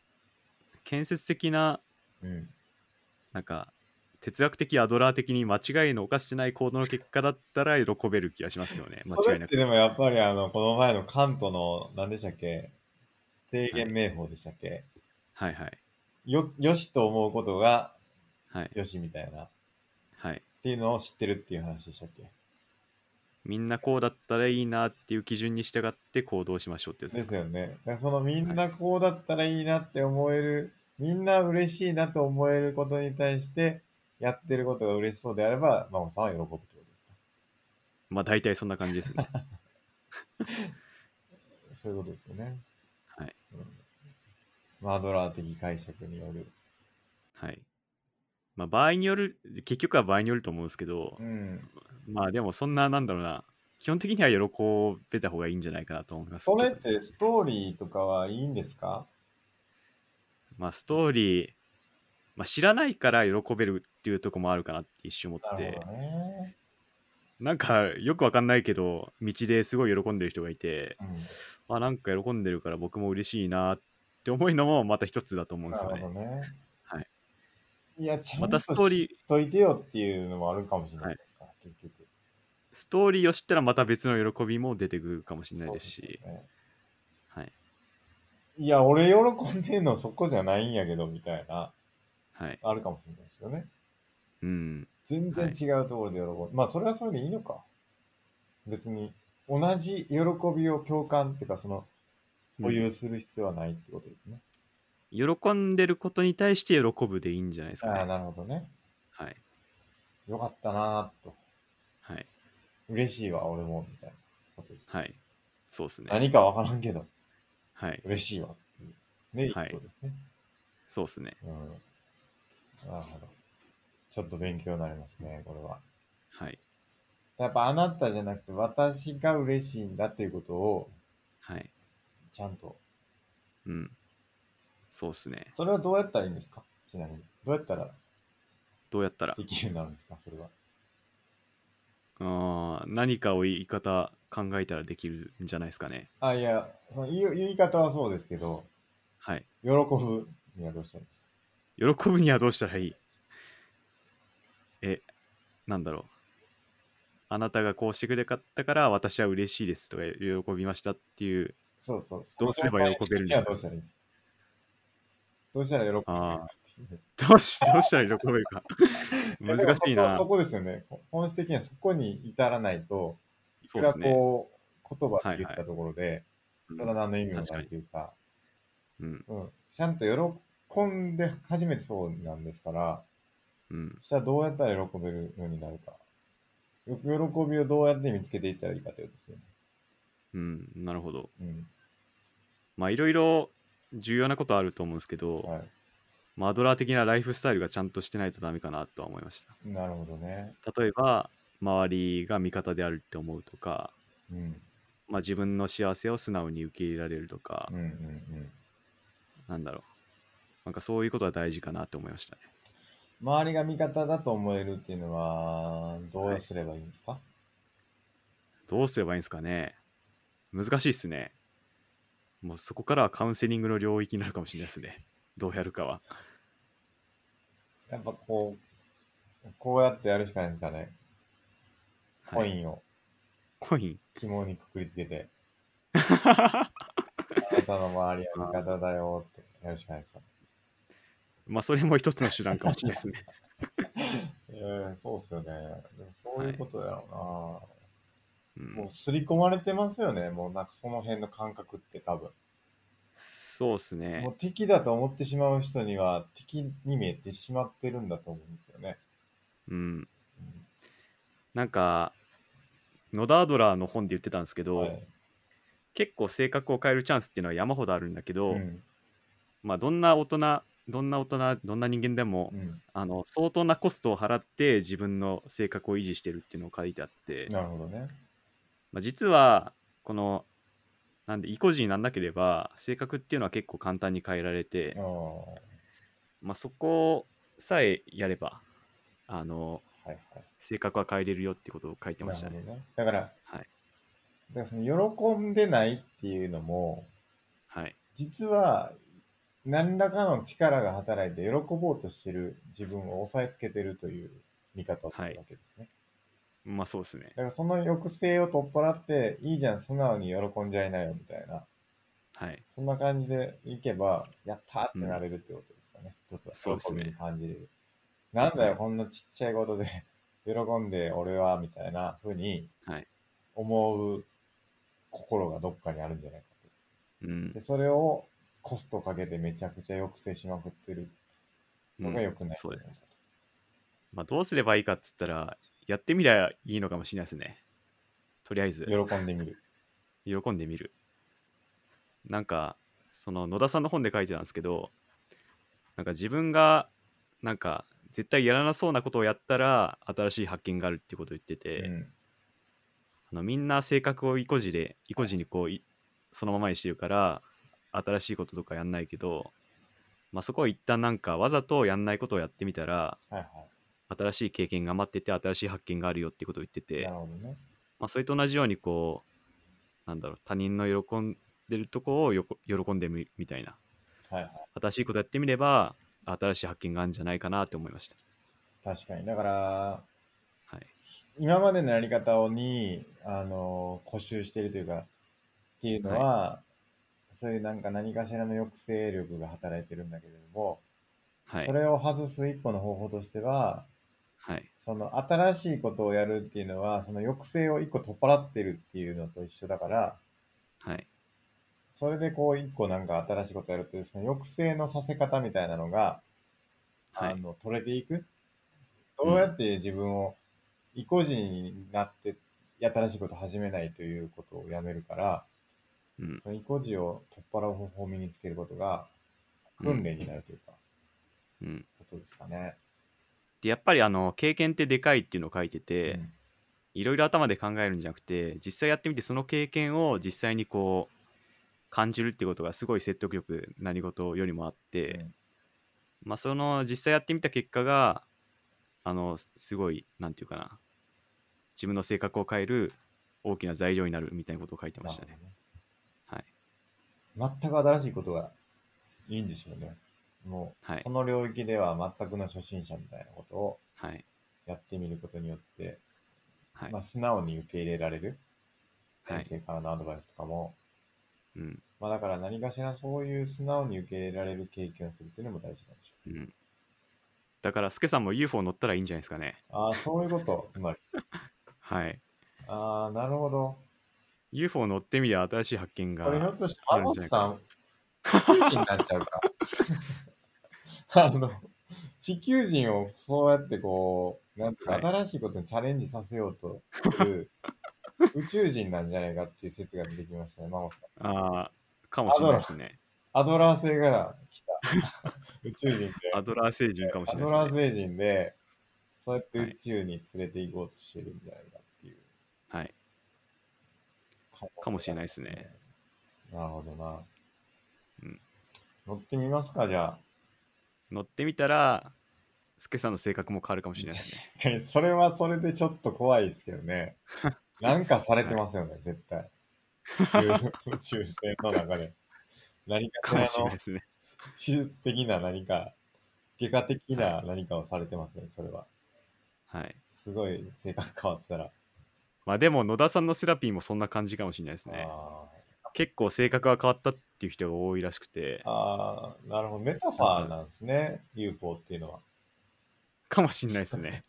Speaker 2: 建設的な
Speaker 1: うん。
Speaker 2: なんか哲学的アドラー的に間違いの犯してない行動の結果だったら喜べる気がしますけどね間
Speaker 1: それ
Speaker 2: 違い
Speaker 1: っ
Speaker 2: な
Speaker 1: て
Speaker 2: く
Speaker 1: でもやっぱりあの、この前のカントの、何でしたっけ制限名法でしたっけ、
Speaker 2: はいはい
Speaker 1: よ、よしと思うことが
Speaker 2: はい
Speaker 1: よしみたいな。っ
Speaker 2: はい
Speaker 1: ていうのを知ってるっていう話でしたっけ
Speaker 2: みんなこうだったらいいなっていう基準に従って行動しましょうってやつ
Speaker 1: で
Speaker 2: です
Speaker 1: す
Speaker 2: か
Speaker 1: よね。だからそのみんなこうだったらいいなって思える、みんな嬉しいなと思えることに対して、やってることが嬉しそうであれば、孫さんは喜ぶってことですか
Speaker 2: まあ大体そんな感じで すね
Speaker 1: そういうことですよね。
Speaker 2: はい
Speaker 1: うん。まあアドラー的解釈による。
Speaker 2: はいまあ場合による結局は場合によると思うんですけど
Speaker 1: うん。
Speaker 2: まあでもそんななんだろうな基本的には喜べた方がいいんじゃないかなと思います
Speaker 1: それってストーリーとかはいいんですか
Speaker 2: まあストーリー、まあ、知らないから喜べるっていうとこもあるかなって一瞬思
Speaker 1: な
Speaker 2: って
Speaker 1: るほどね。
Speaker 2: なんかよくわかんないけど道ですごい喜んでる人がいて
Speaker 1: うん
Speaker 2: あなんか喜んでるから僕も嬉しいなって思うのもまた一つだと思うんで
Speaker 1: な
Speaker 2: すよ
Speaker 1: る
Speaker 2: ね
Speaker 1: ほどね。
Speaker 2: はい。
Speaker 1: いや、ちゃ
Speaker 2: ま
Speaker 1: んと
Speaker 2: たストー
Speaker 1: 知っ
Speaker 2: リー
Speaker 1: といてよっていうのもあるかもしれないですから、結局。
Speaker 2: ストーリーを知ったらまた別の喜びも出てくるかもしれないですし
Speaker 1: そうですよね
Speaker 2: はい
Speaker 1: いや、俺喜んでんのそこじゃないんやけど、みたいな、
Speaker 2: はい
Speaker 1: あるかもしれないですよね。
Speaker 2: うん
Speaker 1: 全然違うところで喜ぶ。まあ、それはそれでいいのか。別に、同じ喜びを共感っていうか、その、保有する必要はないってことですね。
Speaker 2: 喜んでることに対して喜ぶでいいんじゃないですか
Speaker 1: ああ、
Speaker 2: ね
Speaker 1: なるほどね。
Speaker 2: はい
Speaker 1: よかったなーと。
Speaker 2: はい
Speaker 1: 嬉しいわ、俺も、みたいなことですね。
Speaker 2: はいそうですね
Speaker 1: 何かわからんけど、
Speaker 2: はい
Speaker 1: 嬉しいわっていう。ね、いいこ
Speaker 2: はい
Speaker 1: とですね。
Speaker 2: そうですね
Speaker 1: うん。なるほど。ちょっと勉強になりますね、これは。
Speaker 2: はい
Speaker 1: やっぱあなたじゃなくて私が嬉しいんだっていうことを
Speaker 2: はい
Speaker 1: ちゃんと。
Speaker 2: うんそうですね
Speaker 1: それはどうやったらいいんですかちなみに。どうやったら
Speaker 2: どうやったら
Speaker 1: できるようになるんですかそれは。
Speaker 2: あー何かを言い方考えたらできるんじゃないですかね。
Speaker 1: あ、いや、その言い言い方はそうですけど、
Speaker 2: はい。
Speaker 1: 喜ぶにはどうしたらいいんですか
Speaker 2: 喜ぶにはどうしたらいいえ、なんだろう。あなたがこうしてくれかったから私は嬉しいですとか喜びましたっていう。
Speaker 1: そうそうそう。
Speaker 2: どうすれば喜べるん
Speaker 1: んですす
Speaker 2: でか
Speaker 1: かどうしたらいいんですかどうしたら喜べる
Speaker 2: あ
Speaker 1: かっていう
Speaker 2: どうしどうしたら喜べ るか。難しい
Speaker 1: やでも
Speaker 2: な
Speaker 1: そこ。そこですよね。本質的にはそこに至らないと、い
Speaker 2: そ
Speaker 1: く
Speaker 2: うで
Speaker 1: ら
Speaker 2: すね。
Speaker 1: こう、言葉で言ったところで、
Speaker 2: うん
Speaker 1: それは何の意味もないというか、
Speaker 2: うん。
Speaker 1: うん、ちゃんと喜んで初めてそうなんですから、
Speaker 2: うん。
Speaker 1: したらどうやったら喜べるようになるか。よく喜びをどうやって見つけていったらいいかということですよね。
Speaker 2: うん。なるほど。
Speaker 1: うん。
Speaker 2: まあいろいろ重要なことあると思うんですけど、
Speaker 1: はい。
Speaker 2: マドラー的なライフスタイルがちゃんとしてないとダメかなとは思いました。
Speaker 1: なるほどね。
Speaker 2: 例えば周りが味方であるって思うとか、
Speaker 1: うん。
Speaker 2: まあ、自分の幸せを素直に受け入れられるとか、
Speaker 1: うんうんうん。
Speaker 2: なんだろうなんかそういうことは大事かなと思いましたね
Speaker 1: 周りが味方だと思えるっていうのは、どうすればいいんですか、
Speaker 2: どうすればいいんですかね難しいっすねもうそこからはカウンセリングの領域になるかもしれないです ねどうやるかは
Speaker 1: やっぱこう、こうやってやるしかないですかね。コ
Speaker 2: はい
Speaker 1: インを
Speaker 2: コイン
Speaker 1: 紐にくくりつけて、あなたの周りは味方だよってやるしかないですかね
Speaker 2: まあそれも一つの手段かもしれないですね
Speaker 1: ええそうっすよね。でもそういうことやろうな、
Speaker 2: う
Speaker 1: も
Speaker 2: ん
Speaker 1: う、刷り込まれてますよね。もうなんかその辺の感覚って多分。
Speaker 2: そうっすね
Speaker 1: もう敵だと思ってしまう人には敵に見えてしまってるんだと思うんですよね。
Speaker 2: うんなんかノダードラーの本で言ってたんですけ
Speaker 1: うん
Speaker 2: ど、
Speaker 1: はい
Speaker 2: 結構性格を変えるチャンスっていうのは山ほどあるんだけど、
Speaker 1: うん
Speaker 2: まあ、どんな大人どんな大人どんな人間でも、
Speaker 1: うん
Speaker 2: あの相当なコストを払って自分の性格を維持してるっていうのを書いてあって、
Speaker 1: なるほどね。
Speaker 2: まあ、実はこのなんで意固地にならなければ性格っていうのは結構簡単に変えられて、
Speaker 1: ああ、は
Speaker 2: まあ、そこさえやればあの
Speaker 1: いはい。
Speaker 2: 性格は変えれるよってことを書いてました
Speaker 1: な
Speaker 2: ね
Speaker 1: る。ほどね。だから、だか
Speaker 2: はい、
Speaker 1: らその喜んでないっていうのも、
Speaker 2: はい、
Speaker 1: 実は何らかの力が働いて喜ぼうとしてる自分を押さえつけてるという見方をするわけですね。
Speaker 2: まあそうですね
Speaker 1: だ。からその抑制を取っ払って、いいじゃん、素直に喜んじゃいなよみたいな、
Speaker 2: はい。
Speaker 1: そんな感じでいけば、やったーってなれるってことですかね。ちょっと
Speaker 2: そうですね
Speaker 1: 喜びに感じれる。なんだ
Speaker 2: は
Speaker 1: よ、
Speaker 2: い
Speaker 1: こんなちっちゃいことで喜んで俺はみたいな風に
Speaker 2: はい
Speaker 1: 思う心がどっかにあるんじゃないかと。
Speaker 2: うん
Speaker 1: で。それをコストかけてめちゃくちゃ抑制しまくってるのが良くない、
Speaker 2: うんそうです。。まあどうすればいいかっつったら、やってみりゃいいのかもしれないですね。とりあえず、
Speaker 1: 喜んでみる。
Speaker 2: 喜んでみる。なんか、その野田さんの本で書いてたんですけど、なんか自分が、なんか、絶対やらなそうなことをやったら、新しい発見があるってことを言ってて、
Speaker 1: うん
Speaker 2: あのみんな性格を意固地で意固地にこういそのままにしてるから新しいこととかやんないけど、まあ、そこは一旦なんかわざとやんないことをやってみたら
Speaker 1: はいは
Speaker 2: 新しい経験が待ってて新しい発見があるよってことを言って
Speaker 1: い。
Speaker 2: て
Speaker 1: なる、ほどね。
Speaker 2: まあ、それと同じようにこうなんだろう他人の喜んでるとこをよこ喜んでみるみたいな
Speaker 1: はいはい。
Speaker 2: 新しいことやってみれば新しい発見があるんじゃないかなって思いました。
Speaker 1: 確かに。だから、
Speaker 2: はい、
Speaker 1: 今までのやり方をに、あの、固執してるというか、っていうのは、そういうなんか何かしらの抑制力が働いてるんだけれども、
Speaker 2: はい
Speaker 1: それを外す一個の方法としては、
Speaker 2: はい
Speaker 1: その新しいことをやるっていうのは、その抑制を一個取っ払ってるっていうのと一緒だから、
Speaker 2: はい
Speaker 1: それでこう一個なんか新しいことやるっていう、その抑制のさせ方みたいなのが、
Speaker 2: は
Speaker 1: あ
Speaker 2: い
Speaker 1: の取れていくどうやって自分を意固地になって新しいことを始めないということをやめるから
Speaker 2: うん
Speaker 1: その意固地を取っ払う方法を身につけることが訓練になるというか、
Speaker 2: うん、
Speaker 1: ことですかね。
Speaker 2: でやっぱりあの経験ってでかいっていうのを書いてて、
Speaker 1: うん
Speaker 2: いろいろ頭で考えるんじゃなくて実際やってみてその経験を実際にこう感じるってことがすごい説得力何事よりもあって、
Speaker 1: うん
Speaker 2: まあその実際やってみた結果があのすすごいなんていうかな自分の性格を変える大きな材料になるみたいなことを書いてましたね。はい、
Speaker 1: 全く新しいことがいいんでしょうね。もう、
Speaker 2: はい
Speaker 1: その領域では全くの初心者みたいなことを
Speaker 2: はい、
Speaker 1: やってみることによって、
Speaker 2: はい
Speaker 1: まあ、素直に受け入れられる
Speaker 2: はい
Speaker 1: 先生からのアドバイスとかも、
Speaker 2: うん
Speaker 1: まあだから何かしらそういう素直に受け入れられる経験をするっていうのも大事なんでしょ
Speaker 2: うん、だからスケさんも UFO 乗ったらいいんじゃないですかね。
Speaker 1: う。ああ、そういう こと、つまり。
Speaker 2: はい、
Speaker 1: ああ、なるほど。
Speaker 2: UFO 乗ってみりゃ新しい発見
Speaker 1: これひょ
Speaker 2: が
Speaker 1: っとして、マ
Speaker 2: あるん
Speaker 1: モ
Speaker 2: じゃ
Speaker 1: ス
Speaker 2: ないか
Speaker 1: さん、地球人になっちゃう か。 あの、地球人をそうやってこう、なんていうか
Speaker 2: はい
Speaker 1: 新しいことにチャレンジさせようとする宇宙人なんじゃないかっていう説が出てきましたね、マモスさん。
Speaker 2: あーかもしれないですね。
Speaker 1: アドラー星から来た 宇宙人で、
Speaker 2: アドラー星人かもし
Speaker 1: ア
Speaker 2: れない
Speaker 1: ド
Speaker 2: です、ね。
Speaker 1: ラー星人で、そうやって宇宙に連れて行こうとしてるんじゃないかっていう。
Speaker 2: はい。かもしれないですね。
Speaker 1: なるほどな。
Speaker 2: うん
Speaker 1: 乗ってみますか、じゃあ。
Speaker 2: 乗ってみたら、スケさんの性格も変わるかもしれないですね。
Speaker 1: 確かに、それはそれでちょっと怖いですけど ね。なんかされてますよね、絶対。宇宙船の中で。何かし
Speaker 2: からもしれ
Speaker 1: の
Speaker 2: ないですね。
Speaker 1: 手術的な何か、外科的な何かをされてますね、それは。
Speaker 2: はい。
Speaker 1: すごい性格変わってたら。
Speaker 2: まあでも野田さんのセラピーもそんな感じかもしれないですね。
Speaker 1: あ
Speaker 2: 結構性格が変わったっていう人が多いらしくて
Speaker 1: ー、あー、なるほど。メタファーなんですね、UFO っていうのは。
Speaker 2: かもしれないですね。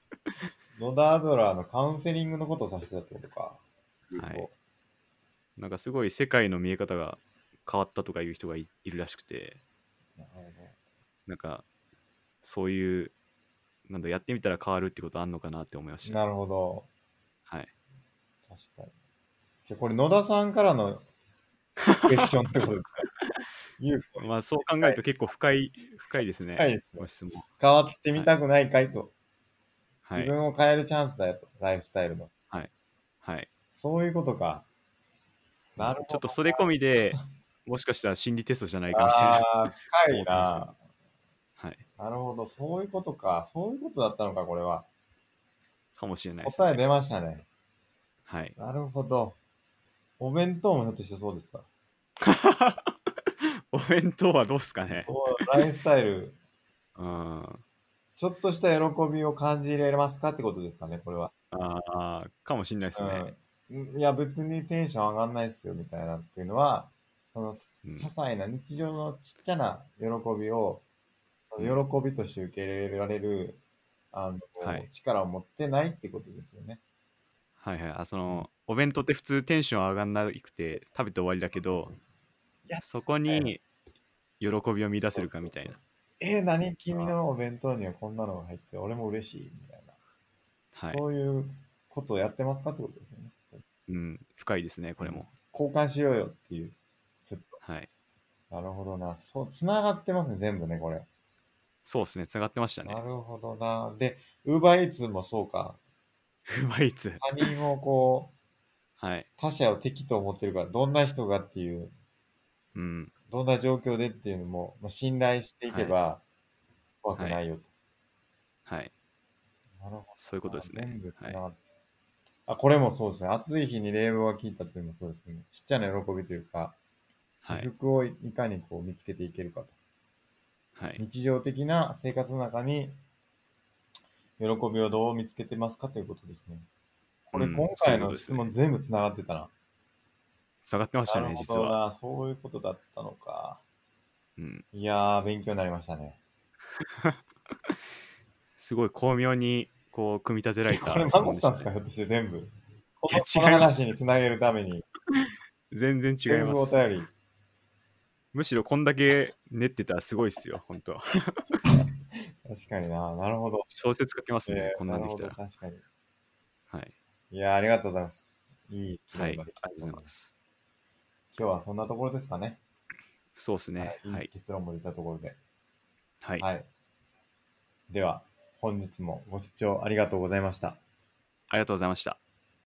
Speaker 1: 野田アドラーのカウンセリングのことを指してたってことか。
Speaker 2: はいなんかすごい世界の見え方が変わったとかいう人がいいるらしくて、
Speaker 1: なるほど
Speaker 2: なんかそういう、なんだやってみたら変わるってことあんのかなって思いました。
Speaker 1: なるほど。
Speaker 2: はい。
Speaker 1: 確かに。じゃあこれ野田さんからのクエスチョンってことです か ?UFO
Speaker 2: まあそう考えると結構深い、深いですね。
Speaker 1: 深いですね
Speaker 2: ご質問。
Speaker 1: 変わってみたくないかいと。
Speaker 2: は
Speaker 1: 自
Speaker 2: い。
Speaker 1: 分を変えるチャンスだよと。ライフスタイルの。
Speaker 2: はい。
Speaker 1: そういうことか。なるほど。
Speaker 2: ちょっとそれ込みで、もしかしたら心理テストじゃないかみたいな。
Speaker 1: ああ、深いな。
Speaker 2: はい。
Speaker 1: なるほど。そういうことか。そういうことだったのか、これは。
Speaker 2: かもしれないです、
Speaker 1: 答え出ましたね。
Speaker 2: はい。
Speaker 1: なるほど。お弁当もひょっとしてそうですか
Speaker 2: お弁当はどうですかね
Speaker 1: こうライフスタイル、
Speaker 2: うん。あ
Speaker 1: ちょっとした喜びを感じられますかってことですかね、これは。
Speaker 2: あー、かもしんないですね。
Speaker 1: うん、いや、別にテンション上がんないっすよ、みたいなっていうのは、その、さ
Speaker 2: うん
Speaker 1: 些細な日常のちっちゃな喜びを、その喜びとして受け入れられる、あの、
Speaker 2: はい
Speaker 1: 力を持ってないってことですよね。
Speaker 2: はいはい。あその、お弁当って普通テンション上がんなくて食べて終わりだけど、そこに喜びを見出せるかみたいな。
Speaker 1: えー何君のお弁当にはこんなのが入って、俺も嬉しい、みたいな。
Speaker 2: はい。
Speaker 1: そういうことをやってますかってことですよね。
Speaker 2: うん。深いですね、これも。
Speaker 1: 交換しようよっていう。ちょっ
Speaker 2: はい。
Speaker 1: と、なるほどな。そう、繋がってますね、全部ね、これ。
Speaker 2: そうですね、つながってましたね
Speaker 1: な。るほどな。で、ウーバーイーツもそうか。
Speaker 2: ウーバーイーツ。
Speaker 1: 他人をこう、
Speaker 2: はい。
Speaker 1: 他者を敵と思ってるから、どんな人がっていう、
Speaker 2: うん。
Speaker 1: どんな状況でっていうのも、まあ、信頼していけば、怖くないよと。
Speaker 2: はい。
Speaker 1: なるほど。
Speaker 2: そういうことですね
Speaker 1: 全部。つ
Speaker 2: は。
Speaker 1: ないがってあ、これもそうですね。暑い日に冷房が効いたっていうのもそうですね。ちっちゃな喜びというか、
Speaker 2: はい
Speaker 1: 雫をいかにこう見つけていけるかと。
Speaker 2: はい。
Speaker 1: 日常的な生活の中に、喜びをどう見つけてますかということですね。これ
Speaker 2: うん
Speaker 1: 今
Speaker 2: そ
Speaker 1: 回
Speaker 2: ういうこと
Speaker 1: の
Speaker 2: です
Speaker 1: 質
Speaker 2: ね
Speaker 1: 問全部繋がってたな。
Speaker 2: つながってました
Speaker 1: な
Speaker 2: ね、
Speaker 1: るほ
Speaker 2: 実
Speaker 1: ど
Speaker 2: は。
Speaker 1: な。そういうことだったのか。
Speaker 2: うん。
Speaker 1: いやー、勉強になりましたね。
Speaker 2: すごい巧妙に、こう、組み立てられた
Speaker 1: これ、
Speaker 2: 質
Speaker 1: マコス
Speaker 2: 問でし
Speaker 1: さんです
Speaker 2: た
Speaker 1: か、
Speaker 2: ね。
Speaker 1: ひょっとして全部。こ
Speaker 2: いや
Speaker 1: のこの
Speaker 2: 違います
Speaker 1: 話につなげるために、
Speaker 2: 全然違い
Speaker 1: 全部
Speaker 2: ま
Speaker 1: お
Speaker 2: す。
Speaker 1: 便り。
Speaker 2: むしろこんだけ練ってたらすごいっすよ、本当は。
Speaker 1: 確かにな。なるほど。
Speaker 2: 小説書けますね
Speaker 1: え、ー
Speaker 2: こんなんできた
Speaker 1: る
Speaker 2: ら。
Speaker 1: ほど確かに。
Speaker 2: はい。
Speaker 1: いやー、ありがとうございます。いい機
Speaker 2: はい。あ
Speaker 1: 会が
Speaker 2: りが
Speaker 1: で
Speaker 2: と
Speaker 1: きた
Speaker 2: う
Speaker 1: と
Speaker 2: ござい
Speaker 1: 思い
Speaker 2: ま
Speaker 1: ます。
Speaker 2: す。
Speaker 1: 今日はそんなところですかね。
Speaker 2: そうですね。
Speaker 1: は
Speaker 2: はい
Speaker 1: い
Speaker 2: い。
Speaker 1: 結論も出たところで。
Speaker 2: はい。
Speaker 1: はい。では、本日もご視聴ありがとうございました。
Speaker 2: ありがとうございました。